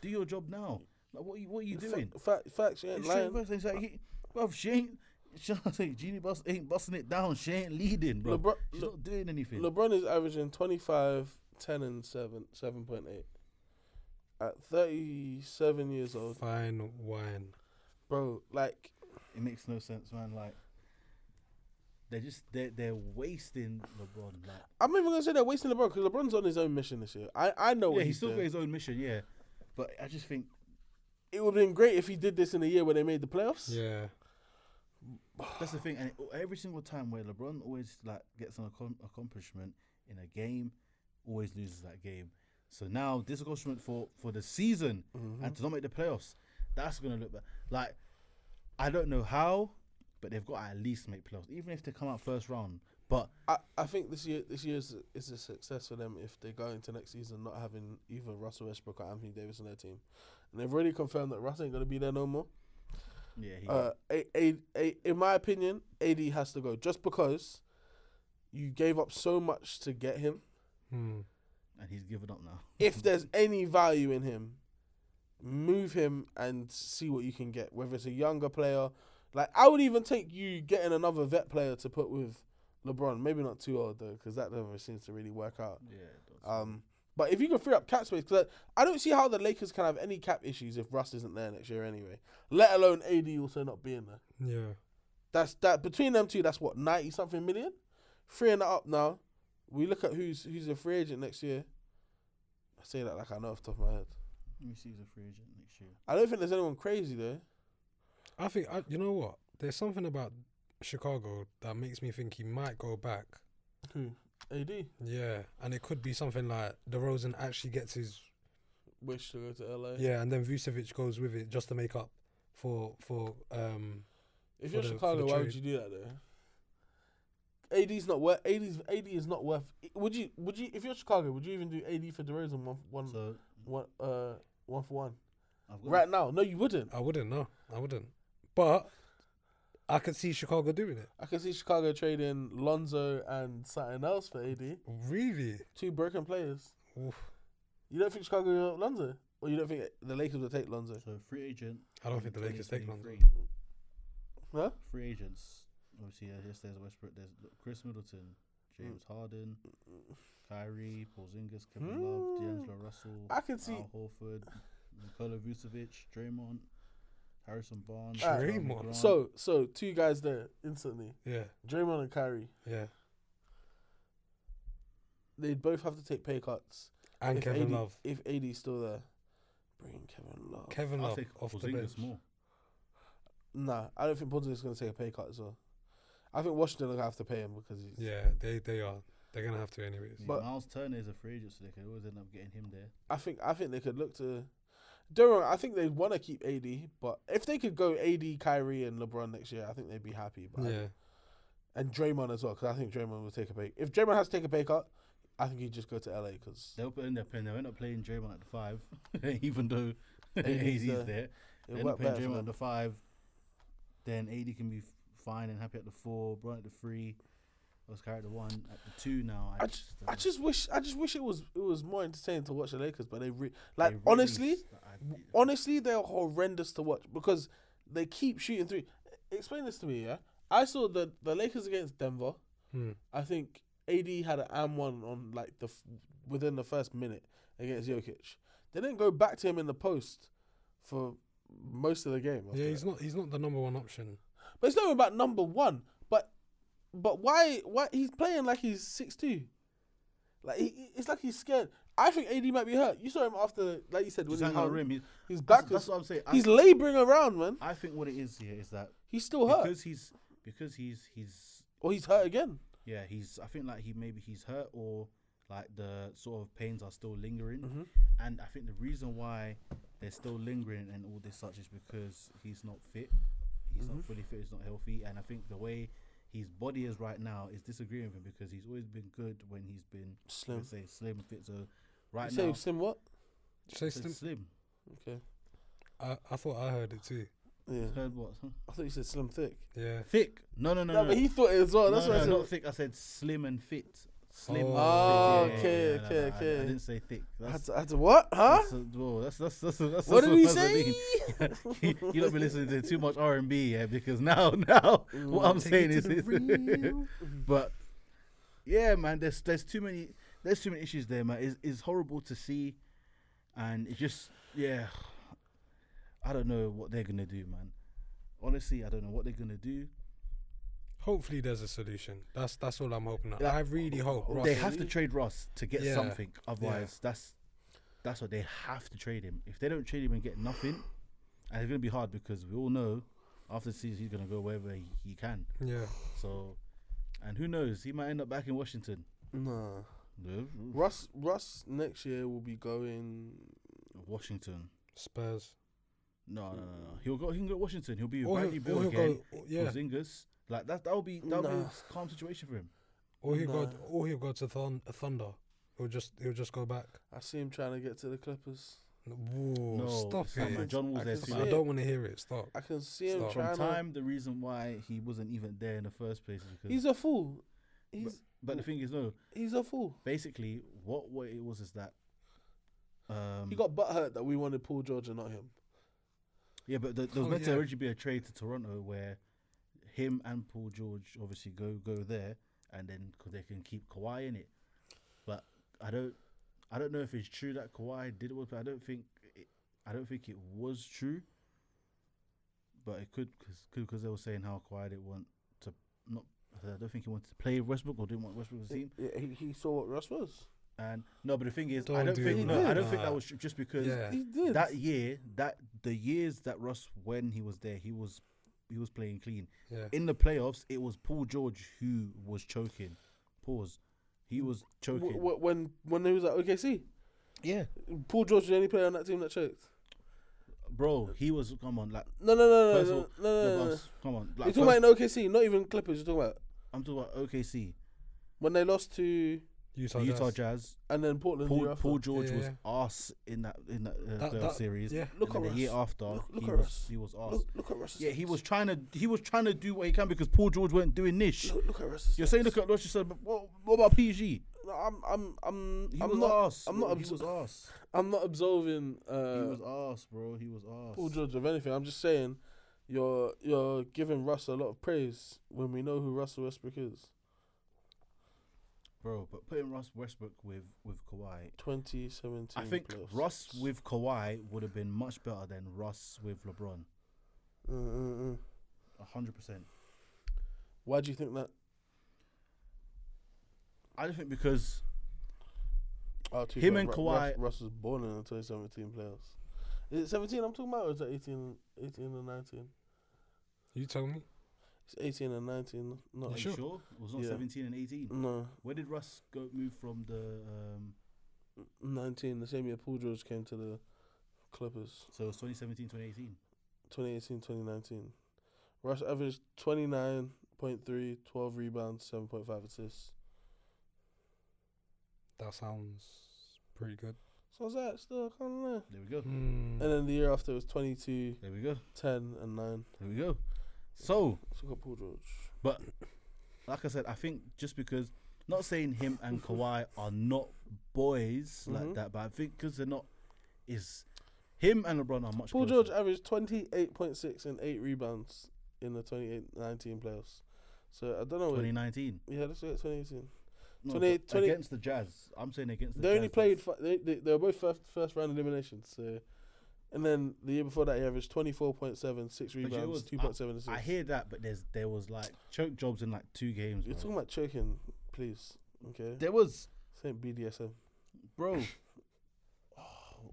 C: Do your job now. Like, what are you, what are you doing?
D: Fact, facts, yeah,
C: It's
D: lying.
C: straight verse. It's like, he, bruv, she ain't. She, I say, Genie Bus ain't busting it down. She ain't leading, bro.
D: LeBron-
C: She's
D: Le-
C: not doing anything.
D: LeBron is averaging 25, 10, and 7, 7.8. At 37 years old,
E: Fine wine.
D: bro, like,
C: it makes no sense, man. Like they're just they're they're wasting LeBron. Like
D: I'm not even going to say they're wasting LeBron because LeBron's on his own mission this year. I, I know what
C: yeah,
D: he's,
C: he's still got
D: doing.
C: his own mission, yeah. But I just think
D: It would have been great if he did this in a year where they made the playoffs.
E: Yeah.
C: that's the thing, and it, every single time where LeBron always like gets an accom- accomplishment in a game, always loses that game. So now this accomplishment for for the season and to not make the playoffs, that's gonna look bad. like I don't know how, but they've got to at least make playoffs, even if they come out first round. But
D: I, I think this year this year is, is a success for them if they go into next season not having either Russell Westbrook or Anthony Davis on their team, and they've already confirmed that Russ ain't gonna be there no more.
C: yeah, he,
D: Uh, a, a, a, in my opinion, AD has to go just because you gave up so much to get him.
E: Hmm.
C: and he's given up now.
D: If there's any value in him, move him and see what you can get. Whether it's a younger player, like I would even take you getting another vet player to put with LeBron. Maybe not too old though, because that never seems to really work out.
C: Yeah, it does.
D: Um, but if you can free up cap space, because I don't see how the Lakers can have any cap issues if Russ isn't there next year anyway. Let alone AD also not being there.
E: Yeah.
D: That's that between them two. That's what ninety something million. Freeing that up now. We look at who's who's a free agent next year. I say that like I know off the top of my head.
C: Let me see who's a free agent next year.
D: I don't think there's anyone crazy though.
E: I think I, you know what? There's something about Chicago that makes me think he might go back.
D: Who? AD
E: Yeah, and it could be something like DeRozan actually gets his
D: wish to go to LA.
E: yeah, and then Vucevic goes with it just to make up for for um
D: If
E: for
D: you're
E: the- for
D: Chicago,
E: the
D: why would
E: trade.
D: you do that though? AD's not worth. AD's AD is not worth. Would you? Would you? If you're Chicago, would you even do AD for DeRozan one
E: Hmm.
D: one
C: So
D: one uh one for one
C: I've got
D: right now? No, you wouldn't.
E: I wouldn't know, I wouldn't, but I could see Chicago doing it.
D: I can see Chicago trading Lonzo and something else for AD.
E: Really?
D: Two broken players.
E: Oof.
D: You don't think Chicago will have Lonzo, or you don't think the Lakers will take Lonzo?
C: So free agent.
E: I don't think the Lakers take Lonzo.
C: 2023.
D: Huh?
C: Free agents. Obviously, uh, yes, there's Westbrook. There's Chris Middleton, James
D: Hmm.
C: Harden, Kyrie, Porzingis, Kevin Love, D'Angelo Russell.
D: Hmm. I can see-
C: Al Horford, Nikola Vucevic, Draymond, Harrison Barnes.
E: Alright.
C: Jeremy
E: Draymond.
C: Grant.
D: So, so two guys there instantly,
E: Yeah,
D: Draymond and Kyrie.
E: yeah.
D: They'd both have to take pay cuts.
E: And
D: if
E: Kevin
D: AD,
E: Love,
D: If AD's still there, bring Kevin Love.
E: Kevin
C: I'll
E: Love
C: take
E: off the bench.
C: Porzingis more.
D: nah, I don't think Porzingis is going to take a pay cut as well. I think Washington will have to pay him because he's.
E: Yeah, they they are. They're gonna have to anyways.
C: Yeah,
D: But-
C: Miles Turner is a free agent, so they could always end up getting him there.
D: I think I think they could look to. Don't wrong, I think they want to keep AD, but if they could go AD, Kyrie, and LeBron next year, I think they'd be happy. But
E: Yeah,
D: and Draymond as well, because I think Draymond will take a pay. If Draymond has to take a pay cut, I think he'd just go to LA because
C: They'll put in their pin. They'll end up playing Draymond at the five, even though AD's
D: he's, uh,
C: there. They end
D: it'll
C: up
D: work
C: playing
D: better for
C: Draymond
D: them.
C: at the five. Then AD can be f- fine and happy at the four. Bron at the three. Oscar at the one. At the two now.
D: I just, I just wish, I just wish it was, it was more entertaining to watch the Lakers. But they, re- like,
C: they really
D: honestly,
C: s- I-
D: honestly, they're horrendous to watch because they keep shooting through. Explain this to me, yeah. I saw the the Lakers against Denver.
E: Hmm.
D: I think AD had an and one on like the f- within the first minute against Jokic. They didn't go back to him in the post for most of the game. after
E: Yeah,
D: that.
E: he's not. He's not the number one option.
D: But it's not even about number one. But but why why he's playing like he's six two? Like he, he- it's like he's scared. I think AD might be hurt. You saw him after, like you said,
C: He's
D: when
C: hanging on the
D: hung-
C: rim. He's,
D: He's
C: that's-
D: back.
C: That's what I'm saying. I-
D: He's laboring around, man.
C: I think what it is here is that
D: He's still hurt,
C: because he's because he's he's
D: or he's hurt again.
C: yeah he's I think like he maybe he's hurt or like the sort of pains are still lingering,
D: Mm-hmm.
C: and I think the reason why they're still lingering and all this such is because he's not fit, he's
D: Mm-hmm.
C: not fully fit, he's not healthy, and I think the way his body is right now is disagreeing with him because he's always been good when he's been
D: Slim.
C: let's say slim fit. So right
D: you say
C: now
D: he's slim what?
E: Did you
C: it's
E: say Slim?
C: slim.
D: Okay.
E: I, I thought I heard it too.
D: Yeah.
C: Heard what? Huh?
D: I thought you said slim thick.
E: Yeah.
C: Thick? No, no, no.
D: No,
C: no.
D: but he thought it as well. That's
C: no,
D: what
C: no,
D: I said.
C: not thick. I said slim and fit. Slim.
D: Oh,
C: and fit.
D: okay, okay,
C: I- I,
D: okay.
C: didn't say thick.
D: I
C: That's,
D: had to, I had to what? Huh?
C: that's, a- whoa, that's, that's, that's, that's
D: What
C: that's
D: did he
C: Pasadena. you, you don't be listening to too much R and B, yeah, because now, now,
D: Mm,
C: what I'm saying is, is but yeah, man, there's there's too many there's too many issues there, man. It's, it's horrible to see, and it just yeah, I don't know what they're gonna do, man. Honestly, I don't know what they're gonna do.
E: Hopefully, there's a solution. That's that's all I'm hoping.
C: Yeah.
E: I really hope. Russell,
C: They have to trade Ross to get
E: Yeah.
C: something. Otherwise, that's that's what they have to trade him. If they don't trade him and get nothing, and it's gonna be hard because we all know after the season he's gonna go wherever he, he can.
E: Yeah.
C: So, and who knows? He might end up back in Washington.
D: No.
C: No,
D: Russ Russ next year will be going.
C: Washington.
E: Spurs.
C: No, no, no, no. He'll go. He can go to Washington. He'll be with
E: Or
C: Bradley
E: he'll,
C: Bill
E: or he'll
C: again.
E: go. or- Yeah.
C: Porzingis. Like that. That'll be that'll be
D: Nah.
C: a calm situation for him.
E: Or he'll go.
D: Nah.
E: Or he'll go to thun- Thunder. He'll just. He'll just go back.
D: I see him trying to get to the Clippers.
E: Whoa,
C: No,
E: Oh, stop
C: it's not, man.
E: it.
C: John Wall's
D: I
C: there
D: can
C: too.
D: see
E: I
D: it.
E: don't want to hear it. Stop.
D: I can see him
E: Stop.
D: trying
C: From
D: to.
C: time, the reason why he wasn't even there in the first place is because.
D: He's a fool. He's
C: but the thing is, no.
D: he's a fool.
C: basically what what it was is that um
D: He got butthurt that we wanted Paul George and not him.
C: yeah but there, there was
E: Oh,
C: meant
E: yeah.
C: to originally be a trade to Toronto where him and Paul George obviously go go there and then c- they can keep Kawhi in it but I don't I don't know if it's true that Kawhi did what but I don't think it, I don't think it was true but it could because they were saying how Kawhi didn't want to not I don't think he wanted to play Westbrook or didn't want Westbrook on the team
D: Yeah, he, he saw what Russ was.
C: and no but the thing is I
E: Don't
C: don't
E: do
C: think
E: it,
C: no I
D: man.
C: don't think
E: Nah.
C: that was true just because
E: Yeah.
D: He did.
C: that year, that the years that Russ when he was there, he was he was playing clean.
E: Yeah.
C: In the playoffs, it was Paul George who was choking. Pause. He was choking.
D: W- w- when when he was at OKC,
C: yeah,
D: Paul George was the only player on that team that choked.
C: bro, he was. Come on, like
D: No, no, no, no,
C: first
D: no,
C: of
D: no,
C: all, no,
D: no, no,
C: but
D: no.
C: I'm s- come on.
D: You're
C: Like,
D: talking
C: first-
D: about in OKC, not even Clippers. You're talking about
C: I'm talking about OKC,
D: when they lost to
E: Utah.
D: Oh,
C: the Utah
E: Jazz.
C: Jazz.
D: and then Portland. the year
C: Paul,
D: after.
C: Paul George
E: Yeah,
C: was
E: yeah.
C: ass in that in that, uh,
E: That-
C: playoff
E: that-
C: series.
E: yeah.
C: And
D: Look
C: then
D: at
C: the year
D: Russ.
C: after,
D: Look- look
C: he
D: at
C: was
D: Russ.
C: he was ass.
D: Look, look at Russ's.
C: yeah, he
D: stats.
C: was trying to he was trying to do what he can because Paul George weren't doing this.
D: Look, look at Russ's.
C: You're saying
D: stats.
C: look at what you said, but what, what about PG?
D: No, I'm, I'm, I'm,
C: He
D: I'm
C: was
D: not.
C: ass.
D: I'm not.
C: He
D: abs-
C: was ass.
D: I'm not absolving.
C: He
D: Uh,
C: was ass, bro. He was ass.
D: Paul George of anything. I'm just saying, you're you're giving Russ a lot of praise when we know who Russell Westbrook is.
C: Bro, but putting Russ Westbrook with with Kawhi,
D: 2017.
C: I think
D: playoffs.
C: Russ with Kawhi would have been much better than Russ with LeBron.
D: Uh, uh, uh.
C: hundred percent.
D: Why do you think that?
C: I don't think because
D: Oh, too
C: Him
D: bad.
C: and
D: Ru-
C: Kawhi-
D: Russ, Russ was born in the 2017 playoffs. Is it 17? I'm talking about, or is it 18, 18 and 19?
E: You tell me.
D: It's 18 and 19. Not
C: Are you sure? It was not
D: Yeah.
C: seventeen and eighteen.
D: no
C: Where did Russ go move from the? Um,
D: 19. The same year Paul George came to the Clippers.
C: so it was 2017, 2018.
D: 2018, 2019. Russ averaged 29, 0.3, 12 rebounds, 7.5 assists.
E: That sounds pretty good.
D: So I was like, still, I can't lie.
C: There we go.
E: Hmm.
D: And then the year after it was 22,
C: There we go.
D: 10, and 9.
C: There we go. So,
D: So we got Paul George.
C: but like I said, I think just because not saying him and Kawhi are not boys like
D: Mhm.
C: that, but I think because they're not is him and LeBron are much.
D: Paul
C: closer.
D: George uh, averaged 28.6 and 8 rebounds in the 2019 playoffs. So I don't know. What,
C: 2019.
D: yeah, let's look at 2018.
C: No,
D: 20
C: but
D: 20
C: against the Jazz. I'm saying against the
D: They
C: Jazz.
D: only played. Fi- they, they they were both first first round eliminations. So, and then the year before that, he averaged 24.7, six
C: you know
D: rebounds,
C: what?
D: two point seven assists.
C: I hear that, but there's there was like choke jobs in like two games.
D: You're
C: bro.
D: talking about choking, please. Okay,
C: There was,
D: same BDSM.
C: bro. Oh,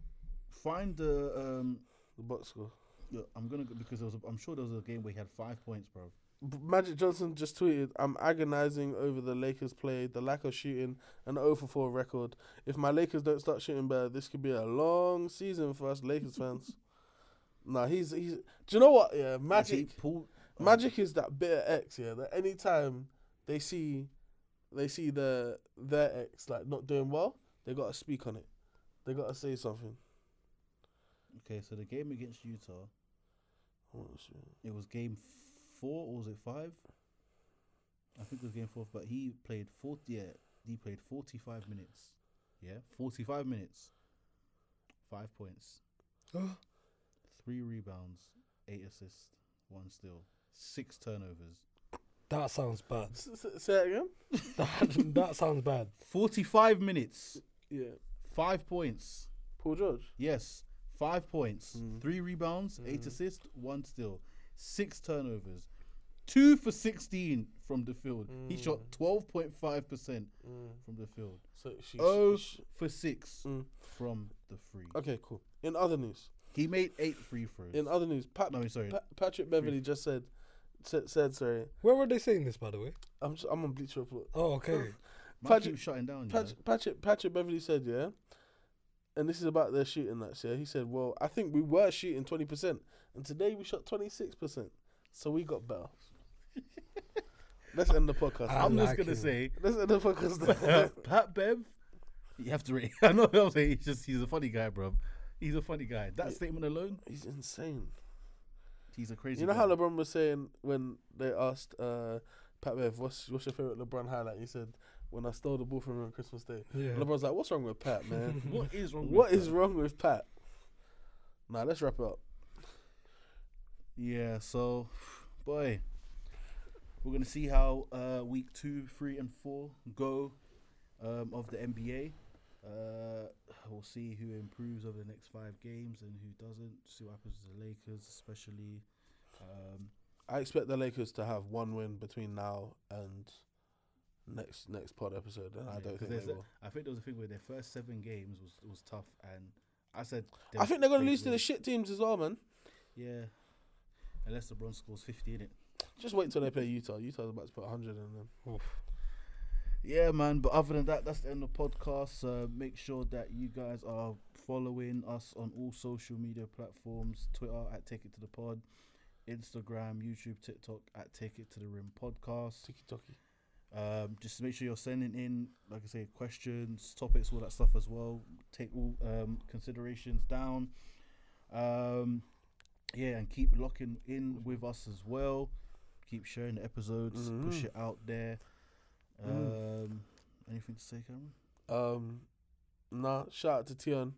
C: find the um.
D: The box score.
C: look, I'm gonna go because there was. A, I'm sure there was a game where he had five points, bro.
D: B- Magic Johnson just tweeted, "I'm agonizing over the Lakers' play, the lack of shooting, and 0 for 4 record. If my Lakers don't start shooting better, this could be a long season for us Lakers fans." Nah, he's he's. Do you know what? Yeah, Magic.
C: Paul,
D: Magic is that bitter ex, yeah. That anytime they see, they see their their ex like not doing well, they gotta speak on it. They gotta say something.
C: Okay, so the game against Utah,
D: What was it?
C: it was game four or was it five? I think it was game four, but he played forty. Yeah, he played forty-five minutes. Yeah, forty-five minutes. Five points, three rebounds, eight assists, one steal, six turnovers.
E: that sounds bad.
D: S- s- Say it again.
E: that, that sounds bad.
C: Forty-five minutes,
D: Yeah,
C: five points.
D: Paul George.
C: Yes, five points, three rebounds, eight assists, one steal, six turnovers, two for 16 from the field. He shot 12.5% from the field,
D: So she.
C: oh
D: she-
C: for 6
D: Mm.
C: from the free.
D: okay, cool. In other news,
C: He made eight free throws.
D: in other news, Pat,
C: No, sorry.
D: Pa- Patrick Beverly just said, said, said sorry.
E: Where were they saying this, by the way?
D: I'm s- I'm on Bleacher Report.
E: Oh, okay.
C: Man
D: Patrick-
C: keeps shutting down. you know.
D: Patrick, Patrick Patrick Beverly said, yeah, and this is about their shooting that's yeah. He said, well, I think we were shooting twenty percent, and today we shot twenty six percent, so we got better. Let's end the podcast.
E: I
C: I'm
D: there.
C: just going
E: like
C: to
E: him.
C: say,
D: Let's end the podcast.
C: uh,
D: there.
C: Pat Bev, you have to rate. I know what I'm saying. He's just, he's a funny guy, bro. He's a funny guy. That statement alone,
D: He's insane.
C: he's a crazy
D: You know
C: guy.
D: how LeBron was saying when they asked uh, Pat Bev, "What's what's your favorite LeBron highlight?" He said, "When I stole the ball from him on Christmas Day."
E: Yeah.
D: LeBron's like, "What's wrong with Pat, man?
C: what is wrong
D: what
C: with
D: is
C: that?
D: wrong with Pat?" Nah, let's wrap it up.
C: Yeah, so boy, we're gonna see how uh, week two, three, and four go um, of the NBA. Uh, we'll see who improves over the next five games and who doesn't. See what happens to the Lakers, especially. Um,
D: I expect the Lakers to have one win between now and next next pod episode, and I
C: yeah,
D: don't
C: 'cause
D: think
C: there's
D: they
C: a-
D: will.
C: I think there was a thing where their first seven games was was tough, and I said.
D: I think they're gonna
C: they'd
D: lose to
C: win.
D: the shit teams as well, man.
C: Yeah, unless LeBron scores fifty in it.
D: Just wait till they play Utah. Utah's about to put hundred in them.
E: Oof.
C: Yeah, man. But other than that, that's the end of the podcast. Uh, make sure that you guys are following us on all social media platforms Twitter at Take It To The Pod, Instagram, YouTube, TikTok at Take It To The Rim Podcast.
D: Tiki toki.
C: Um, just make sure you're sending in, like I say, questions, topics, all that stuff as well. Take all um, considerations down. Um, yeah, and keep locking in with us as well. Keep sharing the episodes, push
D: Mhm.
C: it out there. Um,
D: Mm.
C: Anything to say, Cameron?
D: Um, nah. Shout out to Tion.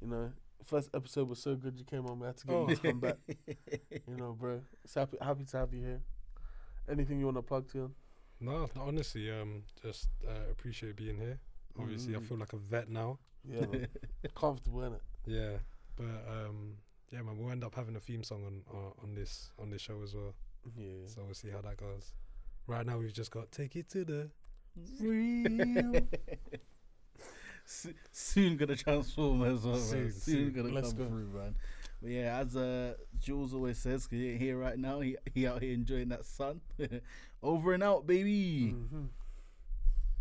D: You know, first episode was so good. You came on, we had to get
E: Oh.
D: you to come back. You know, bro. It's happy happy to have you here. Anything you want to plug, Tion?
E: No, no, honestly, um, just uh, appreciate being here. Obviously, I
D: Mm.
E: feel like a vet now.
D: Yeah, man. comfortable in it.
E: Yeah, but um, yeah, man, we'll end up having a theme song on uh, on this on this show as well.
D: Yeah.
E: So we'll see how that goes. Right now, we've just got take it to the.
D: Real.
C: S- soon gonna transform as well. Soon,
E: Soon,
C: man. soon,
E: soon.
C: gonna
D: Let's
C: come
D: go.
C: through, man. But yeah, as uh, Jules always says, because he ain't here right now, he, he out here enjoying that sun. Over and out, baby.
D: Mhm.